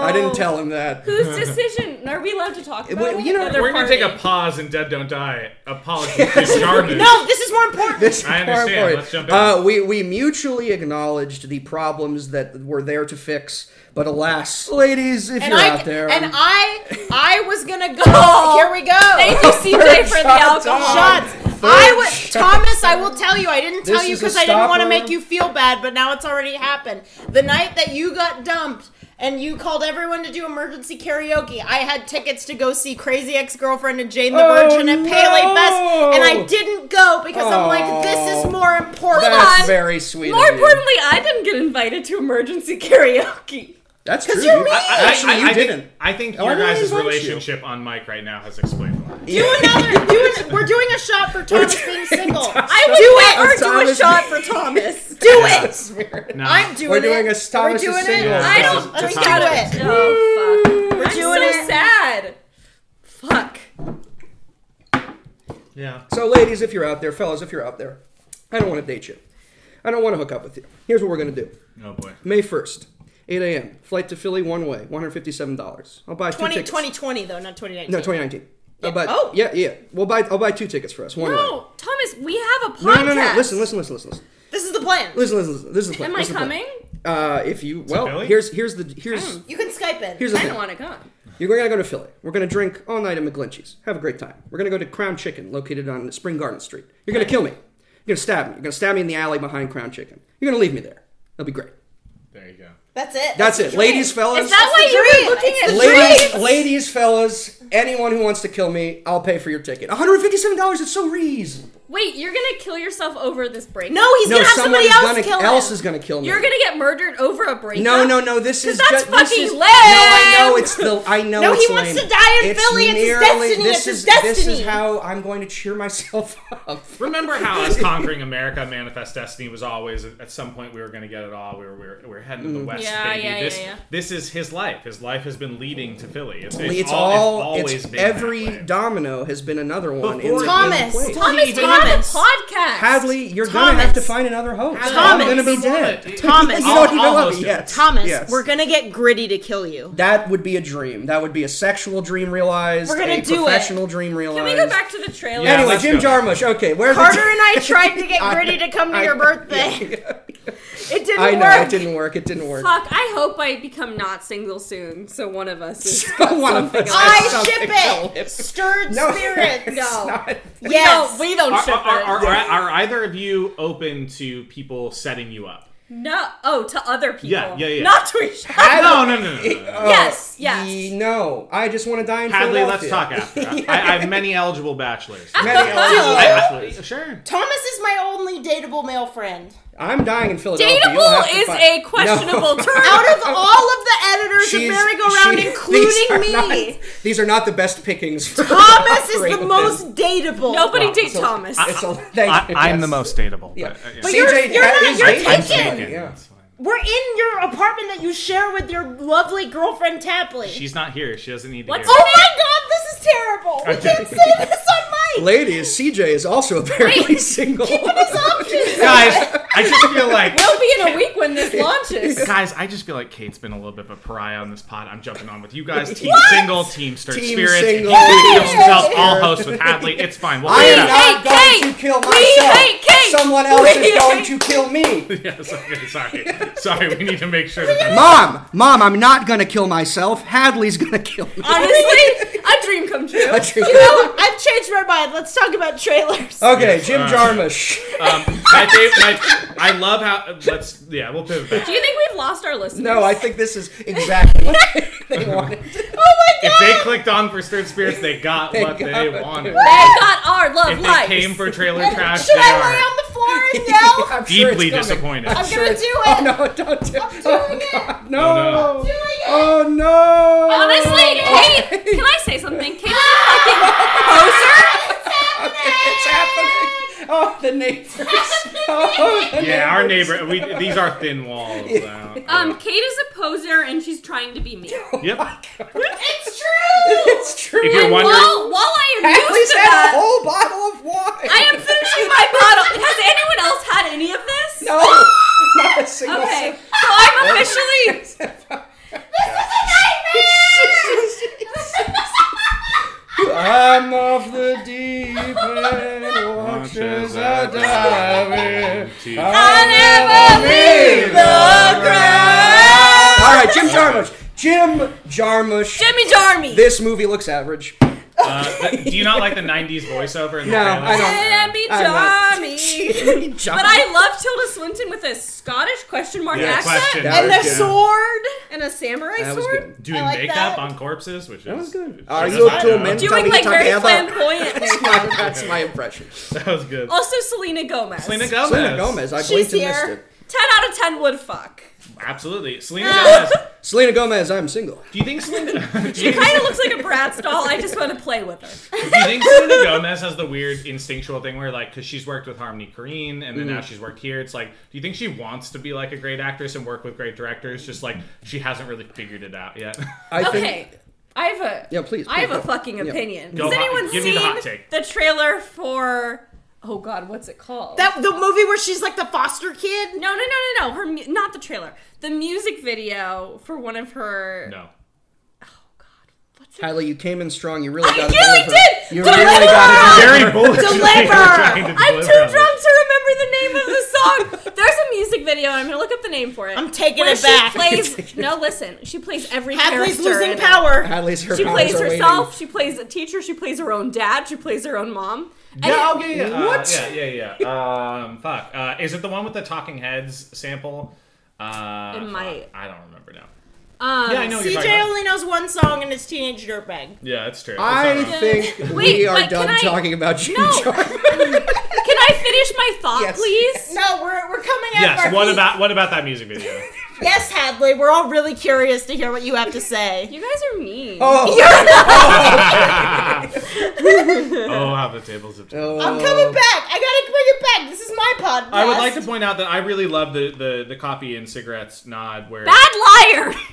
[SPEAKER 8] I didn't tell him that.
[SPEAKER 10] Whose decision? Are we allowed to talk about
[SPEAKER 8] Well,
[SPEAKER 10] it?
[SPEAKER 8] you know,
[SPEAKER 10] Another
[SPEAKER 9] We're going to take a
[SPEAKER 10] party.
[SPEAKER 9] pause and Dead Don't Die. Apology discarded.
[SPEAKER 7] No, this is more important.
[SPEAKER 8] This is
[SPEAKER 9] I
[SPEAKER 8] more
[SPEAKER 9] understand.
[SPEAKER 8] important.
[SPEAKER 9] Let's jump in.
[SPEAKER 8] Uh, we we mutually acknowledged the problems that were there to fix, but alas, ladies, if
[SPEAKER 7] and
[SPEAKER 8] you're
[SPEAKER 7] I
[SPEAKER 8] out there, um,
[SPEAKER 7] and
[SPEAKER 8] I'm-
[SPEAKER 7] I I was gonna go.
[SPEAKER 10] Oh.
[SPEAKER 7] Here we go.
[SPEAKER 10] Thank you, CJ, for the
[SPEAKER 8] Shots
[SPEAKER 10] alcohol.
[SPEAKER 8] on.
[SPEAKER 7] Shots. I was Thomas. I will tell you. I didn't tell
[SPEAKER 8] This
[SPEAKER 7] you
[SPEAKER 8] is a
[SPEAKER 7] because I didn't want
[SPEAKER 8] stopper.
[SPEAKER 7] to make you feel bad, but now it's already happened. The night that you got dumped and you called everyone to do emergency karaoke, I had tickets to go see Crazy Ex-Girlfriend and Jane the
[SPEAKER 8] Oh,
[SPEAKER 7] Virgin at Paley
[SPEAKER 8] no.
[SPEAKER 7] Fest, and I didn't go because I'm like, this
[SPEAKER 8] Oh.
[SPEAKER 7] is more important.
[SPEAKER 8] that's
[SPEAKER 10] on.
[SPEAKER 8] very sweet.
[SPEAKER 10] More
[SPEAKER 8] of you.
[SPEAKER 10] importantly, I didn't get invited to emergency karaoke.
[SPEAKER 8] that's true.
[SPEAKER 7] you're
[SPEAKER 8] You-
[SPEAKER 7] me.
[SPEAKER 9] I- I-
[SPEAKER 8] Actually,
[SPEAKER 9] I
[SPEAKER 8] you
[SPEAKER 9] think-
[SPEAKER 8] didn't.
[SPEAKER 9] I think
[SPEAKER 8] Oh, I
[SPEAKER 9] your
[SPEAKER 8] didn't
[SPEAKER 9] guys'
[SPEAKER 8] invite you.
[SPEAKER 9] relationship on Mike right now has explained a lot.
[SPEAKER 7] Do another. Do an, we're doing a shot for Thomas being single. I
[SPEAKER 10] would
[SPEAKER 7] do it.
[SPEAKER 10] never do a
[SPEAKER 8] Thomas-
[SPEAKER 10] shot for Thomas.
[SPEAKER 7] Do it.
[SPEAKER 9] No.
[SPEAKER 7] I'm doing
[SPEAKER 8] We're
[SPEAKER 7] it.
[SPEAKER 8] doing a Thomas
[SPEAKER 7] We're doing
[SPEAKER 8] is single.
[SPEAKER 7] it.
[SPEAKER 9] Yeah,
[SPEAKER 7] I
[SPEAKER 9] this
[SPEAKER 7] don't.
[SPEAKER 9] is-
[SPEAKER 7] Let's
[SPEAKER 9] this
[SPEAKER 7] do
[SPEAKER 9] is Thomas
[SPEAKER 7] it.
[SPEAKER 9] is
[SPEAKER 10] Oh fuck!
[SPEAKER 7] We're
[SPEAKER 10] I'm
[SPEAKER 7] doing
[SPEAKER 10] so
[SPEAKER 7] it.
[SPEAKER 10] sad. Fuck.
[SPEAKER 9] yeah.
[SPEAKER 8] So, ladies, if you're out there, fellas, if you're out there, I don't want to date you. I don't want to hook up with you. Here's what we're gonna do.
[SPEAKER 9] Oh boy.
[SPEAKER 8] May first, 8 a.m. Flight to Philly one way, 157 dollars. I'll buy two
[SPEAKER 7] 20,
[SPEAKER 8] tickets.
[SPEAKER 7] 2020 though, not 2019.
[SPEAKER 8] No, 2019.
[SPEAKER 7] Yeah.
[SPEAKER 8] I'll buy,
[SPEAKER 7] Oh.
[SPEAKER 8] yeah, yeah. We'll buy. I'll buy two tickets for us. One way.
[SPEAKER 10] No, Thomas, we have a podcast.
[SPEAKER 8] No, no, no. Listen, listen, listen, listen, listen,
[SPEAKER 7] This is the plan.
[SPEAKER 8] listen, listen. This is the plan.
[SPEAKER 10] Am I
[SPEAKER 8] This is the plan.
[SPEAKER 10] coming? Mm.
[SPEAKER 8] Uh, if you well,
[SPEAKER 9] Philly?
[SPEAKER 8] here's here's the here's
[SPEAKER 7] You can Skype in.
[SPEAKER 8] here's the
[SPEAKER 10] I
[SPEAKER 8] thing.
[SPEAKER 10] don't want to go.
[SPEAKER 8] You're gonna go to Philly. We're gonna drink all night at McGlinchey's. Have a great time. We're gonna go to Crown Chicken, located on Spring Garden Street. You're gonna kill me. You're gonna stab me. You're gonna stab me in the alley behind Crown Chicken. You're gonna leave me there. That'll be great.
[SPEAKER 9] There you go.
[SPEAKER 7] That's it.
[SPEAKER 8] That's it, ladies, fellas.
[SPEAKER 10] Is that why
[SPEAKER 7] the
[SPEAKER 10] you
[SPEAKER 7] dream.
[SPEAKER 10] were looking
[SPEAKER 7] It's
[SPEAKER 10] at
[SPEAKER 7] the
[SPEAKER 8] Ladies, ladies, fellas, anyone who wants to kill me, I'll pay for your ticket. $157, it's so reasonable.
[SPEAKER 10] Wait, you're gonna kill yourself over this breakup?
[SPEAKER 7] No, he's gonna have somebody else
[SPEAKER 8] gonna,
[SPEAKER 7] kill him.
[SPEAKER 8] else is gonna kill me.
[SPEAKER 10] You're gonna get murdered over a breakup.
[SPEAKER 8] No, no, no. This is
[SPEAKER 10] 'Cause that's
[SPEAKER 8] ju- this
[SPEAKER 10] fucking
[SPEAKER 8] is-
[SPEAKER 10] lame.
[SPEAKER 8] No, I know it's the. I know.
[SPEAKER 7] No, he
[SPEAKER 8] it's
[SPEAKER 7] wants
[SPEAKER 8] lame.
[SPEAKER 7] to die in Philly. It's his destiny.
[SPEAKER 8] This is
[SPEAKER 7] It's his
[SPEAKER 8] this is
[SPEAKER 7] destiny.
[SPEAKER 8] how I'm going to cheer myself up.
[SPEAKER 9] Remember how us conquering America, Manifest Destiny was always at some point we were going to get it all. We were we were, we were heading to the west,
[SPEAKER 10] Mm-hmm. Yeah,
[SPEAKER 9] baby.
[SPEAKER 10] yeah, yeah,
[SPEAKER 9] this
[SPEAKER 10] yeah.
[SPEAKER 9] this is his life. His life has been leading to Philly. It's, it's
[SPEAKER 8] It's
[SPEAKER 9] all,
[SPEAKER 8] all. It's all,
[SPEAKER 9] always
[SPEAKER 8] it's
[SPEAKER 9] been that
[SPEAKER 8] every domino has been another one. in
[SPEAKER 9] Before
[SPEAKER 8] the-
[SPEAKER 7] Thomas,
[SPEAKER 8] in the place.
[SPEAKER 7] Thomas,
[SPEAKER 10] Thomas, we have a
[SPEAKER 7] Thomas.
[SPEAKER 10] podcast.
[SPEAKER 8] Hadley, you're gonna have to find another host.
[SPEAKER 7] Thomas.
[SPEAKER 8] I'm gonna be dead.
[SPEAKER 7] Thomas.
[SPEAKER 8] you don't even love me yet.
[SPEAKER 7] Thomas,
[SPEAKER 8] Yes.
[SPEAKER 7] we're gonna get gritty to kill you.
[SPEAKER 8] That would be a dream. That would be a sexual dream realized.
[SPEAKER 7] We're gonna
[SPEAKER 8] a
[SPEAKER 7] do it.
[SPEAKER 8] professional dream realized.
[SPEAKER 10] Can we go back to the trailer?
[SPEAKER 8] anyway, Jim Jarmusch. Okay, where's
[SPEAKER 7] Carter
[SPEAKER 8] the
[SPEAKER 7] and I tried to get gritty to come to
[SPEAKER 8] I-
[SPEAKER 7] your birthday. It didn't
[SPEAKER 8] I know
[SPEAKER 7] work.
[SPEAKER 8] it didn't work. It didn't work.
[SPEAKER 10] Fuck, I hope I become not single soon, so one of us is.
[SPEAKER 8] One of us
[SPEAKER 7] I
[SPEAKER 8] has something
[SPEAKER 7] ship
[SPEAKER 8] to
[SPEAKER 7] it.
[SPEAKER 8] live.
[SPEAKER 7] Stirred
[SPEAKER 8] No,
[SPEAKER 7] spirit.
[SPEAKER 8] it's
[SPEAKER 7] No.
[SPEAKER 8] not.
[SPEAKER 7] Yes.
[SPEAKER 10] We don't,
[SPEAKER 8] Uh,
[SPEAKER 10] we
[SPEAKER 9] Are,
[SPEAKER 10] don't ship
[SPEAKER 9] are,
[SPEAKER 10] it.
[SPEAKER 9] are, are- are either of you open to people setting you up?
[SPEAKER 10] No. Oh, to other people.
[SPEAKER 9] Yeah, yeah, yeah.
[SPEAKER 10] Not to each other.
[SPEAKER 9] I don't- No, no, no, no, no, no.
[SPEAKER 8] Oh,
[SPEAKER 10] Yes, yes.
[SPEAKER 8] ye- No, I just want to die in
[SPEAKER 9] Hadley, let's
[SPEAKER 8] Philadelphia.
[SPEAKER 9] talk after. I, I have many eligible bachelors.
[SPEAKER 8] Many eligible
[SPEAKER 9] I-
[SPEAKER 8] bachelors.
[SPEAKER 9] Sure.
[SPEAKER 7] Thomas is my only dateable male friend.
[SPEAKER 8] I'm dying in Philadelphia. You'll
[SPEAKER 10] Dateable
[SPEAKER 8] have to
[SPEAKER 10] is
[SPEAKER 8] find-
[SPEAKER 10] a
[SPEAKER 8] No.
[SPEAKER 10] questionable term.
[SPEAKER 7] Out of all of the editors
[SPEAKER 8] She's-
[SPEAKER 7] of Merry-Go-Round,
[SPEAKER 8] she- these
[SPEAKER 7] including
[SPEAKER 8] are
[SPEAKER 7] me,
[SPEAKER 8] not- these are not the best pickings. For
[SPEAKER 7] Thomas is
[SPEAKER 8] offering
[SPEAKER 7] the
[SPEAKER 8] this.
[SPEAKER 7] most dateable.
[SPEAKER 10] Nobody dates Thomas.
[SPEAKER 8] It's a, thank you,
[SPEAKER 9] I,
[SPEAKER 8] yes.
[SPEAKER 9] am the most dateable.
[SPEAKER 8] Yeah.
[SPEAKER 9] But, uh, yeah.
[SPEAKER 7] But you're,
[SPEAKER 8] CJ
[SPEAKER 7] you're
[SPEAKER 8] that
[SPEAKER 7] not.
[SPEAKER 8] is
[SPEAKER 7] You're
[SPEAKER 8] dateable.
[SPEAKER 9] I'm
[SPEAKER 7] taken.
[SPEAKER 9] taken.
[SPEAKER 8] Yeah.
[SPEAKER 9] That's fine.
[SPEAKER 7] We're in your apartment that you share with your lovely girlfriend Tapley.
[SPEAKER 9] She's not here. She doesn't need to
[SPEAKER 10] What's
[SPEAKER 9] hear.
[SPEAKER 7] oh my god, this is terrible. We can't say this on mic.
[SPEAKER 8] Ladies, CJ is also apparently single.
[SPEAKER 7] His options.
[SPEAKER 9] it. Guys, I just feel like.
[SPEAKER 10] We'll be in a week when this launches.
[SPEAKER 9] Guys, I just feel like Kate's been a little bit of a pariah on this pod. I'm jumping on with you guys. Team single, team stirred
[SPEAKER 8] Team
[SPEAKER 9] spirits.
[SPEAKER 8] single.
[SPEAKER 9] If you feel
[SPEAKER 8] Team
[SPEAKER 9] yourself,
[SPEAKER 8] stirred
[SPEAKER 9] I'll
[SPEAKER 8] spirit.
[SPEAKER 9] host with Hadley. It's fine. We'll
[SPEAKER 8] I
[SPEAKER 9] figure
[SPEAKER 8] am
[SPEAKER 9] it out.
[SPEAKER 8] not going
[SPEAKER 10] hate Kate.
[SPEAKER 8] to kill
[SPEAKER 10] We
[SPEAKER 8] myself.
[SPEAKER 10] hate Kate.
[SPEAKER 8] Someone else
[SPEAKER 10] We
[SPEAKER 8] is going
[SPEAKER 10] hate-
[SPEAKER 8] to kill me.
[SPEAKER 9] Yes, okay, sorry. Sorry, we need to make sure that that's
[SPEAKER 8] Mom, mom, I'm not going to kill myself. Hadley's going to kill me.
[SPEAKER 10] Honestly, a dream come true.
[SPEAKER 8] A dream-
[SPEAKER 7] You know, I've changed my mind. Let's talk about trailers.
[SPEAKER 8] Okay, Jim
[SPEAKER 9] uh,
[SPEAKER 8] Jarmusch.
[SPEAKER 9] Um, my favorite, my, I love how. Let's yeah, we'll pivot back.
[SPEAKER 10] Do you think we've lost our listeners?
[SPEAKER 8] No, I think this is exactly what they wanted.
[SPEAKER 10] Oh
[SPEAKER 9] If they clicked on for Stirred Spirits, they got
[SPEAKER 8] got
[SPEAKER 9] what they
[SPEAKER 8] what
[SPEAKER 9] wanted.
[SPEAKER 8] they
[SPEAKER 10] They got our love
[SPEAKER 9] If they
[SPEAKER 10] lives.
[SPEAKER 9] came for trailer trash,
[SPEAKER 7] Should
[SPEAKER 9] they
[SPEAKER 7] I lay on
[SPEAKER 9] are
[SPEAKER 7] the floor and yell?
[SPEAKER 8] I'm sure
[SPEAKER 9] deeply
[SPEAKER 8] it's coming.
[SPEAKER 9] disappointed.
[SPEAKER 7] I'm gonna do
[SPEAKER 8] Oh
[SPEAKER 7] it.
[SPEAKER 8] no, don't do
[SPEAKER 7] I'm
[SPEAKER 8] it.
[SPEAKER 7] doing it.
[SPEAKER 9] Oh
[SPEAKER 8] No.
[SPEAKER 7] Doing it.
[SPEAKER 8] Oh no.
[SPEAKER 10] Honestly,
[SPEAKER 8] Oh.
[SPEAKER 10] Kate, can I say something? Kate's a fucking poser.
[SPEAKER 9] Oh,
[SPEAKER 8] It's happening. Oh, the neighbors. Oh, the
[SPEAKER 9] Yeah, our
[SPEAKER 8] neighbors.
[SPEAKER 9] neighbor. We these are thin walls. Now.
[SPEAKER 10] Um, Kate is a poser and she's trying to be me.
[SPEAKER 8] Oh
[SPEAKER 9] yep.
[SPEAKER 10] It's true.
[SPEAKER 8] It's true.
[SPEAKER 9] If you're
[SPEAKER 10] And while,
[SPEAKER 9] wondering,
[SPEAKER 10] while I am
[SPEAKER 8] Hadley's
[SPEAKER 10] used to
[SPEAKER 8] had a
[SPEAKER 10] that,
[SPEAKER 8] whole bottle of wine.
[SPEAKER 10] I am finishing my bottle. Has anyone else had any of this?
[SPEAKER 8] No, not a single.
[SPEAKER 10] Okay, so I'm officially
[SPEAKER 8] I'm off the deep end, watch
[SPEAKER 9] Watch
[SPEAKER 8] as
[SPEAKER 9] as
[SPEAKER 8] I
[SPEAKER 9] I
[SPEAKER 8] dive in.
[SPEAKER 9] Teeth.
[SPEAKER 8] I'll never leave the ground. All right, Jim Jarmusch. Jim Jarmusch.
[SPEAKER 10] Jimmy Jarmy.
[SPEAKER 8] This movie looks average.
[SPEAKER 9] uh, th- do you not like the '90s voiceover? In the
[SPEAKER 8] No,
[SPEAKER 9] trailer?
[SPEAKER 8] I don't.
[SPEAKER 10] Jimmy
[SPEAKER 8] I'm not-
[SPEAKER 10] Jarmy.
[SPEAKER 8] Jarmusch.
[SPEAKER 10] But I love Tilda Swinton with a Scottish question mark
[SPEAKER 9] Yeah,
[SPEAKER 10] accent
[SPEAKER 9] question.
[SPEAKER 8] That
[SPEAKER 7] And
[SPEAKER 8] was
[SPEAKER 7] the
[SPEAKER 8] good.
[SPEAKER 7] sword and a samurai
[SPEAKER 8] That was
[SPEAKER 7] sword.
[SPEAKER 8] good.
[SPEAKER 9] Doing
[SPEAKER 7] I like
[SPEAKER 9] makeup
[SPEAKER 7] that.
[SPEAKER 9] on corpses, which
[SPEAKER 8] That
[SPEAKER 9] is
[SPEAKER 8] was good.
[SPEAKER 9] Are
[SPEAKER 8] Are
[SPEAKER 9] you
[SPEAKER 8] you
[SPEAKER 9] a
[SPEAKER 8] two
[SPEAKER 9] tool
[SPEAKER 8] men
[SPEAKER 9] man?
[SPEAKER 10] doing like very flamboyant.
[SPEAKER 8] my, that's my impression.
[SPEAKER 9] that was good.
[SPEAKER 10] Also, Selena Gomez.
[SPEAKER 9] Selena Gomez.
[SPEAKER 8] Selena Gomez. I
[SPEAKER 7] She's
[SPEAKER 8] blinked and missed
[SPEAKER 7] here.
[SPEAKER 8] it.
[SPEAKER 10] 10 out of 10 would fuck.
[SPEAKER 9] Absolutely, Selena Gomez.
[SPEAKER 8] Selena Gomez. I'm single.
[SPEAKER 9] Do you think Selena?
[SPEAKER 10] She kind of looks like a Bratz doll. I just want to play with her.
[SPEAKER 9] Do you think Selena Gomez has the weird instinctual thing where, like, because she's worked with Harmony Korine and then now she's worked here? It's like, do you think she wants to be like a great actress and work with great directors? Just like she hasn't really figured it out yet.
[SPEAKER 8] I
[SPEAKER 10] Okay. I have a
[SPEAKER 8] Yeah, please,
[SPEAKER 10] I have
[SPEAKER 8] please,
[SPEAKER 10] a
[SPEAKER 8] go.
[SPEAKER 10] fucking
[SPEAKER 8] Yeah.
[SPEAKER 10] opinion.
[SPEAKER 9] Go
[SPEAKER 10] Has
[SPEAKER 9] hot-
[SPEAKER 10] anyone
[SPEAKER 9] give me
[SPEAKER 10] seen
[SPEAKER 9] the hot take.
[SPEAKER 10] the trailer for Oh god, what's it called?
[SPEAKER 7] That the movie where she's like the foster kid.
[SPEAKER 10] No, no, no, no, no. Her mu- not the trailer. The music video for one of her
[SPEAKER 9] no.
[SPEAKER 10] What's it?
[SPEAKER 8] Kylie, you came in strong. You really
[SPEAKER 10] I
[SPEAKER 8] got it.
[SPEAKER 10] really
[SPEAKER 8] delivered.
[SPEAKER 10] did!
[SPEAKER 8] You
[SPEAKER 10] Deliver!
[SPEAKER 8] really got it.
[SPEAKER 9] Very bullish.
[SPEAKER 7] Deliver!
[SPEAKER 10] I'm too drunk to remember the name of the song. There's a music video, and I'm gonna look up the name for it.
[SPEAKER 7] I'm taking
[SPEAKER 10] where
[SPEAKER 7] it back.
[SPEAKER 10] She plays. No, listen. She plays every
[SPEAKER 7] Hadley's
[SPEAKER 10] character.
[SPEAKER 7] losing
[SPEAKER 10] in it.
[SPEAKER 7] power.
[SPEAKER 8] Hadley's her
[SPEAKER 10] She
[SPEAKER 8] powers
[SPEAKER 10] plays
[SPEAKER 8] are
[SPEAKER 10] herself. She plays a teacher. She plays her own dad. She plays her own mom. And
[SPEAKER 9] Yeah,
[SPEAKER 10] it-
[SPEAKER 9] okay, yeah, uh,
[SPEAKER 8] What?
[SPEAKER 9] yeah, yeah, yeah. Um, fuck. Uh, is it the one with the Talking Heads sample? Uh,
[SPEAKER 10] It might.
[SPEAKER 9] I don't remember now.
[SPEAKER 10] um,
[SPEAKER 9] Yeah, I know. what You're talking
[SPEAKER 7] CJ
[SPEAKER 9] about.
[SPEAKER 7] only knows one song and it's Teenage Dirtbag.
[SPEAKER 9] Yeah, it's true. It's not
[SPEAKER 8] waiting.
[SPEAKER 9] wrong.
[SPEAKER 8] I think we
[SPEAKER 10] Wait,
[SPEAKER 8] are
[SPEAKER 10] but can
[SPEAKER 8] done
[SPEAKER 10] I-
[SPEAKER 8] talking about Jim
[SPEAKER 10] No.
[SPEAKER 8] Jarmusch.
[SPEAKER 10] Can I finish my thought,
[SPEAKER 8] Yes.
[SPEAKER 10] please?
[SPEAKER 7] No, we're, we're coming out of
[SPEAKER 9] Yes.
[SPEAKER 7] our
[SPEAKER 9] What
[SPEAKER 7] heat.
[SPEAKER 9] about what about that music video?
[SPEAKER 7] Yes, Hadley, we're all really curious to hear what you have to say.
[SPEAKER 10] You guys are mean.
[SPEAKER 8] Oh.
[SPEAKER 9] oh, how the tables have turned.
[SPEAKER 7] I'm coming back. I gotta bring it back. This is my podcast.
[SPEAKER 9] I would like to point out that I really love the, the, the coffee and cigarettes nod where
[SPEAKER 10] Bad liar.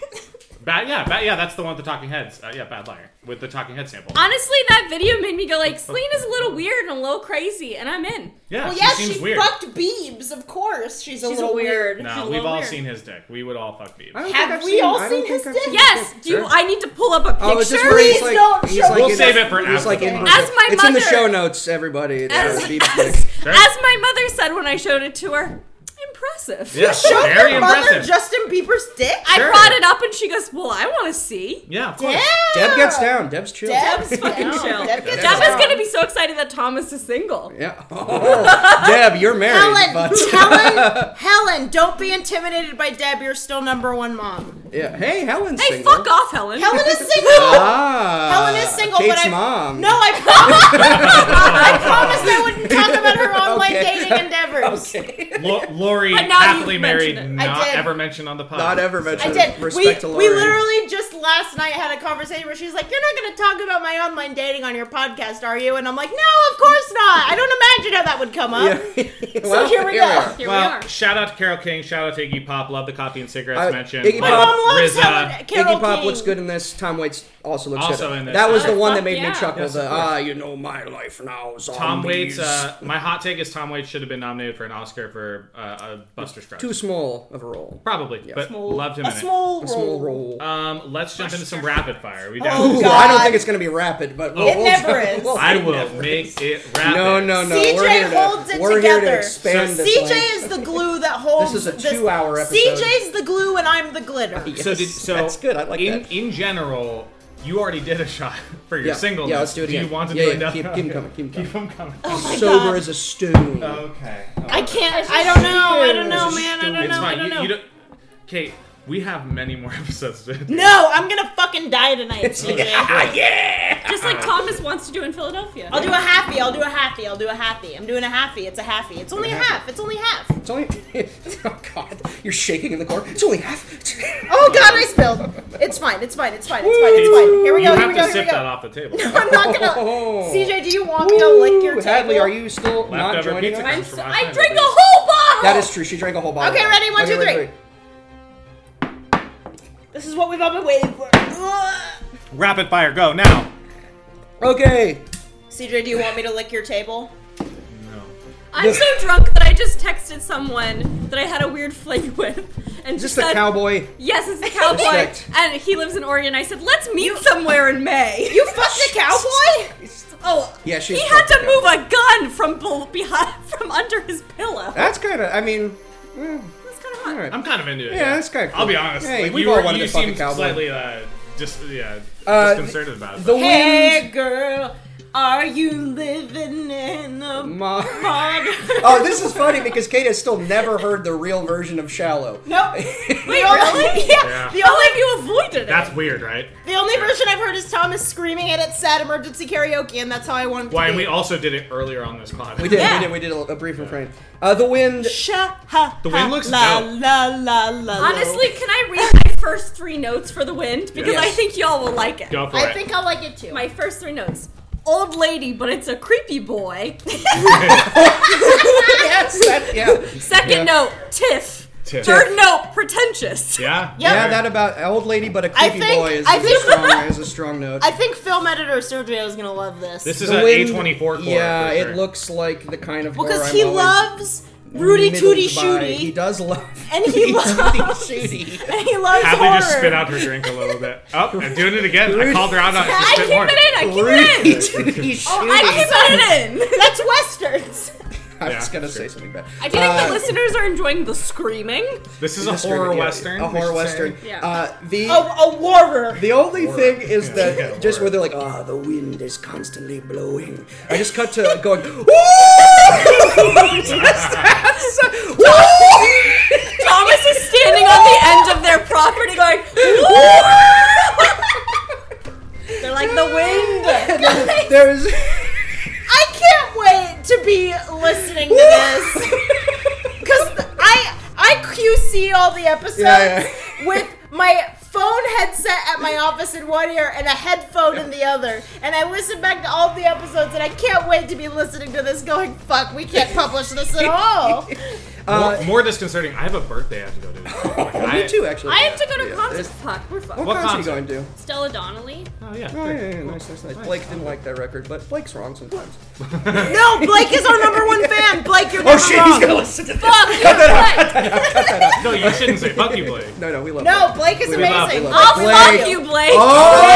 [SPEAKER 9] Bad, yeah, bad, yeah, that's the one with the talking heads. Uh, yeah, bad liar with the talking head sample.
[SPEAKER 7] Uh,
[SPEAKER 10] Honestly, that video made me go like, Selena's a little weird and a little crazy, and I'm in.
[SPEAKER 9] Yeah,
[SPEAKER 7] well,
[SPEAKER 9] she
[SPEAKER 7] yes,
[SPEAKER 9] seems
[SPEAKER 7] she
[SPEAKER 9] weird.
[SPEAKER 7] fucked Beebs, of course. She's a
[SPEAKER 10] She's
[SPEAKER 7] little weird.
[SPEAKER 10] weird.
[SPEAKER 9] No, we've all seen his dick. We would all fuck Beebs.
[SPEAKER 7] Have we all seen his dick?
[SPEAKER 10] Yes. Do you, I need to pull up a picture?
[SPEAKER 8] Oh, is this where he's like, he's like
[SPEAKER 9] We'll
[SPEAKER 8] in-
[SPEAKER 9] save it for
[SPEAKER 8] he's like in
[SPEAKER 9] after.
[SPEAKER 8] Brazil.
[SPEAKER 10] As my
[SPEAKER 8] It's in the
[SPEAKER 10] mother-
[SPEAKER 8] show notes, everybody. It's
[SPEAKER 10] As-
[SPEAKER 8] uh, Beeb's dick.
[SPEAKER 10] As my mother said when I showed it to her, impressive.
[SPEAKER 8] Yeah, You showed very your mother impressive.
[SPEAKER 7] Justin Bieber's dick?
[SPEAKER 10] I
[SPEAKER 8] Sure.
[SPEAKER 10] brought it up and she goes, "Well, I want to see."
[SPEAKER 9] Yeah, of
[SPEAKER 10] course.
[SPEAKER 8] Deb gets down. Deb's chill.
[SPEAKER 10] Deb's fucking chill. Deb,
[SPEAKER 8] Deb gets
[SPEAKER 10] is
[SPEAKER 8] down.
[SPEAKER 10] gonna be so excited that Thomas is single.
[SPEAKER 8] Yeah. Oh, Deb, you're married,
[SPEAKER 7] Helen,
[SPEAKER 8] but
[SPEAKER 7] Helen, Helen, don't be intimidated by Deb. You're still number one mom.
[SPEAKER 8] yeah. Hey, Helen's
[SPEAKER 7] Hey,
[SPEAKER 8] single.
[SPEAKER 7] fuck off,
[SPEAKER 10] Helen.
[SPEAKER 7] Helen is single.
[SPEAKER 8] Ah,
[SPEAKER 7] Helen is single,
[SPEAKER 8] Kate's
[SPEAKER 7] but I
[SPEAKER 8] mom.
[SPEAKER 7] no, I promise. I promised I wouldn't talk about her online dating endeavors.
[SPEAKER 9] Lo- Lori,
[SPEAKER 7] But now
[SPEAKER 9] happily
[SPEAKER 7] you've
[SPEAKER 9] married,
[SPEAKER 7] mentioned it. I
[SPEAKER 9] not
[SPEAKER 7] did.
[SPEAKER 9] ever mentioned on the pod.
[SPEAKER 8] Not ever
[SPEAKER 7] I
[SPEAKER 8] mentioned.
[SPEAKER 7] did. We,
[SPEAKER 8] Respect to
[SPEAKER 7] we
[SPEAKER 8] Lauren.
[SPEAKER 7] literally just last night had a conversation where she's like, "You're not going to talk about my online dating on your podcast, are you?" And I'm like, "No, of course not. I don't imagine how that would come up." So here we go. Here we
[SPEAKER 9] well,
[SPEAKER 7] are.
[SPEAKER 9] shout out to Carol King. Shout out to Iggy Pop. Love the coffee and cigarettes
[SPEAKER 8] Uh,
[SPEAKER 9] mentioned.
[SPEAKER 8] Iggy My Pop- mom
[SPEAKER 7] loves
[SPEAKER 9] RZA.
[SPEAKER 7] Helen-
[SPEAKER 8] Iggy Pop looks good in this. Tom Waits also looks
[SPEAKER 9] Also
[SPEAKER 8] good.
[SPEAKER 9] in this.
[SPEAKER 8] That was
[SPEAKER 9] Oh,
[SPEAKER 8] the one that
[SPEAKER 9] fuck
[SPEAKER 8] made me
[SPEAKER 9] yeah.
[SPEAKER 8] chuckle.
[SPEAKER 9] Yes,
[SPEAKER 8] the
[SPEAKER 9] of course.
[SPEAKER 8] ah, you know my life now. Zombies.
[SPEAKER 9] Tom Waits. Uh, my hot take is Tom Waits should have been nominated for an Oscar for uh, uh, Buster Scruggs.
[SPEAKER 8] Too small of a role.
[SPEAKER 9] Probably, but loved him
[SPEAKER 8] a
[SPEAKER 9] in it.
[SPEAKER 8] small A small role.
[SPEAKER 9] Um, let's jump into some rapid fire. Are we down?
[SPEAKER 7] Oh,
[SPEAKER 8] Ooh, I don't think it's going to be rapid, but we'll, we'll we'll-
[SPEAKER 9] Oh. I will make it rapid.
[SPEAKER 8] No, no, no.
[SPEAKER 7] CJ
[SPEAKER 8] we're here to,
[SPEAKER 7] holds it
[SPEAKER 8] we're
[SPEAKER 7] together.
[SPEAKER 8] Here to expand
[SPEAKER 7] so
[SPEAKER 8] this
[SPEAKER 7] CJ
[SPEAKER 8] thing.
[SPEAKER 7] is the glue that holds.
[SPEAKER 8] This is a two-hour episode.
[SPEAKER 7] CJ's the glue and I'm the glitter.
[SPEAKER 9] So did so
[SPEAKER 8] that's good. I like
[SPEAKER 9] in,
[SPEAKER 8] that.
[SPEAKER 9] In general, you already did a shot for your
[SPEAKER 8] Yeah,
[SPEAKER 9] singleness.
[SPEAKER 8] yeah, let's do it again.
[SPEAKER 9] you want to
[SPEAKER 8] Yeah,
[SPEAKER 9] do
[SPEAKER 8] yeah,
[SPEAKER 9] another? Oh.
[SPEAKER 8] keep- keep 'em coming,
[SPEAKER 9] Keep them coming.
[SPEAKER 8] Sober as a stone.
[SPEAKER 9] Okay.
[SPEAKER 7] Oh. I can't. I don't know. I don't know, man. I don't know.
[SPEAKER 9] It's
[SPEAKER 7] I
[SPEAKER 9] fine.
[SPEAKER 7] don't
[SPEAKER 9] you,
[SPEAKER 7] know.
[SPEAKER 9] you don't. Kate, we have many more episodes to do.
[SPEAKER 7] No, I'm gonna fucking die tonight, CJ.
[SPEAKER 9] Yeah,
[SPEAKER 7] Just
[SPEAKER 9] like
[SPEAKER 7] Thomas wants to do in Philadelphia. I'll do a happy. I'll do a happy. I'll do a happy. I'm doing a happy. It's a happy. It's only a half. It's only half.
[SPEAKER 8] It's only. oh God, you're shaking in the corner. It's only half.
[SPEAKER 7] Oh God, I spilled. It's fine. It's fine. It's fine. It's fine. It's fine. Here we
[SPEAKER 9] You
[SPEAKER 7] go. Here
[SPEAKER 9] have
[SPEAKER 7] we go.
[SPEAKER 9] to
[SPEAKER 7] Here
[SPEAKER 9] sip
[SPEAKER 7] we
[SPEAKER 9] that
[SPEAKER 7] go.
[SPEAKER 9] off Oh. the table.
[SPEAKER 7] I'm not gonna. CJ, do you want me to lick your
[SPEAKER 8] Ooh,
[SPEAKER 7] table?
[SPEAKER 8] Hadley, are you still not
[SPEAKER 9] Leftover
[SPEAKER 8] joining
[SPEAKER 9] pizza
[SPEAKER 8] us?
[SPEAKER 9] comes from last night,
[SPEAKER 7] drank
[SPEAKER 9] I
[SPEAKER 7] a
[SPEAKER 9] think.
[SPEAKER 7] whole bottle.
[SPEAKER 8] That is true. She drank a whole bottle.
[SPEAKER 7] Oh. Okay, ready? One,
[SPEAKER 8] One, two,
[SPEAKER 7] two,
[SPEAKER 8] three.
[SPEAKER 7] three. This is what we've all been waiting for.
[SPEAKER 9] Rapid fire, go now.
[SPEAKER 8] Okay.
[SPEAKER 7] CJ, do you want me to lick your table?
[SPEAKER 10] I'm so drunk that I just texted someone that I had a weird fling with, and
[SPEAKER 8] Is
[SPEAKER 10] she
[SPEAKER 8] this the
[SPEAKER 10] said,
[SPEAKER 8] cowboy?
[SPEAKER 10] "Yes, it's the cowboy,"
[SPEAKER 8] Respect.
[SPEAKER 10] and he lives in Oregon. I said, "Let's meet somewhere in May."
[SPEAKER 7] You fucked a cowboy?
[SPEAKER 10] oh,
[SPEAKER 8] Yeah, she's
[SPEAKER 10] he had
[SPEAKER 8] fucked a
[SPEAKER 10] to move a gun from bel- behind from under his pillow.
[SPEAKER 8] That's kind of. I mean. eh, all right.
[SPEAKER 9] I'm kind of into it.
[SPEAKER 8] Yeah, that's kinda cool.
[SPEAKER 9] I'll be honest.
[SPEAKER 8] Hey,
[SPEAKER 9] like,
[SPEAKER 8] we've
[SPEAKER 9] you
[SPEAKER 8] all
[SPEAKER 9] were,
[SPEAKER 8] wanted
[SPEAKER 9] you
[SPEAKER 8] to fuck a
[SPEAKER 9] seemed
[SPEAKER 8] cowboy.
[SPEAKER 9] slightly uh, just yeah
[SPEAKER 8] Uh,
[SPEAKER 9] disconcerted about it.
[SPEAKER 8] the
[SPEAKER 9] but-
[SPEAKER 7] Hey, girl, are you living in a
[SPEAKER 8] Ma-
[SPEAKER 7] modern?
[SPEAKER 8] Oh, this is funny because Kate has still never heard the real version of Shallow.
[SPEAKER 7] Nope. Wait, really? Yeah.
[SPEAKER 9] Yeah.
[SPEAKER 7] The only you avoided it.
[SPEAKER 9] That's weird, right?
[SPEAKER 7] the only version I've heard is Thomas screaming it at sad emergency karaoke, and that's how I wanted it to
[SPEAKER 9] Why?
[SPEAKER 7] be.
[SPEAKER 9] And we also did it earlier on this pod.
[SPEAKER 8] We did. We did. We did a, a brief refrain. Uh, the wind.
[SPEAKER 7] Sha ha.
[SPEAKER 9] The wind looks
[SPEAKER 7] la,
[SPEAKER 9] dope.
[SPEAKER 7] la la la la.
[SPEAKER 10] Honestly, can I read my first three notes for the wind? Because
[SPEAKER 9] Yes.
[SPEAKER 10] I think y'all will like it.
[SPEAKER 9] Go for I it.
[SPEAKER 7] think I'll like it too.
[SPEAKER 10] My first three notes. Old lady, but it's a creepy boy.
[SPEAKER 8] yes, that, yeah.
[SPEAKER 10] Second
[SPEAKER 8] Yeah.
[SPEAKER 10] note, tiff.
[SPEAKER 8] Tiff.
[SPEAKER 10] Third note, pretentious.
[SPEAKER 9] Yeah.
[SPEAKER 8] Yeah, that about uh, old lady but a
[SPEAKER 7] I
[SPEAKER 8] creepy
[SPEAKER 7] think-
[SPEAKER 8] boy is,
[SPEAKER 7] I
[SPEAKER 8] is a
[SPEAKER 7] think-
[SPEAKER 8] strong is a strong note.
[SPEAKER 7] I think film editor Sergio is gonna love this.
[SPEAKER 9] This is
[SPEAKER 8] The
[SPEAKER 9] an
[SPEAKER 8] wind-
[SPEAKER 9] A24 core.
[SPEAKER 8] Yeah,
[SPEAKER 9] for
[SPEAKER 8] it
[SPEAKER 9] sure.
[SPEAKER 8] looks like the kind of
[SPEAKER 7] because
[SPEAKER 8] horror
[SPEAKER 7] he
[SPEAKER 8] I'm always
[SPEAKER 7] loves Rudy
[SPEAKER 8] middled
[SPEAKER 7] Tooty
[SPEAKER 8] by. He
[SPEAKER 7] Shooty,
[SPEAKER 8] does love
[SPEAKER 7] and he loves
[SPEAKER 8] Shooty.
[SPEAKER 7] and he loves
[SPEAKER 9] Hadley
[SPEAKER 7] horror.
[SPEAKER 9] just spit out her drink a little bit. Oh, I'm doing it again. I called her out on it. She
[SPEAKER 10] I
[SPEAKER 9] spit
[SPEAKER 10] keep
[SPEAKER 9] more.
[SPEAKER 10] it in, I keep
[SPEAKER 8] Rudy
[SPEAKER 10] it in.
[SPEAKER 8] Tooty Shooty.
[SPEAKER 10] Oh, I keep it in.
[SPEAKER 7] That's westerns.
[SPEAKER 8] I was gonna say something bad.
[SPEAKER 10] I do think
[SPEAKER 8] Uh,
[SPEAKER 10] the listeners are enjoying the screaming.
[SPEAKER 9] This is a
[SPEAKER 8] This
[SPEAKER 9] horror
[SPEAKER 8] really- yeah,
[SPEAKER 9] western.
[SPEAKER 8] A
[SPEAKER 9] we
[SPEAKER 8] horror
[SPEAKER 9] should
[SPEAKER 8] western.
[SPEAKER 9] say.
[SPEAKER 10] Yeah. Oh,
[SPEAKER 8] Uh, the
[SPEAKER 7] a, a warrior.
[SPEAKER 8] the only thing is that just where they're like, ah, the wind is constantly blowing. I just cut to going, woo! Just that's- woo!
[SPEAKER 10] Thomas is standing on the end of their property going, "Woo!" They're like the wind.
[SPEAKER 8] There is
[SPEAKER 7] I can't wait to be listening to this because I I QC all the episodes
[SPEAKER 8] Yeah,
[SPEAKER 7] with my phone headset at my office in one ear and a headphone in the other, and I listen back to all the episodes, and I can't wait to be listening to this, going, "Fuck, we can't publish this at all."
[SPEAKER 8] Uh,
[SPEAKER 9] more, more disconcerting. I have a birthday I have to go to. Like, I-
[SPEAKER 8] Me too, actually.
[SPEAKER 10] I have to go to
[SPEAKER 9] Yeah.
[SPEAKER 10] concerts. Fuck, we're fucked.
[SPEAKER 8] What, concert are you going to?
[SPEAKER 10] Stella Donnelly.
[SPEAKER 9] Oh yeah.
[SPEAKER 8] Oh, yeah, yeah, yeah, nice, nice, nice. Blake didn't like that record, but Blake's wrong sometimes.
[SPEAKER 7] No, Blake is our number one fan. Blake, you're
[SPEAKER 8] Oh,
[SPEAKER 7] never
[SPEAKER 8] shit,
[SPEAKER 7] wrong.
[SPEAKER 8] he's gonna listen to this.
[SPEAKER 7] Fuck
[SPEAKER 8] Cut that out,
[SPEAKER 7] Blake.
[SPEAKER 9] no, you shouldn't say fuck you, Blake.
[SPEAKER 8] No, no, we love.
[SPEAKER 7] No, Blake is
[SPEAKER 9] We love-
[SPEAKER 7] amazing.
[SPEAKER 9] we love
[SPEAKER 7] I'll
[SPEAKER 9] Blake.
[SPEAKER 7] fuck you, Blake.
[SPEAKER 8] Oh.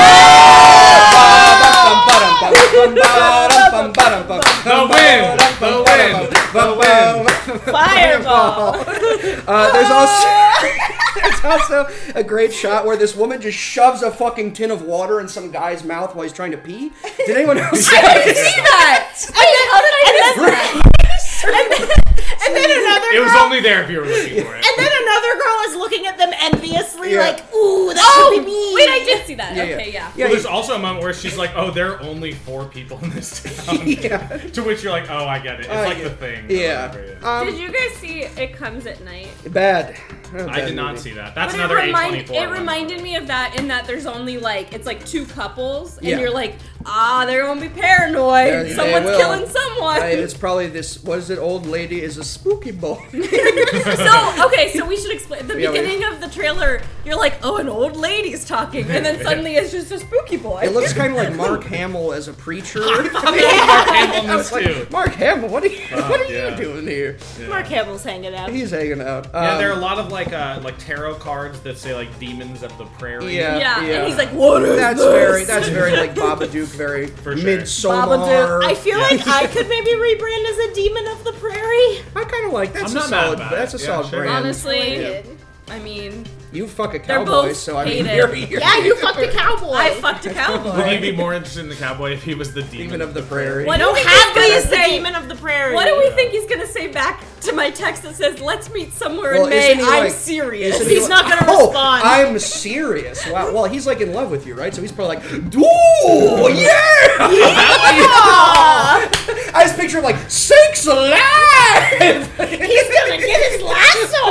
[SPEAKER 8] The
[SPEAKER 9] wind, the wind,
[SPEAKER 8] the wind.
[SPEAKER 7] Fireball.
[SPEAKER 8] Uh, there's also there's also a great shot where this woman just shoves a fucking tin of water in some guy's mouth while he's trying to pee. Did anyone else?
[SPEAKER 7] I didn't see that. And then, how did I miss And then, and then another
[SPEAKER 9] It was
[SPEAKER 7] girl.
[SPEAKER 9] only there if you were looking for it.
[SPEAKER 7] and then another girl is looking at them enviously,
[SPEAKER 9] Yeah.
[SPEAKER 7] like, "Ooh, that
[SPEAKER 10] Oh,
[SPEAKER 7] should be me."
[SPEAKER 10] wait, I did see that. okay, yeah.
[SPEAKER 9] Well, there's also a moment where she's like, "Oh, there are only four people in this town." To which you're like, "Oh, I get it. It's
[SPEAKER 8] Uh,
[SPEAKER 9] like
[SPEAKER 8] yeah.
[SPEAKER 9] the thing."
[SPEAKER 8] Yeah. Um,
[SPEAKER 9] Or whatever it is.
[SPEAKER 10] Did you guys see It Comes at Night?
[SPEAKER 8] Bad. Not a
[SPEAKER 9] I
[SPEAKER 8] bad
[SPEAKER 9] did not
[SPEAKER 8] movie.
[SPEAKER 9] see that. That's
[SPEAKER 10] But
[SPEAKER 9] another
[SPEAKER 10] it, remind-
[SPEAKER 9] A24.
[SPEAKER 10] it
[SPEAKER 9] one.
[SPEAKER 10] reminded me of that in that there's only like it's like two couples and
[SPEAKER 8] Yeah.
[SPEAKER 10] you're like ah they're gonna be paranoid
[SPEAKER 8] There they
[SPEAKER 10] someone's
[SPEAKER 8] will.
[SPEAKER 10] killing someone
[SPEAKER 8] Right, it's probably this. What is it? Old lady is a spooky ball.
[SPEAKER 10] so okay so we should explain at the
[SPEAKER 8] Yeah, we-
[SPEAKER 10] beginning of the trailer you're like oh an old lady's talking and then suddenly it's just a spooky boy
[SPEAKER 8] It looks kind of like Mark Hamill as a preacher.
[SPEAKER 9] Mark Hamill in
[SPEAKER 8] I was
[SPEAKER 9] this
[SPEAKER 8] like,
[SPEAKER 9] too.
[SPEAKER 8] Mark Hamill, what are you,
[SPEAKER 9] Fuck,
[SPEAKER 8] what are
[SPEAKER 9] yeah.
[SPEAKER 8] you doing here?
[SPEAKER 7] Mark Hamill's hanging out.
[SPEAKER 8] He's hanging out.
[SPEAKER 9] yeah,
[SPEAKER 8] Um,
[SPEAKER 9] there are a lot of like uh, like tarot cards that say like demons of the prairie.
[SPEAKER 8] Yeah, that's very that's very like Babadook, very midsummer.
[SPEAKER 7] Babadook. I feel like I could maybe rebrand as a demon of the prairie.
[SPEAKER 8] I kind of like that's
[SPEAKER 9] I'm
[SPEAKER 8] a
[SPEAKER 9] not mad
[SPEAKER 8] solid
[SPEAKER 9] about
[SPEAKER 8] that's
[SPEAKER 9] it.
[SPEAKER 8] a
[SPEAKER 9] Yeah,
[SPEAKER 8] solid
[SPEAKER 9] sure.
[SPEAKER 8] brand.
[SPEAKER 10] honestly
[SPEAKER 8] Yeah.
[SPEAKER 10] I mean
[SPEAKER 8] you fuck a
[SPEAKER 10] they're
[SPEAKER 8] cowboy,
[SPEAKER 10] both
[SPEAKER 8] so I mean,
[SPEAKER 10] hated
[SPEAKER 8] you're, you're,
[SPEAKER 10] yeah you fucked a cowboy I fucked a cowboy
[SPEAKER 9] Would you be more interested in the cowboy if he was the demon,
[SPEAKER 8] of the prairie?
[SPEAKER 10] What
[SPEAKER 7] Don't
[SPEAKER 10] do we
[SPEAKER 7] have
[SPEAKER 10] think he's
[SPEAKER 7] me
[SPEAKER 10] gonna
[SPEAKER 7] as the
[SPEAKER 10] say?
[SPEAKER 7] demon of the prairie.
[SPEAKER 10] What do we think he's gonna say back to my text that says, "Let's meet somewhere
[SPEAKER 8] Well,
[SPEAKER 10] in May"?
[SPEAKER 8] isn't he,
[SPEAKER 10] I'm
[SPEAKER 8] like-
[SPEAKER 10] serious.
[SPEAKER 8] isn't he
[SPEAKER 10] He's
[SPEAKER 8] like-
[SPEAKER 10] not gonna
[SPEAKER 8] Oh,
[SPEAKER 10] respond.
[SPEAKER 8] I'm serious. Wow. Well, he's like in love with you, right? So he's probably like, "Ooh, yeah!" I just picture him like, "Sakes alive!"
[SPEAKER 7] He's gonna get his lasso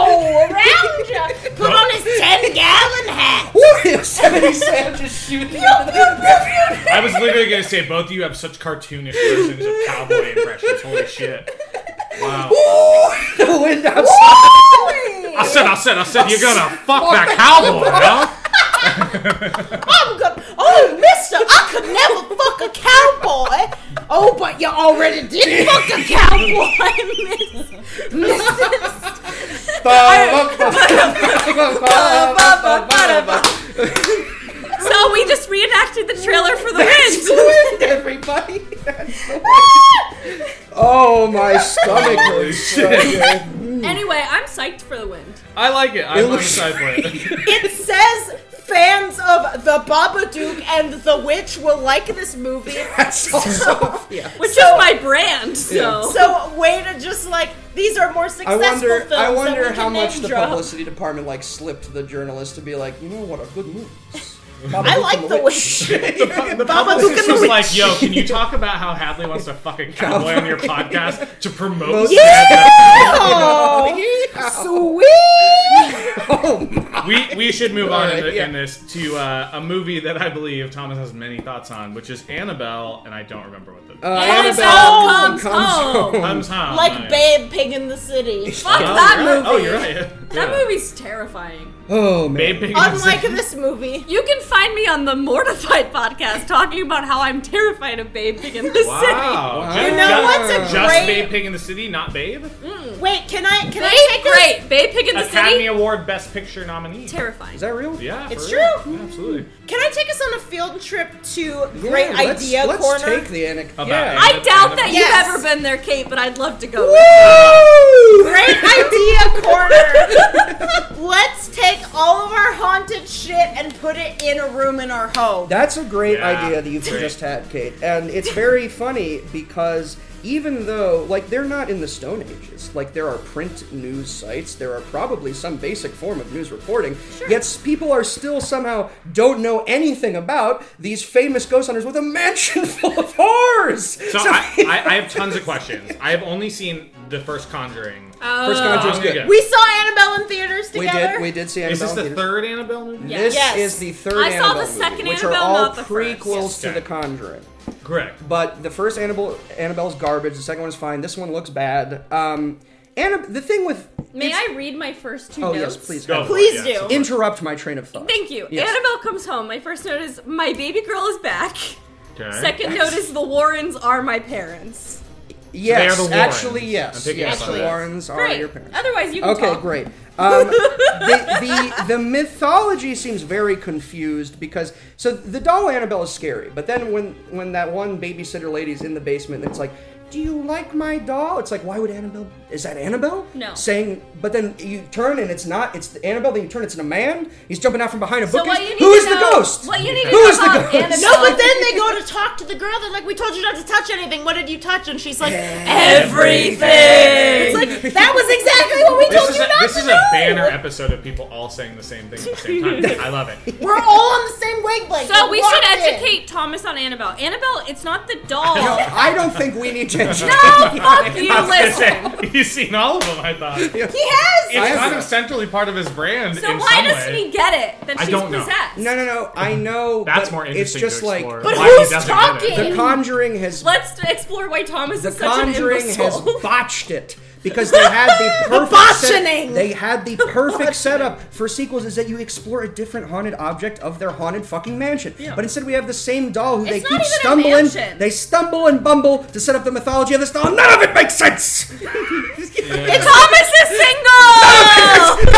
[SPEAKER 7] around you. Put on his ten gallon hat.
[SPEAKER 8] What is Seventy Sam just shooting?
[SPEAKER 9] I was literally gonna say both of you have such cartoonish versions of cowboy impressions. Holy shit! Wow.
[SPEAKER 8] the wind outside.
[SPEAKER 9] I said, I said, I said, you're gonna fuck that cowboy, huh?
[SPEAKER 7] I'm gonna. Oh, Mister, I could never fuck a cowboy. Oh, but you already did fuck a cowboy, Miss. Miss.
[SPEAKER 10] so we just reenacted the trailer for the wind.
[SPEAKER 8] Wind, everybody. That's the wind. oh, my stomach hurts. so good.
[SPEAKER 10] anyway, I'm psyched for the wind.
[SPEAKER 9] I like it.
[SPEAKER 8] It
[SPEAKER 9] I'm on the
[SPEAKER 8] looks-
[SPEAKER 9] side for it.
[SPEAKER 7] It says fans of the Babadook and the Witch will like this movie.
[SPEAKER 8] That's also yeah.
[SPEAKER 10] Which is my brand, so.
[SPEAKER 7] So way to just like these are more
[SPEAKER 8] I
[SPEAKER 7] successful
[SPEAKER 8] wonder.
[SPEAKER 7] films.
[SPEAKER 8] I
[SPEAKER 7] that we
[SPEAKER 8] wonder
[SPEAKER 7] can
[SPEAKER 8] how much
[SPEAKER 7] name
[SPEAKER 8] the
[SPEAKER 7] drop.
[SPEAKER 8] publicity department like slipped the journalist to be like, you know what, a good movie. is. Babadook
[SPEAKER 7] I
[SPEAKER 8] and
[SPEAKER 7] like the witch.
[SPEAKER 9] The publicist was like, yo, can you talk about how Hadley wants to fuck a cowboy on your podcast to promote
[SPEAKER 7] Yeah! Sweet!
[SPEAKER 8] Oh,
[SPEAKER 9] we we should move on in,
[SPEAKER 8] Alright,
[SPEAKER 9] the,
[SPEAKER 8] yeah.
[SPEAKER 9] in this to uh, a movie that I believe Thomas has many thoughts on, which is Annabelle, and I don't remember what the
[SPEAKER 8] Uh,
[SPEAKER 10] Annabelle comes home.
[SPEAKER 9] comes home.
[SPEAKER 7] Like
[SPEAKER 9] Oh, yeah.
[SPEAKER 7] Babe Pig in the City.
[SPEAKER 10] Fuck
[SPEAKER 9] Oh,
[SPEAKER 10] that
[SPEAKER 9] you're right.
[SPEAKER 10] movie.
[SPEAKER 9] Oh, you're right. Yeah.
[SPEAKER 10] That movie's terrifying.
[SPEAKER 8] Oh man.
[SPEAKER 9] Babe Pig and the
[SPEAKER 7] Unlike
[SPEAKER 9] City.
[SPEAKER 7] this movie.
[SPEAKER 10] You can find me on the Mortified podcast talking about how I'm terrified of Babe Pig in the
[SPEAKER 9] Wow. Just,
[SPEAKER 7] You know
[SPEAKER 9] just,
[SPEAKER 7] what's a
[SPEAKER 9] just
[SPEAKER 7] great-
[SPEAKER 9] Babe Pig in the City, not Babe?
[SPEAKER 7] Wait, can I can
[SPEAKER 10] City.
[SPEAKER 7] I take
[SPEAKER 10] Babe, great. Babe Pig in the
[SPEAKER 9] Academy
[SPEAKER 10] City.
[SPEAKER 9] Award Best Picture nominee.
[SPEAKER 10] Terrifying.
[SPEAKER 8] Is that real?
[SPEAKER 9] yeah,
[SPEAKER 7] It's
[SPEAKER 9] for real.
[SPEAKER 7] true.
[SPEAKER 9] Absolutely.
[SPEAKER 7] us can I take us on a field trip to
[SPEAKER 8] Yeah,
[SPEAKER 7] Great
[SPEAKER 8] let's-
[SPEAKER 7] Idea
[SPEAKER 8] let's
[SPEAKER 7] Corner?
[SPEAKER 8] take the anecdote.
[SPEAKER 9] About
[SPEAKER 8] Yeah.
[SPEAKER 10] I doubt that
[SPEAKER 7] Yes.
[SPEAKER 10] you've ever been there, Kate, but I'd love to go.
[SPEAKER 7] Great idea corner. Let's take all of our haunted shit and put it in a room in our home.
[SPEAKER 8] That's a great
[SPEAKER 9] Yeah.
[SPEAKER 8] idea that you've
[SPEAKER 9] Great.
[SPEAKER 8] just had, Kate. And it's very funny because even though, like, they're not in the Stone Ages, like, there are print news sites, there are probably some basic form of news reporting, yet s- people are still somehow don't know anything about these famous ghost hunters with a mansion full of horrors.
[SPEAKER 9] So I, I, I have tons of questions. I have only seen the first Conjuring.
[SPEAKER 8] First Conjuring's
[SPEAKER 9] I'm gonna
[SPEAKER 8] good.
[SPEAKER 9] go.
[SPEAKER 7] we saw Annabelle in theaters
[SPEAKER 8] We
[SPEAKER 7] Oh. together.
[SPEAKER 8] did, we did see Annabelle.
[SPEAKER 9] Is this
[SPEAKER 8] in
[SPEAKER 9] the
[SPEAKER 8] theaters.
[SPEAKER 9] third Annabelle movie?
[SPEAKER 10] Yeah.
[SPEAKER 8] This
[SPEAKER 7] Yes.
[SPEAKER 8] is the third
[SPEAKER 10] I saw the
[SPEAKER 8] Annabelle
[SPEAKER 10] second
[SPEAKER 8] movie, which are
[SPEAKER 10] Annabelle,
[SPEAKER 8] all
[SPEAKER 10] not the first.
[SPEAKER 8] prequels to
[SPEAKER 9] Okay.
[SPEAKER 8] The Conjuring.
[SPEAKER 9] Correct.
[SPEAKER 8] But the first Annabelle, Annabelle's garbage. The second one is fine. This one looks bad. Um, Anna, the thing with
[SPEAKER 10] May I read my first two
[SPEAKER 8] oh
[SPEAKER 10] notes?
[SPEAKER 8] yes, please
[SPEAKER 10] go.
[SPEAKER 8] go. for it,
[SPEAKER 10] Please
[SPEAKER 8] yes.
[SPEAKER 10] do.
[SPEAKER 8] Interrupt my train of thought.
[SPEAKER 10] Thank you.
[SPEAKER 8] Yes.
[SPEAKER 10] Annabelle comes home. My first note is my baby girl is back.
[SPEAKER 9] Okay.
[SPEAKER 10] Second note is the Warrens are my parents.
[SPEAKER 8] Yes,
[SPEAKER 9] They are the
[SPEAKER 8] actually
[SPEAKER 9] Warrens. I'm
[SPEAKER 8] yes.
[SPEAKER 9] picking
[SPEAKER 8] yes,
[SPEAKER 9] up on
[SPEAKER 8] the
[SPEAKER 9] that.
[SPEAKER 8] Warrens are
[SPEAKER 10] Great.
[SPEAKER 8] your parents.
[SPEAKER 10] Otherwise, you can
[SPEAKER 8] Okay,
[SPEAKER 10] talk.
[SPEAKER 8] great. Um, the, the the mythology seems very confused because so the doll Annabelle is scary, but then when when that one babysitter lady's in the basement, it's like, do you like my doll? It's like, why would Annabelle? Is that Annabelle?
[SPEAKER 10] No.
[SPEAKER 8] Saying, but then you turn and it's not. It's the Annabelle. Then you turn, it's a man. He's jumping out from behind a
[SPEAKER 10] So
[SPEAKER 8] bookcase.
[SPEAKER 10] what you need
[SPEAKER 8] Who
[SPEAKER 10] to
[SPEAKER 8] is the
[SPEAKER 10] know-
[SPEAKER 8] ghost?
[SPEAKER 10] what you need to
[SPEAKER 8] Who
[SPEAKER 10] know
[SPEAKER 8] is the
[SPEAKER 10] about
[SPEAKER 8] ghost?
[SPEAKER 10] Annabelle-
[SPEAKER 7] No, but then they go to talk to the girl. They're like, "We told you not to touch anything. What did you touch?" And she's like, "Everything." It's like that was exactly what we
[SPEAKER 9] This
[SPEAKER 7] told
[SPEAKER 9] is
[SPEAKER 7] you
[SPEAKER 9] a,
[SPEAKER 7] not
[SPEAKER 9] this
[SPEAKER 7] to
[SPEAKER 9] is
[SPEAKER 7] do.
[SPEAKER 9] a banner episode of people all saying the same thing at the same time. I love it.
[SPEAKER 7] We're all on the same wavelength.
[SPEAKER 10] So we should
[SPEAKER 7] locked in.
[SPEAKER 10] educate Thomas on Annabelle. Annabelle, it's not the doll.
[SPEAKER 8] No, I don't think we need to.
[SPEAKER 10] fuck you,
[SPEAKER 9] I was gonna
[SPEAKER 10] listen.
[SPEAKER 9] say, He's seen all of them, I thought. He
[SPEAKER 10] has! I
[SPEAKER 9] It's
[SPEAKER 10] have.
[SPEAKER 9] kind of centrally part of his brand.
[SPEAKER 10] so
[SPEAKER 9] in
[SPEAKER 10] why
[SPEAKER 9] some
[SPEAKER 10] doesn't
[SPEAKER 9] way.
[SPEAKER 10] he get it that
[SPEAKER 9] I
[SPEAKER 10] she's
[SPEAKER 9] don't know.
[SPEAKER 10] possessed?
[SPEAKER 8] No, no, no. I know.
[SPEAKER 9] That's
[SPEAKER 8] but
[SPEAKER 9] more
[SPEAKER 8] It's
[SPEAKER 9] interesting
[SPEAKER 8] just
[SPEAKER 9] to
[SPEAKER 8] like
[SPEAKER 9] explore. But why he who's doesn't get it.
[SPEAKER 8] The
[SPEAKER 9] talking?
[SPEAKER 8] Conjuring has
[SPEAKER 10] Let's explore why Thomas
[SPEAKER 8] the
[SPEAKER 10] is such an
[SPEAKER 8] Conjuring has
[SPEAKER 10] imbecile.
[SPEAKER 8] botched it because they had the
[SPEAKER 10] The
[SPEAKER 8] perfect set-
[SPEAKER 10] botching!
[SPEAKER 8] they had the perfect setup for sequels is that you explore a different haunted object of their haunted fucking mansion.
[SPEAKER 10] Yeah.
[SPEAKER 8] But instead we have the same doll who they
[SPEAKER 10] It's
[SPEAKER 8] keep
[SPEAKER 10] not even a
[SPEAKER 8] stumbling.
[SPEAKER 10] mansion.
[SPEAKER 8] They stumble and bumble to set up the mythology of this doll. None of it makes sense.
[SPEAKER 10] And Thomas is single.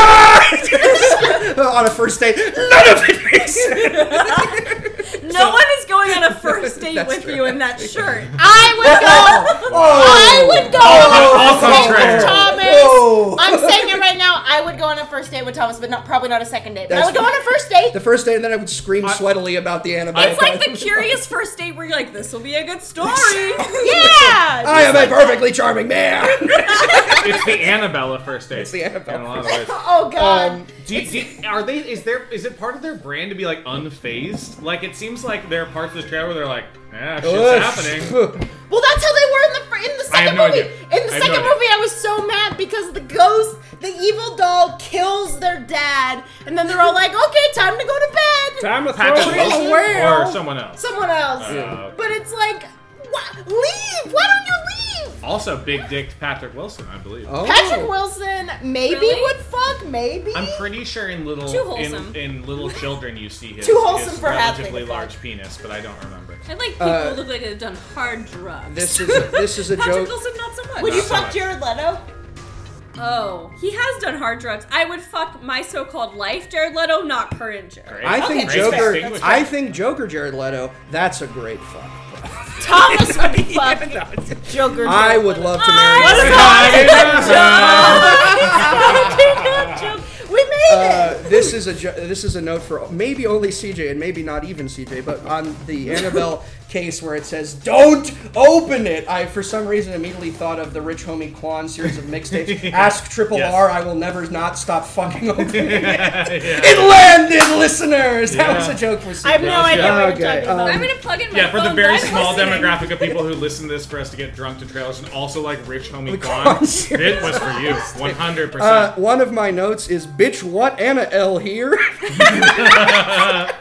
[SPEAKER 8] on a first date, none of it makes sense.
[SPEAKER 10] no one is going on a first date with you in that shirt.
[SPEAKER 7] I would go. I would go
[SPEAKER 9] Oh,
[SPEAKER 7] on a
[SPEAKER 9] I'll
[SPEAKER 7] first date
[SPEAKER 9] contrary.
[SPEAKER 7] with Thomas.
[SPEAKER 8] Whoa.
[SPEAKER 7] I'm saying it right now. I would go on a first date with Thomas, but not probably not a second date. But I
[SPEAKER 8] That's
[SPEAKER 7] would go on a first date.
[SPEAKER 8] the first date, and then I would scream sweatily about the Annabelle.
[SPEAKER 10] It's like the
[SPEAKER 8] doll.
[SPEAKER 10] curious first date where you're like, this will be a good story.
[SPEAKER 7] yeah.
[SPEAKER 8] I am a perfectly charming man.
[SPEAKER 9] It's the Annabella first date. It's
[SPEAKER 8] the Annabelle.
[SPEAKER 9] In a lot of ways.
[SPEAKER 7] Oh god.
[SPEAKER 9] Um, do you, do you- are they? Is there? Is it part of their brand to be like unfazed? Like it seems like there are parts of this trailer where they're like, "Yeah, shit's happening."
[SPEAKER 7] well, that's how they were in the fir- in the
[SPEAKER 9] I have
[SPEAKER 7] second
[SPEAKER 9] no
[SPEAKER 7] movie.
[SPEAKER 9] idea.
[SPEAKER 7] In the
[SPEAKER 9] I have
[SPEAKER 7] second
[SPEAKER 9] no idea.
[SPEAKER 7] movie, I was so mad because the ghost, the evil doll, kills their dad, and then they're all like, "Okay, time to go to bed."
[SPEAKER 9] Time to
[SPEAKER 7] throw it away.
[SPEAKER 9] or someone else. Uh,
[SPEAKER 7] Someone else.
[SPEAKER 9] Yeah.
[SPEAKER 7] But it's like, wha- leave. Why don't you leave?
[SPEAKER 9] Also, big dick Patrick Wilson, I believe.
[SPEAKER 8] Oh.
[SPEAKER 7] Patrick Wilson maybe
[SPEAKER 10] Really?
[SPEAKER 7] would fuck, maybe.
[SPEAKER 9] Oh. I'm pretty sure in little
[SPEAKER 10] Too
[SPEAKER 9] in,
[SPEAKER 10] wholesome.
[SPEAKER 9] in little children you see his,
[SPEAKER 7] Too wholesome
[SPEAKER 9] his
[SPEAKER 7] for Hadley
[SPEAKER 9] relatively
[SPEAKER 7] to fuck.
[SPEAKER 9] large penis, but I don't remember.
[SPEAKER 10] I like people
[SPEAKER 8] Uh,
[SPEAKER 10] who look like they've done hard drugs.
[SPEAKER 8] This is a, this is a
[SPEAKER 10] Patrick
[SPEAKER 8] joke.
[SPEAKER 10] Wilson, not so much.
[SPEAKER 7] Would you
[SPEAKER 9] so
[SPEAKER 7] fuck
[SPEAKER 9] much.
[SPEAKER 7] Jared Leto?
[SPEAKER 10] Oh, he has done hard drugs. I would fuck my so-called life, Jared Leto, not current Jared.
[SPEAKER 8] I think
[SPEAKER 9] Great
[SPEAKER 8] Joker.
[SPEAKER 9] distinguisher.
[SPEAKER 8] I think Joker Jared Leto. That's a great fuck.
[SPEAKER 7] Thomas would fuck Joker.
[SPEAKER 8] I would love to marry.
[SPEAKER 7] we made
[SPEAKER 8] Uh,
[SPEAKER 7] it.
[SPEAKER 8] this is a jo- this is a note for maybe only CJ and maybe not even CJ, but on the Annabelle case where it says "Don't open it," I for some reason immediately thought of the Rich Homie Quan series of mixtapes. Ask Triple
[SPEAKER 9] Yes.
[SPEAKER 8] R, I will never not stop fucking opening it.
[SPEAKER 9] yeah.
[SPEAKER 8] it landed, listeners. That was
[SPEAKER 9] Yeah.
[SPEAKER 8] a joke for CJ.
[SPEAKER 7] I have no idea what you're
[SPEAKER 8] Okay, um,
[SPEAKER 7] talking about.
[SPEAKER 10] I'm gonna plug in my
[SPEAKER 9] Yeah, for the
[SPEAKER 10] phone,
[SPEAKER 9] very
[SPEAKER 10] but I'm
[SPEAKER 9] small
[SPEAKER 10] listening.
[SPEAKER 9] demographic of people who listen to this for us to get drunk to trailers and also like rich homie
[SPEAKER 8] Gone
[SPEAKER 9] Gone, it was for you, 100%.
[SPEAKER 8] Uh, one of my notes is bitch what Anna L here. I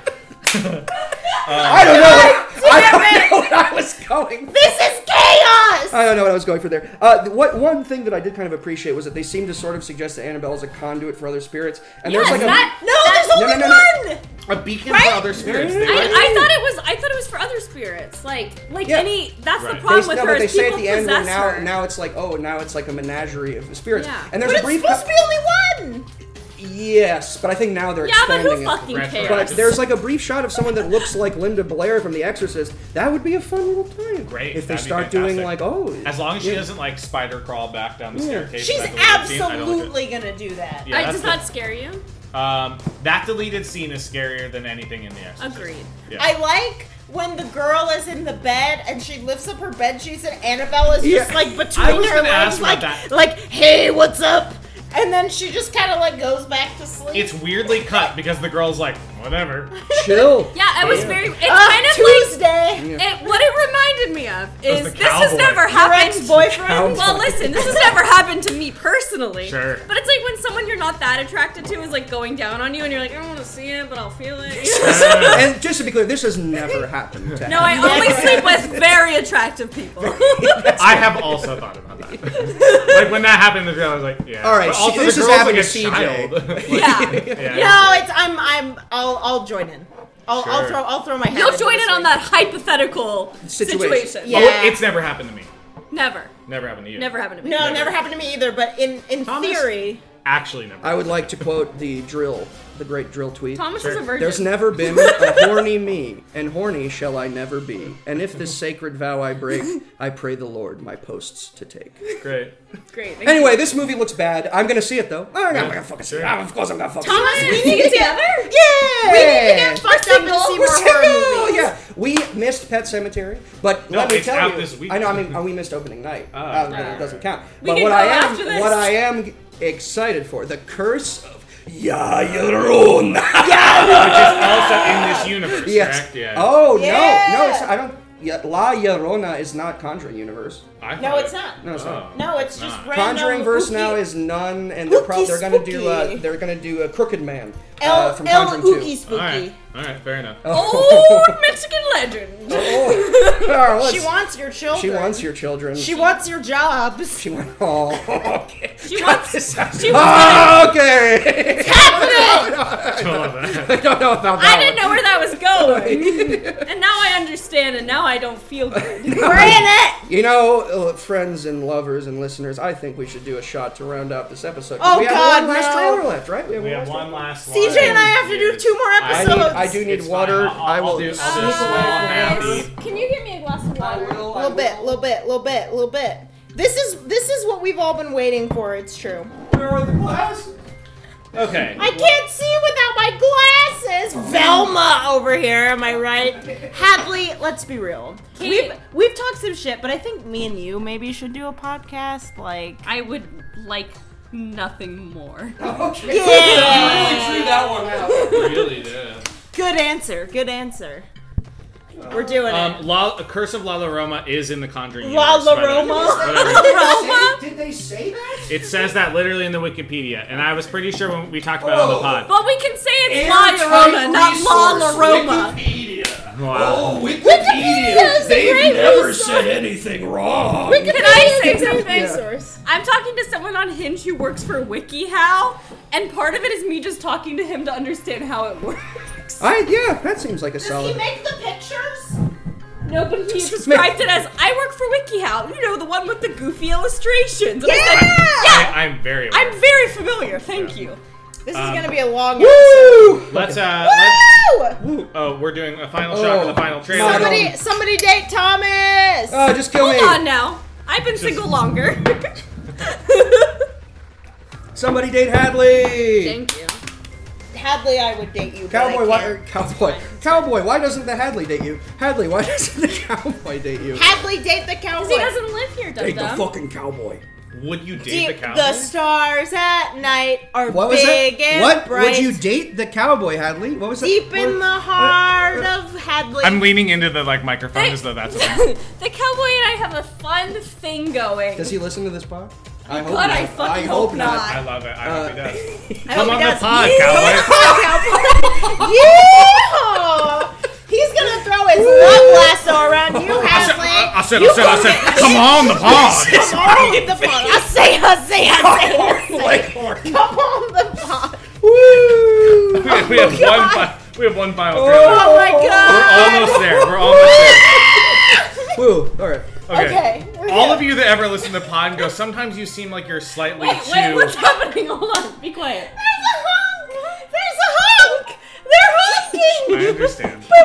[SPEAKER 8] don't know. I don't know what I was going. For.
[SPEAKER 7] This is chaos.
[SPEAKER 8] I don't know what I was going for there. Uh, th- what one thing that I did kind of appreciate was that they seemed to sort of suggest that Annabelle is a conduit for other spirits, and
[SPEAKER 10] Yes,
[SPEAKER 8] there's like
[SPEAKER 10] that-
[SPEAKER 7] no, there's
[SPEAKER 8] no,
[SPEAKER 7] only
[SPEAKER 8] no, no.
[SPEAKER 7] one.
[SPEAKER 9] a beacon
[SPEAKER 7] Right?
[SPEAKER 9] for other spirits.
[SPEAKER 10] I, I thought it was. I thought it was for other spirits. Like, like
[SPEAKER 8] Yeah.
[SPEAKER 10] any. That's
[SPEAKER 9] Right.
[SPEAKER 10] the
[SPEAKER 9] They-
[SPEAKER 8] a.
[SPEAKER 10] problem
[SPEAKER 8] They,
[SPEAKER 10] with
[SPEAKER 8] no,
[SPEAKER 10] her.
[SPEAKER 8] but they
[SPEAKER 10] is
[SPEAKER 8] say at
[SPEAKER 10] people
[SPEAKER 8] the end well,
[SPEAKER 10] possess
[SPEAKER 8] now
[SPEAKER 10] her.
[SPEAKER 8] now it's like oh now it's like a menagerie of spirits,
[SPEAKER 10] Yeah.
[SPEAKER 8] and
[SPEAKER 7] But
[SPEAKER 8] there's
[SPEAKER 7] it's
[SPEAKER 8] a brief.
[SPEAKER 7] supposed to be only one.
[SPEAKER 8] yes, but I think now they're
[SPEAKER 10] yeah, but
[SPEAKER 8] expanding
[SPEAKER 10] who
[SPEAKER 8] it.
[SPEAKER 10] fucking
[SPEAKER 9] Right,
[SPEAKER 10] cares?
[SPEAKER 8] But
[SPEAKER 9] right.
[SPEAKER 8] there's like a brief shot of someone that looks like Linda Blair from The Exorcist. That would be a fun little time.
[SPEAKER 9] Great,
[SPEAKER 8] If they
[SPEAKER 9] that'd be
[SPEAKER 8] start doing like,
[SPEAKER 9] fantastic.
[SPEAKER 8] oh,
[SPEAKER 9] As long as she doesn't like spider crawl back down the staircase.
[SPEAKER 7] She's
[SPEAKER 9] that deleted scene, I don't like it.
[SPEAKER 7] absolutely gonna do that.
[SPEAKER 9] Yeah,
[SPEAKER 10] I,
[SPEAKER 9] that's
[SPEAKER 10] does that scare you?
[SPEAKER 9] the- um, that deleted scene is scarier than anything in the Exorcist.
[SPEAKER 10] Agreed.
[SPEAKER 9] Yeah.
[SPEAKER 7] I like when the girl is in the bed and she lifts up her bed sheets and Annabelle is just
[SPEAKER 8] Yeah.
[SPEAKER 7] like
[SPEAKER 9] I
[SPEAKER 7] between
[SPEAKER 9] was
[SPEAKER 7] her
[SPEAKER 9] gonna ask
[SPEAKER 7] legs,
[SPEAKER 9] about
[SPEAKER 7] like
[SPEAKER 9] that.
[SPEAKER 7] like hey, what's up? And then she just kind of like goes back to sleep.
[SPEAKER 9] it's weirdly cut because the girl's like, whatever.
[SPEAKER 8] chill.
[SPEAKER 9] Oh,
[SPEAKER 10] Yeah, I was very. It's
[SPEAKER 7] Ah,
[SPEAKER 10] kind of like
[SPEAKER 7] Tuesday.
[SPEAKER 10] it, what it reminded me of is this has never happened.
[SPEAKER 7] boyfriend.
[SPEAKER 10] Well, listen, this has never happened to me personally.
[SPEAKER 9] Sure.
[SPEAKER 10] But it's like when someone you're not that attracted to is like going down on you, and you're like, I don't want to see it, but I'll feel it.
[SPEAKER 8] and just to be clear, this has never happened. To
[SPEAKER 10] no, I only sleep with very attractive people.
[SPEAKER 9] I have also thought about that. like when that happened, in the girl I was like, yeah.
[SPEAKER 8] All right,
[SPEAKER 9] But
[SPEAKER 8] see,
[SPEAKER 9] also the
[SPEAKER 8] this is
[SPEAKER 9] girl's
[SPEAKER 8] happening
[SPEAKER 9] like
[SPEAKER 8] to
[SPEAKER 9] a
[SPEAKER 8] CJ.
[SPEAKER 9] child. Like, yeah.
[SPEAKER 7] No, it's I'm I'm I'll I'll join in. I'll, I'll
[SPEAKER 9] Sure.
[SPEAKER 7] throw I'll throw my hat.
[SPEAKER 10] You'll
[SPEAKER 7] into
[SPEAKER 10] join
[SPEAKER 7] this
[SPEAKER 10] in on
[SPEAKER 7] one.
[SPEAKER 10] that hypothetical situation.
[SPEAKER 7] Yeah.
[SPEAKER 9] Oh, it's never happened to me.
[SPEAKER 10] Never.
[SPEAKER 9] Never happened to you.
[SPEAKER 10] Never happened to me.
[SPEAKER 7] No, never happened to me either. But in in theory,
[SPEAKER 9] Actually, never.
[SPEAKER 8] I would like to quote the drill, the great drill tweet.
[SPEAKER 7] Thomas is a Sure. virgin.
[SPEAKER 8] There's never been a horny me, and horny shall I never be. And if this sacred vow I break, I pray the Lord my posts to take.
[SPEAKER 9] Great.
[SPEAKER 10] Great. thank
[SPEAKER 8] Anyway,
[SPEAKER 10] you.
[SPEAKER 8] this movie looks bad. I'm gonna see it though. I'm not gonna fucking see it. Of course I'm gonna fucking
[SPEAKER 7] Thomas,
[SPEAKER 8] see it.
[SPEAKER 7] we need to get yeah, we need to get fucked up and see more
[SPEAKER 8] We're single,
[SPEAKER 7] horror movies.
[SPEAKER 8] Yeah, we missed Pet Cemetery, but
[SPEAKER 9] No,
[SPEAKER 8] let me
[SPEAKER 9] it's
[SPEAKER 8] tell
[SPEAKER 9] out
[SPEAKER 8] you,
[SPEAKER 9] this week. Ah.
[SPEAKER 8] I know. I mean, oh, we missed opening night. Uh, it doesn't count.
[SPEAKER 9] We
[SPEAKER 8] but
[SPEAKER 9] can
[SPEAKER 8] what
[SPEAKER 9] go
[SPEAKER 8] I
[SPEAKER 9] after this.
[SPEAKER 8] am, what I am excited for, the curse of Yayarun.
[SPEAKER 9] Which is also in this universe,
[SPEAKER 8] Yes.
[SPEAKER 9] correct? Yeah.
[SPEAKER 8] Oh
[SPEAKER 7] Yeah.
[SPEAKER 8] no, no, it's, I don't. Yeah, La Llorona is not Conjuring universe.
[SPEAKER 9] I
[SPEAKER 7] No, it's not.
[SPEAKER 8] No, it's
[SPEAKER 9] Oh.
[SPEAKER 8] not.
[SPEAKER 7] No, it's just random.
[SPEAKER 8] Conjuring verse
[SPEAKER 7] ookie-
[SPEAKER 8] now is none, and they're probably they're gonna do uh,
[SPEAKER 7] spooky.
[SPEAKER 8] they're gonna do a Crooked Man
[SPEAKER 7] El,
[SPEAKER 8] uh, from
[SPEAKER 7] El
[SPEAKER 8] Conjuring
[SPEAKER 7] Oogie
[SPEAKER 8] two.
[SPEAKER 7] Spooky.
[SPEAKER 9] Alright, alright, fair enough.
[SPEAKER 10] Old Mexican legend.
[SPEAKER 8] Oh, let's-
[SPEAKER 7] She wants your children.
[SPEAKER 8] She wants your children.
[SPEAKER 7] She wants your jobs.
[SPEAKER 8] She wants. Oh, okay.
[SPEAKER 10] She wants.
[SPEAKER 8] She oh, okay. I don't know about that.
[SPEAKER 10] I didn't know where that was going, and now I understand, and now I don't feel good.
[SPEAKER 7] We're in it.
[SPEAKER 8] You know, uh, friends and lovers and listeners, I think we should do a shot to round out this episode.
[SPEAKER 7] Oh,
[SPEAKER 8] we
[SPEAKER 7] God,
[SPEAKER 8] have one last
[SPEAKER 7] no.
[SPEAKER 8] trailer left, right? We have
[SPEAKER 9] We
[SPEAKER 8] one
[SPEAKER 9] have
[SPEAKER 8] last
[SPEAKER 9] one last one.
[SPEAKER 7] CJ and I have to do two more
[SPEAKER 8] I,
[SPEAKER 7] episodes.
[SPEAKER 8] need, I do need
[SPEAKER 9] It's fine.
[SPEAKER 8] water.
[SPEAKER 9] I'll-
[SPEAKER 8] I
[SPEAKER 9] I'll
[SPEAKER 8] will.
[SPEAKER 9] do- I'll do
[SPEAKER 8] sneak
[SPEAKER 9] some
[SPEAKER 8] away.
[SPEAKER 9] more happy.
[SPEAKER 10] Can you give me a glass of water?
[SPEAKER 7] A little bit, little bit, little bit, little bit. This is this is what we've all been waiting for. It's true.
[SPEAKER 9] Okay.
[SPEAKER 7] I can't see without my glasses. Velma over here, am I right? Hadley, let's be real.
[SPEAKER 10] Kate.
[SPEAKER 7] We've we've talked some shit, but I think me and you maybe should do a podcast. Like,
[SPEAKER 10] I would like nothing more.
[SPEAKER 8] Okay.
[SPEAKER 7] Yeah.
[SPEAKER 8] You really drew that one out.
[SPEAKER 9] really do.
[SPEAKER 7] good answer, good answer. We're doing it.
[SPEAKER 9] Um, La, Curse of La La Roma is in the Conjuring
[SPEAKER 7] La
[SPEAKER 9] universe,
[SPEAKER 7] La
[SPEAKER 9] by the way.
[SPEAKER 7] Roma?
[SPEAKER 9] Whatever.
[SPEAKER 10] Roma?
[SPEAKER 8] Did they say that?
[SPEAKER 9] It says that literally in the Wikipedia, and I was pretty sure when we talked about it on
[SPEAKER 7] Oh.
[SPEAKER 9] the pod.
[SPEAKER 10] But we can say it's La
[SPEAKER 8] Airtight
[SPEAKER 10] Llorona, not La La
[SPEAKER 8] resource,
[SPEAKER 10] Roma.
[SPEAKER 14] Wikipedia.
[SPEAKER 9] Wow.
[SPEAKER 14] Oh, Wikipedia!
[SPEAKER 10] is a great
[SPEAKER 14] They've never
[SPEAKER 10] resource.
[SPEAKER 14] said anything wrong.
[SPEAKER 10] Can I say something?
[SPEAKER 7] Resource.
[SPEAKER 10] I'm talking to someone on Hinge who works for WikiHow, and part of it is me just talking to him to understand how it works.
[SPEAKER 8] I yeah, that seems like a
[SPEAKER 7] Does he
[SPEAKER 8] solid.
[SPEAKER 7] make the pictures?
[SPEAKER 10] No, but he described it as I work for WikiHow, you know, the one with the goofy illustrations. And I said,
[SPEAKER 9] I,
[SPEAKER 10] yeah!
[SPEAKER 9] I'm very aware.
[SPEAKER 10] I'm very familiar, thank you.
[SPEAKER 7] This
[SPEAKER 9] Um,
[SPEAKER 7] is gonna be a long
[SPEAKER 8] Woo!
[SPEAKER 9] Let's, uh,
[SPEAKER 7] episode. Woo!
[SPEAKER 9] let's, oh, we're doing a final shot for the final trailer.
[SPEAKER 8] Not
[SPEAKER 7] Oh. Somebody,
[SPEAKER 8] on.
[SPEAKER 7] somebody date Thomas.
[SPEAKER 8] Oh, just kill
[SPEAKER 10] Hold
[SPEAKER 8] me.
[SPEAKER 10] on now. I've been single longer.
[SPEAKER 8] Somebody date Hadley.
[SPEAKER 10] thank you.
[SPEAKER 7] Hadley, I would date you. but I
[SPEAKER 8] Cowboy, why?
[SPEAKER 7] can't.
[SPEAKER 8] er, Cowboy, cowboy. Why doesn't the Hadley date you? Hadley, why doesn't the cowboy date you?
[SPEAKER 7] Hadley, date the
[SPEAKER 10] Because he
[SPEAKER 7] cowboy.
[SPEAKER 10] doesn't live here, Dum
[SPEAKER 8] Date the
[SPEAKER 10] Dum.
[SPEAKER 8] fucking cowboy.
[SPEAKER 9] Would you date
[SPEAKER 7] Deep-
[SPEAKER 9] the cowboy?
[SPEAKER 7] the stars at night are
[SPEAKER 8] What was
[SPEAKER 7] big
[SPEAKER 8] that?
[SPEAKER 7] and
[SPEAKER 8] What
[SPEAKER 7] bright.
[SPEAKER 8] would you date the cowboy, Hadley? What was that?
[SPEAKER 7] Deep in the
[SPEAKER 8] What-
[SPEAKER 7] heart of Hadley.
[SPEAKER 9] I'm leaning into the like microphone as though that's a thing.
[SPEAKER 10] the cowboy and I have a fun thing going.
[SPEAKER 8] Does he listen to this pod? I hope
[SPEAKER 10] God,
[SPEAKER 8] not.
[SPEAKER 10] I fucking
[SPEAKER 8] hope,
[SPEAKER 10] hope
[SPEAKER 8] not.
[SPEAKER 10] not.
[SPEAKER 9] I love it. I hope he does.
[SPEAKER 7] Uh, I
[SPEAKER 9] Come
[SPEAKER 7] hope
[SPEAKER 9] on
[SPEAKER 7] he
[SPEAKER 9] the
[SPEAKER 7] does.
[SPEAKER 9] pod, cowboy.
[SPEAKER 7] Yeehaw! He's gonna throw his love lasso around you, Hadley.
[SPEAKER 9] I said, I said, I said, come on the pod.
[SPEAKER 7] Come on the pod. I say, I say, I say, I say. Come on the pod.
[SPEAKER 8] Woo!
[SPEAKER 9] we, have one fi- we have one final trailer.
[SPEAKER 7] Oh my god.
[SPEAKER 9] We're almost there. We're almost there.
[SPEAKER 8] Woo! All right.
[SPEAKER 7] Okay.
[SPEAKER 9] All of you that ever listen to Pod and go, sometimes you seem like you're slightly
[SPEAKER 10] Wait,
[SPEAKER 9] too.
[SPEAKER 10] wait, what's happening? Hold on, be quiet.
[SPEAKER 7] There's a honk. There's a honk. They're honking.
[SPEAKER 9] I understand.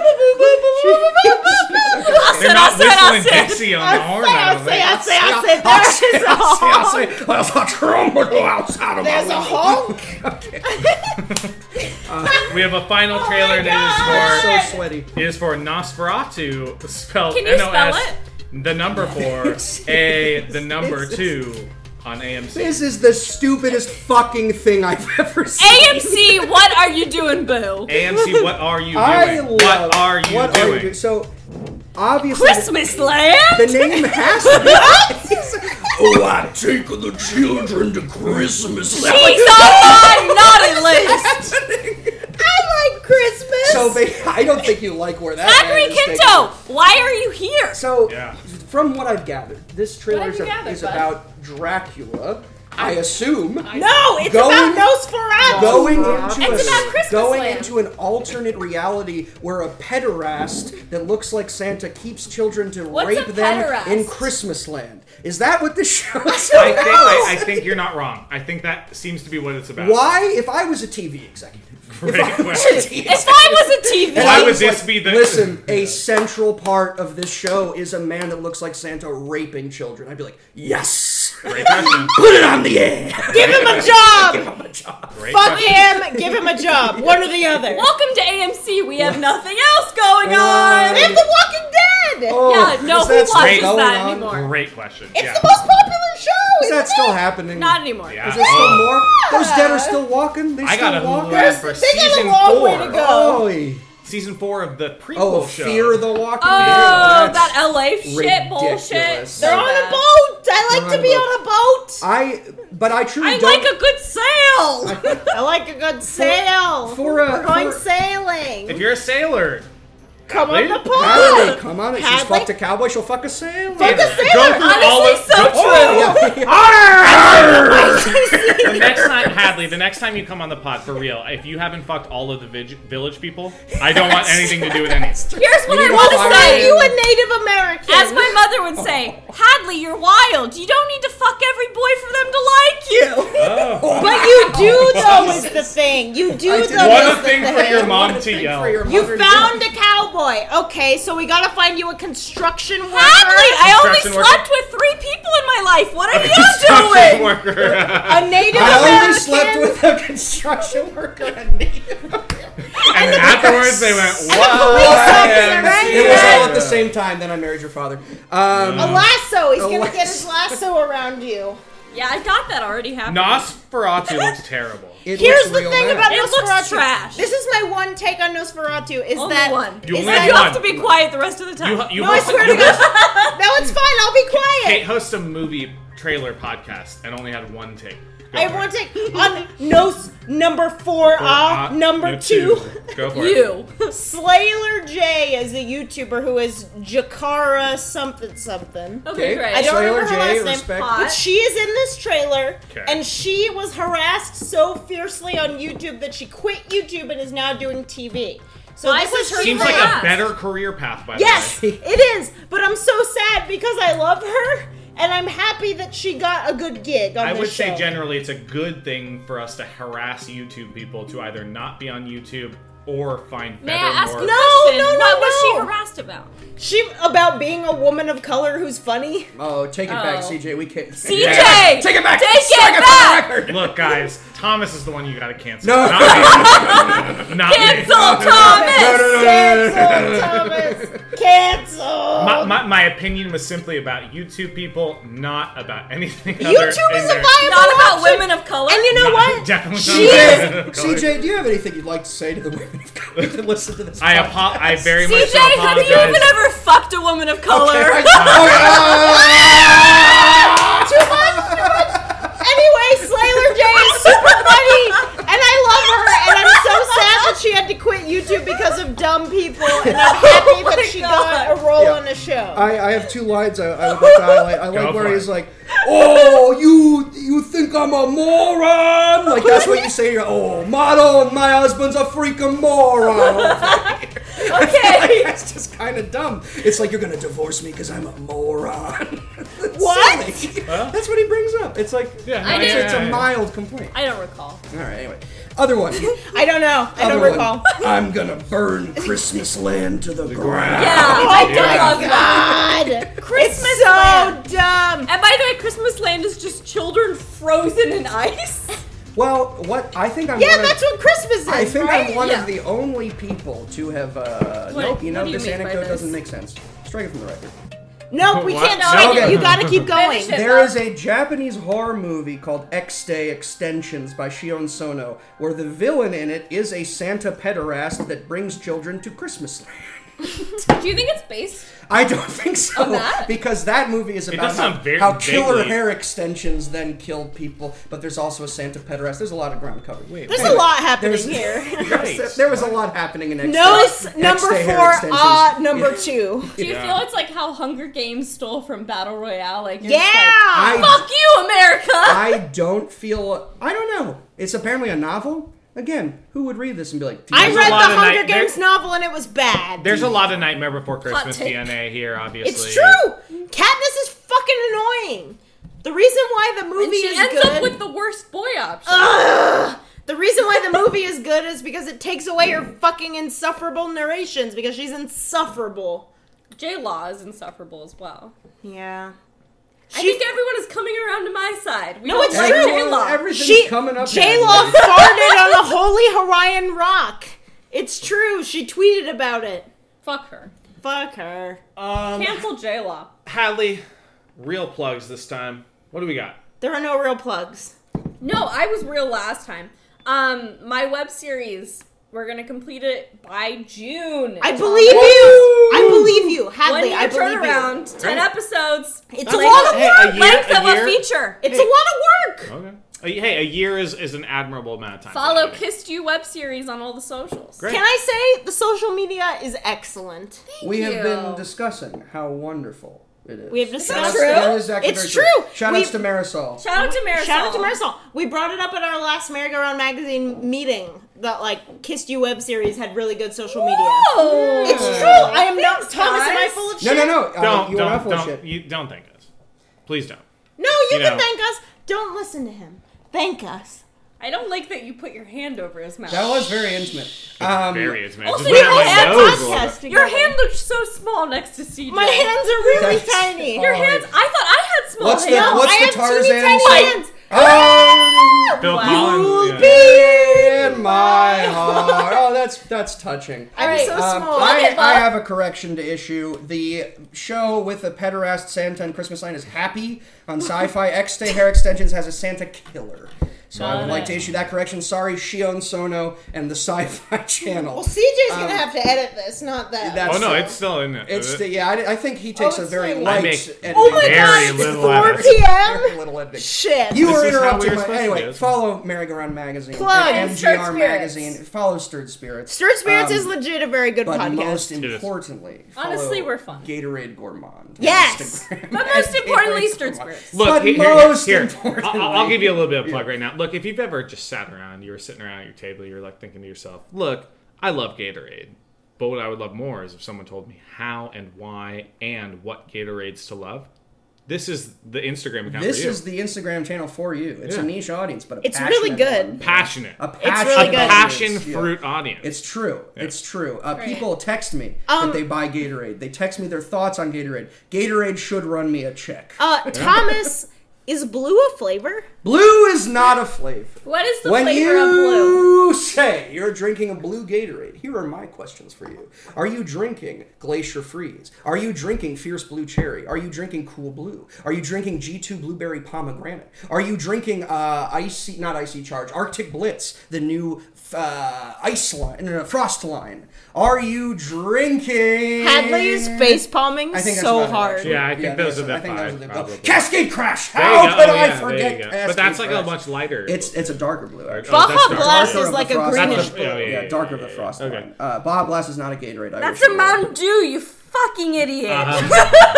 [SPEAKER 9] They're
[SPEAKER 10] Austin,
[SPEAKER 9] not
[SPEAKER 10] Austin,
[SPEAKER 9] whistling
[SPEAKER 10] Austin.
[SPEAKER 9] Dixie on the horn. I don't
[SPEAKER 7] Say,
[SPEAKER 9] think.
[SPEAKER 7] I say, I say, there is a honk.
[SPEAKER 8] I'll say, I'll say, trumble outside of my
[SPEAKER 7] There's a
[SPEAKER 8] window.
[SPEAKER 7] honk.
[SPEAKER 9] We have a final trailer and it is for
[SPEAKER 8] I'm so sweaty.
[SPEAKER 9] It is for Nosferatu, spelled
[SPEAKER 10] Can you
[SPEAKER 9] N O
[SPEAKER 10] spell
[SPEAKER 9] S, the number four, A, the number two on AMC.
[SPEAKER 8] This is the stupidest fucking thing I've ever seen.
[SPEAKER 10] AMC, what are you doing, boo?
[SPEAKER 9] AMC, what are you doing?
[SPEAKER 8] I love.
[SPEAKER 9] what are you
[SPEAKER 8] what
[SPEAKER 9] doing?
[SPEAKER 8] do- so, obviously
[SPEAKER 10] Christmas land?
[SPEAKER 8] The name has to be.
[SPEAKER 3] Oh, I take the children to Christmas.
[SPEAKER 10] She's on my naughty list.
[SPEAKER 7] I like Christmas.
[SPEAKER 8] so they, I don't think you like where that.
[SPEAKER 10] Zachary
[SPEAKER 8] land is taking-
[SPEAKER 10] Quinto, why are you here?
[SPEAKER 8] So, from what I've gathered, this trailer
[SPEAKER 10] have
[SPEAKER 8] is,
[SPEAKER 10] you
[SPEAKER 8] a-
[SPEAKER 10] gathered,
[SPEAKER 8] is
[SPEAKER 10] bud?
[SPEAKER 8] about Dracula. I assume.
[SPEAKER 7] No, it's
[SPEAKER 8] Going-
[SPEAKER 7] about Nosferatu.
[SPEAKER 8] Going into
[SPEAKER 7] it's
[SPEAKER 8] a,
[SPEAKER 7] about Christmas
[SPEAKER 8] going
[SPEAKER 7] land.
[SPEAKER 8] into an alternate reality where a pederast that looks like Santa keeps children to
[SPEAKER 10] What's
[SPEAKER 8] rape
[SPEAKER 10] a
[SPEAKER 8] them
[SPEAKER 10] pederast?
[SPEAKER 8] in Christmas land. Is that what this show is
[SPEAKER 9] I think, I, I
[SPEAKER 8] about?
[SPEAKER 9] think you're not wrong. I think that seems to be what it's about.
[SPEAKER 8] Why? If I was a TV executive,
[SPEAKER 9] Great
[SPEAKER 8] if I was a
[SPEAKER 9] question.
[SPEAKER 8] TV
[SPEAKER 10] If I was a TV,
[SPEAKER 8] And
[SPEAKER 9] Why
[SPEAKER 8] I
[SPEAKER 9] would
[SPEAKER 8] was
[SPEAKER 9] this
[SPEAKER 8] like,
[SPEAKER 9] be the-
[SPEAKER 8] Listen, a central part of this show is a man that looks like Santa raping children. I'd be like, yes,
[SPEAKER 9] Great question.
[SPEAKER 8] put it on the air.
[SPEAKER 7] Give him a job.
[SPEAKER 8] I'm a job.
[SPEAKER 9] Great
[SPEAKER 7] Fuck
[SPEAKER 9] question.
[SPEAKER 7] him. Give him a job. One or the other.
[SPEAKER 10] welcome to AMC. We have nothing else going
[SPEAKER 8] Uh,
[SPEAKER 10] on.
[SPEAKER 7] And The Walking Dead.
[SPEAKER 8] Oh,
[SPEAKER 10] yeah, no,
[SPEAKER 8] is
[SPEAKER 10] who
[SPEAKER 8] that still
[SPEAKER 10] watches
[SPEAKER 8] going
[SPEAKER 10] that
[SPEAKER 8] on?
[SPEAKER 10] anymore?
[SPEAKER 9] Great question.
[SPEAKER 7] It's
[SPEAKER 9] yeah.
[SPEAKER 7] the most popular show.
[SPEAKER 8] Is
[SPEAKER 7] isn't
[SPEAKER 8] that
[SPEAKER 7] it?
[SPEAKER 8] still happening?
[SPEAKER 10] Not anymore.
[SPEAKER 9] Yeah.
[SPEAKER 8] Is there still more? Those dead are still walking. They
[SPEAKER 9] Oh. I
[SPEAKER 8] still
[SPEAKER 9] got a
[SPEAKER 8] walk.
[SPEAKER 9] Hulu
[SPEAKER 8] There's-
[SPEAKER 9] ad for
[SPEAKER 7] they got a
[SPEAKER 9] season
[SPEAKER 7] long way
[SPEAKER 9] four.
[SPEAKER 7] to go.
[SPEAKER 8] Oi.
[SPEAKER 9] Season four of the prequel
[SPEAKER 8] Oh,
[SPEAKER 9] show.
[SPEAKER 8] Fear the Walking
[SPEAKER 10] Oh,
[SPEAKER 8] Dead. That's-
[SPEAKER 10] that LA shit bullshit.
[SPEAKER 8] ridiculous.
[SPEAKER 7] They're on a boat. I like
[SPEAKER 8] They're
[SPEAKER 7] to be
[SPEAKER 8] on a
[SPEAKER 7] on a boat.
[SPEAKER 8] I, but I truly
[SPEAKER 10] I
[SPEAKER 8] don't.
[SPEAKER 10] like a good sale.
[SPEAKER 7] I like a good sail.
[SPEAKER 8] for a-
[SPEAKER 7] We're going
[SPEAKER 8] for-
[SPEAKER 7] sailing.
[SPEAKER 9] If you're a sailor,
[SPEAKER 7] Come on
[SPEAKER 9] Hadley?
[SPEAKER 7] the boat.
[SPEAKER 8] Holiday, come on, it. she's
[SPEAKER 7] Hadley?
[SPEAKER 8] fucked a cowboy. She'll fuck a sailor.
[SPEAKER 7] Fuck a
[SPEAKER 9] go
[SPEAKER 7] sailor.
[SPEAKER 9] through all of
[SPEAKER 10] Honestly, so true.
[SPEAKER 9] the next time, Hadley. The next time you come on the pod, for real, if you haven't fucked all of the vig- village people, I don't want anything to do with any.
[SPEAKER 10] Here's what I
[SPEAKER 8] need
[SPEAKER 10] want
[SPEAKER 8] to
[SPEAKER 10] to
[SPEAKER 8] fire
[SPEAKER 10] say.
[SPEAKER 7] You a Native American.
[SPEAKER 10] As my mother would say, Hadley, you're wild. You don't need to fuck every boy for them to like you.
[SPEAKER 9] Oh.
[SPEAKER 7] But you do though is the thing. You do though
[SPEAKER 8] Oh, I
[SPEAKER 7] is
[SPEAKER 8] did
[SPEAKER 9] What
[SPEAKER 7] the
[SPEAKER 9] a thing
[SPEAKER 7] thing.
[SPEAKER 9] for your
[SPEAKER 8] What
[SPEAKER 9] mom
[SPEAKER 8] a
[SPEAKER 9] to
[SPEAKER 8] thing
[SPEAKER 9] yell.
[SPEAKER 8] for your mother
[SPEAKER 7] You
[SPEAKER 8] to
[SPEAKER 7] found
[SPEAKER 8] do.
[SPEAKER 7] a cowboy. Okay, so we gotta find you a construction worker.
[SPEAKER 10] Hadley, I only
[SPEAKER 9] Construction worker.
[SPEAKER 10] slept with three people in my life. What are you doing?
[SPEAKER 9] Construction worker.
[SPEAKER 7] a Native
[SPEAKER 8] I
[SPEAKER 7] American.
[SPEAKER 8] only slept with a construction worker and native.
[SPEAKER 9] and afterwards, they went, "Whoa!"
[SPEAKER 7] officer, right?
[SPEAKER 8] It was all at the same time. Then I married your father. Um,
[SPEAKER 7] A lasso. He's gonna
[SPEAKER 8] lasso.
[SPEAKER 7] get his lasso around you.
[SPEAKER 10] Yeah, I got that already happened.
[SPEAKER 9] Nosferatu looks terrible.
[SPEAKER 8] it
[SPEAKER 7] Here's
[SPEAKER 8] looks
[SPEAKER 7] the
[SPEAKER 8] real
[SPEAKER 7] thing
[SPEAKER 8] bad.
[SPEAKER 7] about
[SPEAKER 10] It looks
[SPEAKER 7] Nosferatu.
[SPEAKER 10] trash.
[SPEAKER 7] This is my one take on Nosferatu. Is
[SPEAKER 10] Only
[SPEAKER 7] that
[SPEAKER 10] one.
[SPEAKER 9] You
[SPEAKER 7] is
[SPEAKER 9] only
[SPEAKER 7] that-
[SPEAKER 10] You
[SPEAKER 9] one.
[SPEAKER 10] have to be quiet the rest of the time.
[SPEAKER 9] You, you
[SPEAKER 7] No, I
[SPEAKER 9] host,
[SPEAKER 7] swear
[SPEAKER 9] you
[SPEAKER 7] to God.
[SPEAKER 9] host-
[SPEAKER 7] No, it's fine. I'll be
[SPEAKER 9] Kate
[SPEAKER 7] quiet.
[SPEAKER 9] hosts a movie trailer podcast and only had one take. Go
[SPEAKER 7] I
[SPEAKER 9] for
[SPEAKER 7] have one
[SPEAKER 9] it.
[SPEAKER 7] take on Nos number four.
[SPEAKER 9] Or,
[SPEAKER 7] Ah,
[SPEAKER 9] uh,
[SPEAKER 7] number
[SPEAKER 9] no,
[SPEAKER 7] two.
[SPEAKER 9] Go for it.
[SPEAKER 10] You.
[SPEAKER 7] Slayer J is a YouTuber who is Jakara something something.
[SPEAKER 10] Okay,
[SPEAKER 8] Okay.
[SPEAKER 10] great.
[SPEAKER 7] I don't
[SPEAKER 8] Slayer
[SPEAKER 7] remember her
[SPEAKER 8] J,
[SPEAKER 7] last name.
[SPEAKER 8] respect.
[SPEAKER 10] Hot.
[SPEAKER 7] But she is in this trailer,
[SPEAKER 9] Okay.
[SPEAKER 7] and she was harassed so fiercely on YouTube that she quit YouTube and is now doing TV. So
[SPEAKER 10] Why
[SPEAKER 7] this
[SPEAKER 10] was
[SPEAKER 7] is her
[SPEAKER 10] she
[SPEAKER 9] Seems
[SPEAKER 7] thing.
[SPEAKER 9] like a
[SPEAKER 10] Perhaps.
[SPEAKER 9] better career path, by
[SPEAKER 7] Yes,
[SPEAKER 9] the way.
[SPEAKER 7] it is. But I'm so sad because I love her, and I'm happy that she got a good gig on
[SPEAKER 9] I
[SPEAKER 7] this
[SPEAKER 9] would
[SPEAKER 7] show.
[SPEAKER 9] say generally it's a good thing for us to harass YouTube people to either not be on YouTube or find
[SPEAKER 10] May
[SPEAKER 9] better
[SPEAKER 10] I ask
[SPEAKER 9] more.
[SPEAKER 10] a
[SPEAKER 7] No,
[SPEAKER 10] question?
[SPEAKER 7] no, no,
[SPEAKER 10] What was
[SPEAKER 7] no.
[SPEAKER 10] she harassed about?
[SPEAKER 7] she about being a woman of color who's funny.
[SPEAKER 8] Oh, take it back,
[SPEAKER 10] Oh.
[SPEAKER 8] CJ. We can't.
[SPEAKER 10] DJ,
[SPEAKER 8] Take it back.
[SPEAKER 10] Take
[SPEAKER 8] Strike
[SPEAKER 10] it
[SPEAKER 8] it from the
[SPEAKER 10] back.
[SPEAKER 8] record.
[SPEAKER 9] Look, guys, Thomas is the one you gotta cancel.
[SPEAKER 8] No.
[SPEAKER 9] Not me. Not
[SPEAKER 10] Cancel
[SPEAKER 9] me.
[SPEAKER 10] Thomas.
[SPEAKER 8] No, no, no, no, no, no, no,
[SPEAKER 7] Cancel, Thomas. Cancel.
[SPEAKER 9] My, my, my opinion was simply about YouTube people, not about anything other
[SPEAKER 7] YouTube
[SPEAKER 9] in
[SPEAKER 7] is a
[SPEAKER 9] their-
[SPEAKER 7] viable
[SPEAKER 10] Not about
[SPEAKER 7] option.
[SPEAKER 10] women of color.
[SPEAKER 7] And you know
[SPEAKER 9] Not-
[SPEAKER 7] what?
[SPEAKER 9] Definitely
[SPEAKER 7] She
[SPEAKER 9] not
[SPEAKER 8] no.
[SPEAKER 9] about women of color.
[SPEAKER 8] CJ, do you have anything you'd like to say to the women of color that listen to this?
[SPEAKER 9] I,
[SPEAKER 8] podcast?
[SPEAKER 9] apo- I very much
[SPEAKER 10] CJ,
[SPEAKER 9] apologize.
[SPEAKER 10] have you even ever fucked a woman of color?
[SPEAKER 8] Okay, I- oh,
[SPEAKER 7] Too much. Too much. Anyway, Slayer J is super funny, and I love her, and I'm so sad that she had to quit YouTube because of dumb people, and I'm happy that she got a role
[SPEAKER 8] Yeah. Uh,
[SPEAKER 7] on a show.
[SPEAKER 8] I, I have two lines I, I would like to highlight. I like
[SPEAKER 9] Go
[SPEAKER 8] where
[SPEAKER 9] for
[SPEAKER 8] he's
[SPEAKER 9] it.
[SPEAKER 8] like, "Oh, you you think I'm a moron? Like that's what you say. You're, oh, motto, and my husband's a freaking moron.
[SPEAKER 10] okay.
[SPEAKER 8] that's just kind of dumb. It's like you're gonna divorce me because I'm a moron. That's
[SPEAKER 7] What?
[SPEAKER 8] silly. That's what he brings up. It's like
[SPEAKER 9] Yeah,
[SPEAKER 10] I
[SPEAKER 9] no,
[SPEAKER 10] did-
[SPEAKER 9] yeah,
[SPEAKER 8] it's
[SPEAKER 9] yeah,
[SPEAKER 8] a
[SPEAKER 9] yeah.
[SPEAKER 8] mild complaint.
[SPEAKER 10] I don't recall.
[SPEAKER 8] All right, anyway, other one.
[SPEAKER 7] I don't know. I don't
[SPEAKER 8] Other one.
[SPEAKER 7] recall.
[SPEAKER 8] I'm gonna burn Christmas land to the ground.
[SPEAKER 10] Yeah, Oh, I do
[SPEAKER 9] yeah.
[SPEAKER 10] love that.
[SPEAKER 7] God,
[SPEAKER 10] Christmas
[SPEAKER 7] it's so
[SPEAKER 10] land.
[SPEAKER 7] dumb.
[SPEAKER 10] And by the way, Christmas Land is just children frozen in ice.
[SPEAKER 8] Well, what I think I'm
[SPEAKER 7] Yeah,
[SPEAKER 8] gonna-
[SPEAKER 7] that's what Christmas is,
[SPEAKER 8] I think
[SPEAKER 7] right?
[SPEAKER 8] I'm one
[SPEAKER 10] Yeah.
[SPEAKER 8] of the only people to have. Uh,
[SPEAKER 10] What-
[SPEAKER 8] nope, you know
[SPEAKER 10] what do you
[SPEAKER 8] this
[SPEAKER 10] mean by
[SPEAKER 8] anecdote
[SPEAKER 10] this?
[SPEAKER 8] doesn't make sense. Strike it from the record.
[SPEAKER 7] Nope, we
[SPEAKER 9] What?
[SPEAKER 7] can't
[SPEAKER 9] No.
[SPEAKER 7] strike it.
[SPEAKER 8] Okay.
[SPEAKER 7] You gotta keep going.
[SPEAKER 10] Finish it.
[SPEAKER 8] There is a Japanese horror movie called X Day Extensions by Shion Sono, where the villain in it is a Santa pederast that brings children to Christmas land.
[SPEAKER 10] Do you think it's based?
[SPEAKER 8] I don't think
[SPEAKER 7] Oh,
[SPEAKER 8] so
[SPEAKER 10] On that?
[SPEAKER 8] because that movie is
[SPEAKER 9] It
[SPEAKER 8] about
[SPEAKER 9] does
[SPEAKER 8] how,
[SPEAKER 9] sound very
[SPEAKER 8] how killer
[SPEAKER 9] vaguely-
[SPEAKER 8] hair extensions then kill people. But there's also a Santa pederast. There's a lot of ground cover. Wait,
[SPEAKER 7] There's a lot happening here.
[SPEAKER 8] there was a lot happening in X.
[SPEAKER 7] Notice
[SPEAKER 8] X
[SPEAKER 7] number
[SPEAKER 8] Day hair
[SPEAKER 7] four,
[SPEAKER 8] extensions.
[SPEAKER 7] ah, number
[SPEAKER 8] Yeah.
[SPEAKER 7] two.
[SPEAKER 10] Do you
[SPEAKER 8] Yeah.
[SPEAKER 10] feel it's like how Hunger Games stole from Battle Royale? Like, you're
[SPEAKER 7] Yeah!
[SPEAKER 10] just
[SPEAKER 8] I-
[SPEAKER 10] like, fuck you, America.
[SPEAKER 8] I don't feel. I don't know. It's apparently a novel. Again, who would read this and be like?
[SPEAKER 7] I
[SPEAKER 9] There's a
[SPEAKER 7] read
[SPEAKER 9] lot
[SPEAKER 7] the
[SPEAKER 9] of
[SPEAKER 7] Hunger
[SPEAKER 9] night-
[SPEAKER 7] Games
[SPEAKER 9] there-
[SPEAKER 7] novel and it was bad.
[SPEAKER 9] There's a lot of Nightmare Before Christmas
[SPEAKER 7] take.
[SPEAKER 9] DNA here, obviously.
[SPEAKER 7] It's true. Katniss is fucking annoying. The reason why the movie
[SPEAKER 10] she
[SPEAKER 7] is
[SPEAKER 10] ends
[SPEAKER 7] good.
[SPEAKER 10] up with the worst boy option.
[SPEAKER 7] Ugh! The reason why the movie is good is because it takes away her fucking insufferable narrations because she's insufferable.
[SPEAKER 10] J Law is insufferable as well.
[SPEAKER 7] Yeah.
[SPEAKER 10] I
[SPEAKER 7] She-
[SPEAKER 10] think everyone is coming around to my side. We
[SPEAKER 7] No,
[SPEAKER 10] don't
[SPEAKER 7] it's
[SPEAKER 10] like
[SPEAKER 7] true.
[SPEAKER 10] J-Law.
[SPEAKER 8] Everything's coming up.
[SPEAKER 7] J Law farted on a holy Hawaiian rock. It's true. She tweeted about it.
[SPEAKER 10] Fuck her.
[SPEAKER 7] Fuck her.
[SPEAKER 9] Um,
[SPEAKER 10] Cancel J Law.
[SPEAKER 9] Hadley, real plugs this time. What do we got?
[SPEAKER 7] There are no real plugs.
[SPEAKER 10] No, I was real last time. Um, my web series. We're gonna complete it by June.
[SPEAKER 7] I believe you. I believe you,
[SPEAKER 10] One
[SPEAKER 7] Hadley.
[SPEAKER 10] year
[SPEAKER 7] I believe
[SPEAKER 10] turnaround,
[SPEAKER 7] you.
[SPEAKER 10] ten episodes.
[SPEAKER 7] It's a lot of
[SPEAKER 9] Hey, a
[SPEAKER 10] work.
[SPEAKER 9] year-
[SPEAKER 10] length
[SPEAKER 9] a
[SPEAKER 10] of a
[SPEAKER 9] year?
[SPEAKER 10] feature.
[SPEAKER 7] It's a lot of work.
[SPEAKER 9] Okay. Uh, Hey, a year is, is an admirable amount of time.
[SPEAKER 10] Follow Kissed You web series on all the socials.
[SPEAKER 9] Great.
[SPEAKER 7] Can I say the social media is excellent?
[SPEAKER 8] We have been discussing how wonderful it is.
[SPEAKER 7] We have
[SPEAKER 8] That's-
[SPEAKER 7] discussed it.
[SPEAKER 8] that is actually
[SPEAKER 7] It's
[SPEAKER 8] very
[SPEAKER 7] true.
[SPEAKER 8] Shout
[SPEAKER 7] We-
[SPEAKER 8] outs to Marisol.
[SPEAKER 10] Shout out to Marisol.
[SPEAKER 7] Shout out to Marisol. We brought it up at our last merry-go-round magazine meeting that like Kissed You web series had really good social media.
[SPEAKER 10] Whoa.
[SPEAKER 7] It's true. I am not
[SPEAKER 10] Thanks,
[SPEAKER 7] Thomas. Am I
[SPEAKER 10] guys.
[SPEAKER 7] full of
[SPEAKER 8] No, no,
[SPEAKER 7] shit?
[SPEAKER 8] no. uh,
[SPEAKER 9] Don't,
[SPEAKER 8] you were not
[SPEAKER 9] don't,
[SPEAKER 8] full of
[SPEAKER 9] don't,
[SPEAKER 8] shit.
[SPEAKER 9] You, don't thank us. Please don't.
[SPEAKER 7] No, you,
[SPEAKER 9] You
[SPEAKER 7] can
[SPEAKER 9] know.
[SPEAKER 7] thank us. Don't listen to him. Thank us.
[SPEAKER 10] I don't like that you put your hand over his mouth.
[SPEAKER 8] That was very intimate. Um,
[SPEAKER 9] Very is, man.
[SPEAKER 10] Also,
[SPEAKER 9] Just went
[SPEAKER 10] you
[SPEAKER 9] on my
[SPEAKER 10] had
[SPEAKER 8] Oh,
[SPEAKER 9] nose a little
[SPEAKER 7] podcast
[SPEAKER 9] bit.
[SPEAKER 10] Your hand looked so small next to CJ.
[SPEAKER 7] My hands are really
[SPEAKER 8] That's-
[SPEAKER 7] tiny.
[SPEAKER 10] Your hands. I thought I had small
[SPEAKER 8] What's the
[SPEAKER 10] hands.
[SPEAKER 8] what's
[SPEAKER 7] I
[SPEAKER 8] the
[SPEAKER 7] have
[SPEAKER 8] Tarzan?
[SPEAKER 7] teeny tiny
[SPEAKER 8] song?
[SPEAKER 7] hands.
[SPEAKER 8] Oh,
[SPEAKER 9] Bill
[SPEAKER 10] Wow.
[SPEAKER 9] Collins. yeah.
[SPEAKER 8] be in my heart. Oh, that's that's touching.
[SPEAKER 7] I'm
[SPEAKER 10] Alright,
[SPEAKER 7] so
[SPEAKER 8] Um,
[SPEAKER 7] small.
[SPEAKER 8] I,
[SPEAKER 10] Bob.
[SPEAKER 8] I have a correction to issue. The show with the pederast Santa and Christmas line is Happy on Sci-Fi. X Day Hair Extensions has a Santa killer. So I would like to issue that correction. Sorry, Shion Sono and the Sci-Fi Channel.
[SPEAKER 7] Well, CJ's gonna
[SPEAKER 8] Um,
[SPEAKER 7] have to edit this, not that.
[SPEAKER 8] that's-
[SPEAKER 9] Oh, no,
[SPEAKER 8] So-
[SPEAKER 9] it's still in there.
[SPEAKER 8] It's
[SPEAKER 9] Uh,
[SPEAKER 8] the, yeah. I, I think he takes
[SPEAKER 7] Oh,
[SPEAKER 8] a
[SPEAKER 7] it's
[SPEAKER 8] very
[SPEAKER 7] like-
[SPEAKER 9] I
[SPEAKER 8] light.
[SPEAKER 9] make
[SPEAKER 8] editing.
[SPEAKER 7] oh my
[SPEAKER 9] Very
[SPEAKER 7] god!
[SPEAKER 9] little
[SPEAKER 7] It's
[SPEAKER 9] edits.
[SPEAKER 7] 4 p.m.
[SPEAKER 8] Very little editing.
[SPEAKER 7] Shit.
[SPEAKER 8] You were
[SPEAKER 9] is how we
[SPEAKER 8] interrupting.
[SPEAKER 9] were
[SPEAKER 8] my,
[SPEAKER 9] supposed to do
[SPEAKER 8] anyway,
[SPEAKER 9] it.
[SPEAKER 8] follow Merry-Go-Round Magazine,
[SPEAKER 7] Plug.
[SPEAKER 8] and
[SPEAKER 10] Stirred
[SPEAKER 8] MGR
[SPEAKER 10] Spirits.
[SPEAKER 8] Magazine. Follow Stirred Spirits.
[SPEAKER 7] Stirred Spirits
[SPEAKER 8] Um,
[SPEAKER 7] is legit a very good
[SPEAKER 8] But
[SPEAKER 7] podcast.
[SPEAKER 8] most
[SPEAKER 9] is.
[SPEAKER 8] importantly,
[SPEAKER 10] Honestly,
[SPEAKER 8] follow
[SPEAKER 10] we're fun.
[SPEAKER 8] Gatorade Gourmand. on
[SPEAKER 7] Yes!
[SPEAKER 8] Instagram.
[SPEAKER 10] But most importantly,
[SPEAKER 8] Gatorade
[SPEAKER 10] Sturz
[SPEAKER 8] Gourmand.
[SPEAKER 10] Spirits.
[SPEAKER 9] Look,
[SPEAKER 8] But
[SPEAKER 9] he- here,
[SPEAKER 8] most
[SPEAKER 9] here, Uh-uh.
[SPEAKER 8] importantly-
[SPEAKER 9] I'll, I'll- I'll give you a little bit of plug right now. Look, if you've ever just sat around, you were sitting around at your table, you're like thinking to yourself, "Look, I love Gatorade, but what I would love more is if someone told me how and why and what Gatorades to love." This is the Instagram account
[SPEAKER 8] This
[SPEAKER 9] for you.
[SPEAKER 8] is the Instagram channel for you. It's a
[SPEAKER 9] Yeah.
[SPEAKER 8] niche audience, but a
[SPEAKER 7] It's really
[SPEAKER 8] passionate
[SPEAKER 7] good.
[SPEAKER 8] one.
[SPEAKER 9] passionate,
[SPEAKER 8] A
[SPEAKER 7] really
[SPEAKER 8] passion,
[SPEAKER 9] a
[SPEAKER 7] good.
[SPEAKER 9] passion
[SPEAKER 8] audience, yeah.
[SPEAKER 9] fruit audience.
[SPEAKER 8] It's true. It's true. Uh,
[SPEAKER 10] Right.
[SPEAKER 8] people text me
[SPEAKER 7] Um,
[SPEAKER 8] that they buy Gatorade. They text me their thoughts on Gatorade. Gatorade should run me a check.
[SPEAKER 7] Uh, Thomas, is blue a flavor?
[SPEAKER 8] blue is not a flavor.
[SPEAKER 10] What is the
[SPEAKER 8] when
[SPEAKER 10] flavor
[SPEAKER 8] you
[SPEAKER 10] of blue?
[SPEAKER 8] say you're drinking a blue Gatorade, here are my questions for you. Are you drinking Glacier Freeze? Are you drinking Fierce Blue Cherry? Are you drinking Cool Blue? Are you drinking G2 Blueberry Pomegranate? Are you drinking uh, Icy, not Icy Charge, Arctic Blitz, the new uh, ice line, no, no, frost line? Are you drinking.
[SPEAKER 7] Hadley is face palming
[SPEAKER 8] I think that's
[SPEAKER 7] so
[SPEAKER 8] about it,
[SPEAKER 7] hard.
[SPEAKER 8] actually.
[SPEAKER 9] Yeah, I think those
[SPEAKER 8] that's-
[SPEAKER 9] are the
[SPEAKER 8] I think those
[SPEAKER 9] five,
[SPEAKER 8] are the-
[SPEAKER 9] probably.
[SPEAKER 8] Cascade Crash!
[SPEAKER 9] There you
[SPEAKER 8] How
[SPEAKER 9] go.
[SPEAKER 8] could
[SPEAKER 9] Oh,
[SPEAKER 8] I
[SPEAKER 9] yeah, there
[SPEAKER 8] forget
[SPEAKER 9] you go.
[SPEAKER 8] Cascade
[SPEAKER 9] But that's like a
[SPEAKER 8] Crash?
[SPEAKER 9] much lighter.
[SPEAKER 8] It's it's a darker blue. Actually.
[SPEAKER 9] Oh,
[SPEAKER 7] Baja
[SPEAKER 9] that's dark.
[SPEAKER 7] Blast
[SPEAKER 8] Darker
[SPEAKER 7] is
[SPEAKER 8] of
[SPEAKER 7] like
[SPEAKER 8] the
[SPEAKER 7] a
[SPEAKER 8] frost
[SPEAKER 7] greenish
[SPEAKER 8] line.
[SPEAKER 9] blue. Yeah, yeah,
[SPEAKER 8] Yeah,
[SPEAKER 9] yeah,
[SPEAKER 8] darker
[SPEAKER 9] yeah,
[SPEAKER 8] of the
[SPEAKER 9] yeah,
[SPEAKER 8] frost
[SPEAKER 9] yeah.
[SPEAKER 8] line.
[SPEAKER 9] Okay.
[SPEAKER 8] Uh, Bob Blast is not a Gatorade. I
[SPEAKER 10] That's
[SPEAKER 8] wish it
[SPEAKER 10] a
[SPEAKER 8] were.
[SPEAKER 10] Mountain Dew, you fucking idiot.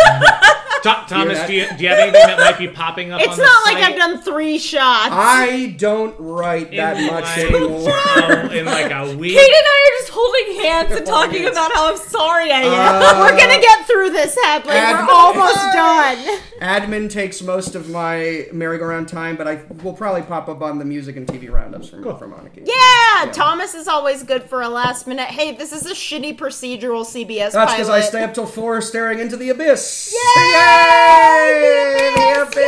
[SPEAKER 9] Th-
[SPEAKER 8] You're
[SPEAKER 9] Thomas,
[SPEAKER 8] not-
[SPEAKER 9] do you, do you have anything that might be popping up?
[SPEAKER 7] It's
[SPEAKER 9] on the
[SPEAKER 7] not like
[SPEAKER 9] site?
[SPEAKER 7] I've done three shots.
[SPEAKER 8] I don't write that
[SPEAKER 9] in
[SPEAKER 8] much
[SPEAKER 9] like,
[SPEAKER 8] anymore.
[SPEAKER 9] oh, in like a week.
[SPEAKER 10] Kate and I are just holding hands and talking about how I'm sorry I am.
[SPEAKER 7] We're gonna get through this, Hadley.
[SPEAKER 8] uh, Hadley.
[SPEAKER 7] We're almost done.
[SPEAKER 8] Admin takes most of my merry-go-round time, but I will probably pop up on the music and TV roundups from from Anarchy.
[SPEAKER 7] Yeah, Thomas is always good for a last minute. Hey, this is a shitty procedural CBS
[SPEAKER 8] That's
[SPEAKER 7] pilot.
[SPEAKER 8] because I stay up till four staring into the abyss.
[SPEAKER 7] Yay!
[SPEAKER 8] Yay! Yay!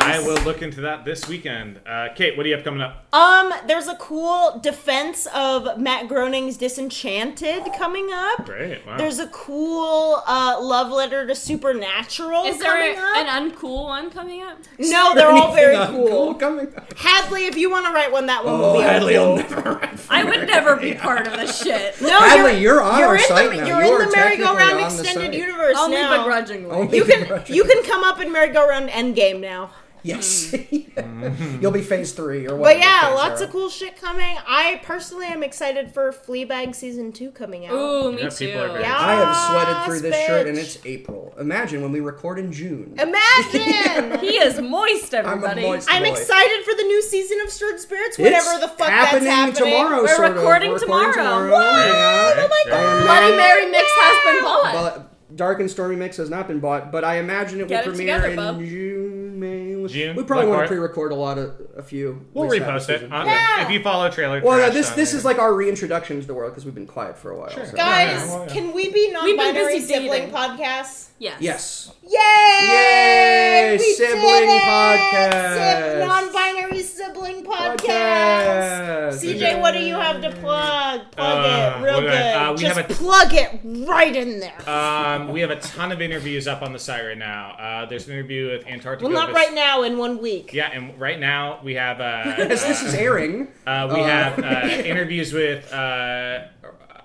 [SPEAKER 9] I will We'll look into that this weekend. Uh, Kate, what do you have coming up?
[SPEAKER 7] Um, there's a cool defense of Matt Groening's Disenchanted coming up.
[SPEAKER 9] Great. Wow.
[SPEAKER 7] There's a cool uh, love letter to Supernatural
[SPEAKER 10] Is
[SPEAKER 7] coming
[SPEAKER 10] there
[SPEAKER 7] up.
[SPEAKER 10] an uncool one coming up?
[SPEAKER 7] No, they're all very
[SPEAKER 8] Anything
[SPEAKER 7] cool.
[SPEAKER 8] uncool coming
[SPEAKER 7] Hadley, if you want to write one, that one
[SPEAKER 8] Oh,
[SPEAKER 7] will be
[SPEAKER 8] Hadley,
[SPEAKER 7] uncool.
[SPEAKER 8] I'll never.
[SPEAKER 10] I would never be part of this shit.
[SPEAKER 7] No,
[SPEAKER 8] Hadley, you're on our
[SPEAKER 7] in
[SPEAKER 8] site
[SPEAKER 7] the,
[SPEAKER 8] now.
[SPEAKER 7] Oh, You're
[SPEAKER 8] You are
[SPEAKER 7] in the
[SPEAKER 8] technically
[SPEAKER 7] merry-go-round
[SPEAKER 8] on the
[SPEAKER 7] extended
[SPEAKER 8] site.
[SPEAKER 7] universe
[SPEAKER 10] Only
[SPEAKER 7] now.
[SPEAKER 10] begrudgingly.
[SPEAKER 8] Only
[SPEAKER 7] you can you can come up in merry-go-round Endgame now.
[SPEAKER 8] Yes.
[SPEAKER 9] Mm-hmm.
[SPEAKER 8] You'll be phase three or
[SPEAKER 7] But
[SPEAKER 8] whatever.
[SPEAKER 7] yeah,
[SPEAKER 8] phase
[SPEAKER 7] lots
[SPEAKER 8] are.
[SPEAKER 7] of cool shit coming. I personally am excited for Fleabag season two coming out.
[SPEAKER 8] Oh
[SPEAKER 10] Ooh, me
[SPEAKER 9] Yeah,
[SPEAKER 10] too.
[SPEAKER 9] people are very-
[SPEAKER 7] Yeah.
[SPEAKER 8] I have sweated
[SPEAKER 7] Yes,
[SPEAKER 8] through this shirt and
[SPEAKER 7] bitch.
[SPEAKER 8] it's April. Imagine when we record in June.
[SPEAKER 7] Imagine!
[SPEAKER 10] He is moist, everybody.
[SPEAKER 8] moist-
[SPEAKER 7] I'm
[SPEAKER 8] Boy.
[SPEAKER 7] excited for the new season of Stirred Spirits, whatever the fuck
[SPEAKER 8] happening
[SPEAKER 7] that's happening.
[SPEAKER 8] tomorrow.
[SPEAKER 10] We're
[SPEAKER 8] sort of.
[SPEAKER 10] recording tomorrow. What?
[SPEAKER 8] Yeah.
[SPEAKER 9] my
[SPEAKER 8] God.
[SPEAKER 10] Bloody Mary mix has been bought.
[SPEAKER 8] Well, Dark and Stormy Mix has not been bought, but I imagine it
[SPEAKER 10] Get it
[SPEAKER 8] will premiere
[SPEAKER 10] together,
[SPEAKER 8] in
[SPEAKER 10] bub.
[SPEAKER 8] June, May.
[SPEAKER 9] June,
[SPEAKER 8] We probably
[SPEAKER 9] look
[SPEAKER 8] want to
[SPEAKER 9] for it.
[SPEAKER 8] pre-record a lot of a few.
[SPEAKER 9] We'll
[SPEAKER 8] at least half
[SPEAKER 9] repost
[SPEAKER 8] the
[SPEAKER 9] it.
[SPEAKER 8] season.
[SPEAKER 9] Uh,
[SPEAKER 7] Yeah.
[SPEAKER 9] If you follow trailer,
[SPEAKER 8] Well, no,
[SPEAKER 9] Trash
[SPEAKER 8] this
[SPEAKER 9] on
[SPEAKER 8] this
[SPEAKER 9] there.
[SPEAKER 8] is like our reintroduction to the world because we've been quiet for a while. so-
[SPEAKER 7] Guys,
[SPEAKER 9] Yeah, yeah.
[SPEAKER 7] can we be
[SPEAKER 10] been
[SPEAKER 7] non-binary
[SPEAKER 10] busy dating.
[SPEAKER 7] sibling podcasts?
[SPEAKER 10] Yes.
[SPEAKER 8] Yes.
[SPEAKER 7] Yay!
[SPEAKER 8] Yay!
[SPEAKER 7] We
[SPEAKER 8] Sibling
[SPEAKER 7] did it!
[SPEAKER 8] podcast.
[SPEAKER 7] Sib- non-binary sibling podcast.
[SPEAKER 8] Podcast.
[SPEAKER 7] CJ, what do you have to plug? Plug
[SPEAKER 9] Uh,
[SPEAKER 7] it real
[SPEAKER 9] what do
[SPEAKER 7] good.
[SPEAKER 9] I- uh, we
[SPEAKER 7] Just
[SPEAKER 9] have a-
[SPEAKER 7] plug it right in there.
[SPEAKER 9] Um, we have a ton of interviews up on the site right now. Uh, there's an interview with Antarctica.
[SPEAKER 7] well, not
[SPEAKER 9] Vis-
[SPEAKER 7] right now. In one week.
[SPEAKER 9] Yeah, and right now we have uh,
[SPEAKER 8] As this is airing,
[SPEAKER 9] uh, we
[SPEAKER 8] Uh.
[SPEAKER 9] have uh, interviews with uh,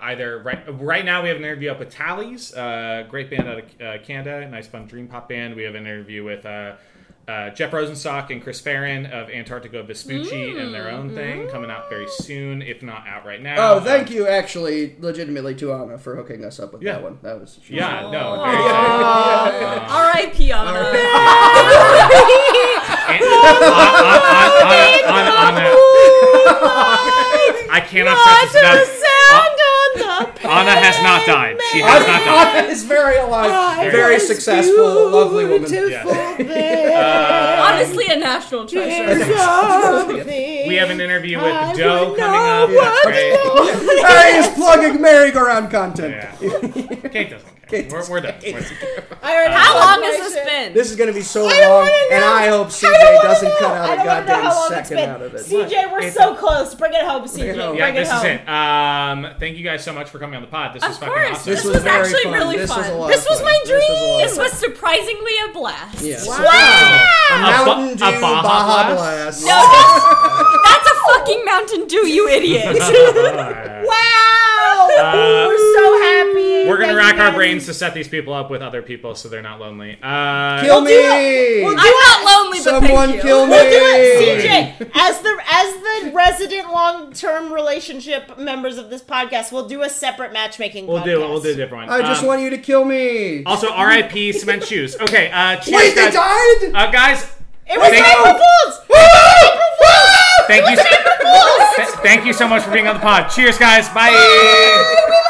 [SPEAKER 9] either right right now we have an interview up with Tallies, uh, great band out of uh, Canada, nice fun dream pop band. We have an interview with. Uh, uh, Jeff Rosenstock and Chris Farron of Antarctica Vespucci and their own thing coming out very soon, if not out right now.
[SPEAKER 8] oh, thank you, actually, legitimately, to Anna for hooking us up with
[SPEAKER 9] Yeah.
[SPEAKER 8] that one. That was she
[SPEAKER 9] Yeah,
[SPEAKER 8] was-
[SPEAKER 9] no, very excited.
[SPEAKER 10] R.I.P. Anna.
[SPEAKER 9] And- uh, on- on- on- on- on- on- I cannot stress this enough.
[SPEAKER 8] Oh.
[SPEAKER 9] Anna has not died. She has not died.
[SPEAKER 8] Anna is very
[SPEAKER 7] Oh,
[SPEAKER 8] alive,
[SPEAKER 9] I
[SPEAKER 8] very
[SPEAKER 9] was
[SPEAKER 8] successful, lovely woman.
[SPEAKER 9] Uh,
[SPEAKER 10] Honestly, a national treasure.
[SPEAKER 9] We have an interview with
[SPEAKER 7] I
[SPEAKER 9] Doe
[SPEAKER 7] would
[SPEAKER 9] coming up. That's great.
[SPEAKER 8] Harry is plugging merry-go-round content.
[SPEAKER 9] Yeah. Kate doesn't care. We're, we're done. We're done.
[SPEAKER 7] I already
[SPEAKER 10] How
[SPEAKER 7] plugged
[SPEAKER 10] long
[SPEAKER 7] my
[SPEAKER 10] has
[SPEAKER 7] shit.
[SPEAKER 10] this been?
[SPEAKER 8] This is going to be so
[SPEAKER 7] I don't
[SPEAKER 8] long,
[SPEAKER 7] wanna
[SPEAKER 8] and
[SPEAKER 7] know.
[SPEAKER 8] I hope CJ
[SPEAKER 7] I don't wanna
[SPEAKER 8] doesn't
[SPEAKER 7] know.
[SPEAKER 8] cut out
[SPEAKER 7] I
[SPEAKER 8] a
[SPEAKER 7] don't wanna know
[SPEAKER 8] goddamn
[SPEAKER 7] how long it's
[SPEAKER 8] second
[SPEAKER 7] been.
[SPEAKER 8] out of it.
[SPEAKER 7] CJ, we're
[SPEAKER 9] It's-
[SPEAKER 7] so close. Bring it home, CJ.
[SPEAKER 8] home.
[SPEAKER 9] Yeah,
[SPEAKER 7] Bring
[SPEAKER 9] this
[SPEAKER 7] it
[SPEAKER 9] is
[SPEAKER 7] home.
[SPEAKER 9] it. Um, thank you guys so much for coming on the pod. This
[SPEAKER 10] Of
[SPEAKER 9] was fucking
[SPEAKER 10] course.
[SPEAKER 9] awesome.
[SPEAKER 10] This was
[SPEAKER 8] very
[SPEAKER 10] actually
[SPEAKER 8] fun.
[SPEAKER 10] really
[SPEAKER 8] this Was a
[SPEAKER 10] fun.
[SPEAKER 8] lot
[SPEAKER 7] This
[SPEAKER 8] of
[SPEAKER 7] was
[SPEAKER 8] fun.
[SPEAKER 7] my
[SPEAKER 8] This was a lot of
[SPEAKER 10] This
[SPEAKER 8] fun.
[SPEAKER 10] was surprisingly a blast.
[SPEAKER 8] Yes.
[SPEAKER 9] Wow.
[SPEAKER 8] A Mountain Dew
[SPEAKER 9] Ba- a Baja
[SPEAKER 8] Baja
[SPEAKER 9] Blast?
[SPEAKER 8] Blast.
[SPEAKER 10] No, that's, that's a fucking Mountain Dew, you idiot.
[SPEAKER 7] Wow!
[SPEAKER 9] Uh,
[SPEAKER 7] we're so happy.
[SPEAKER 9] We're gonna
[SPEAKER 7] Thank
[SPEAKER 9] rack
[SPEAKER 7] you
[SPEAKER 9] our
[SPEAKER 7] guys.
[SPEAKER 9] brains to set these people up with other people so they're not lonely. Uh,
[SPEAKER 8] Kill
[SPEAKER 7] it. We'll
[SPEAKER 8] me!
[SPEAKER 7] do
[SPEAKER 10] I'm not lonely, but
[SPEAKER 8] Someone
[SPEAKER 10] thank you.
[SPEAKER 8] kill me!
[SPEAKER 7] We'll do it, CJ. As the as the resident long term relationship members of this podcast, we'll do a separate matchmaking.
[SPEAKER 9] We'll do it.
[SPEAKER 7] podcast.
[SPEAKER 9] We'll do a different one.
[SPEAKER 8] I just
[SPEAKER 9] Um,
[SPEAKER 8] want you to kill me.
[SPEAKER 9] Also, R.I.P. Cement Shoes. Okay, uh, cheers,
[SPEAKER 8] Wait, they
[SPEAKER 9] guys.
[SPEAKER 8] died?
[SPEAKER 9] Uh, guys,
[SPEAKER 7] It was
[SPEAKER 9] Thank
[SPEAKER 7] April
[SPEAKER 9] you.
[SPEAKER 7] Fools.
[SPEAKER 9] thank you. th- thank you so much for being on the pod. Cheers, guys. Bye.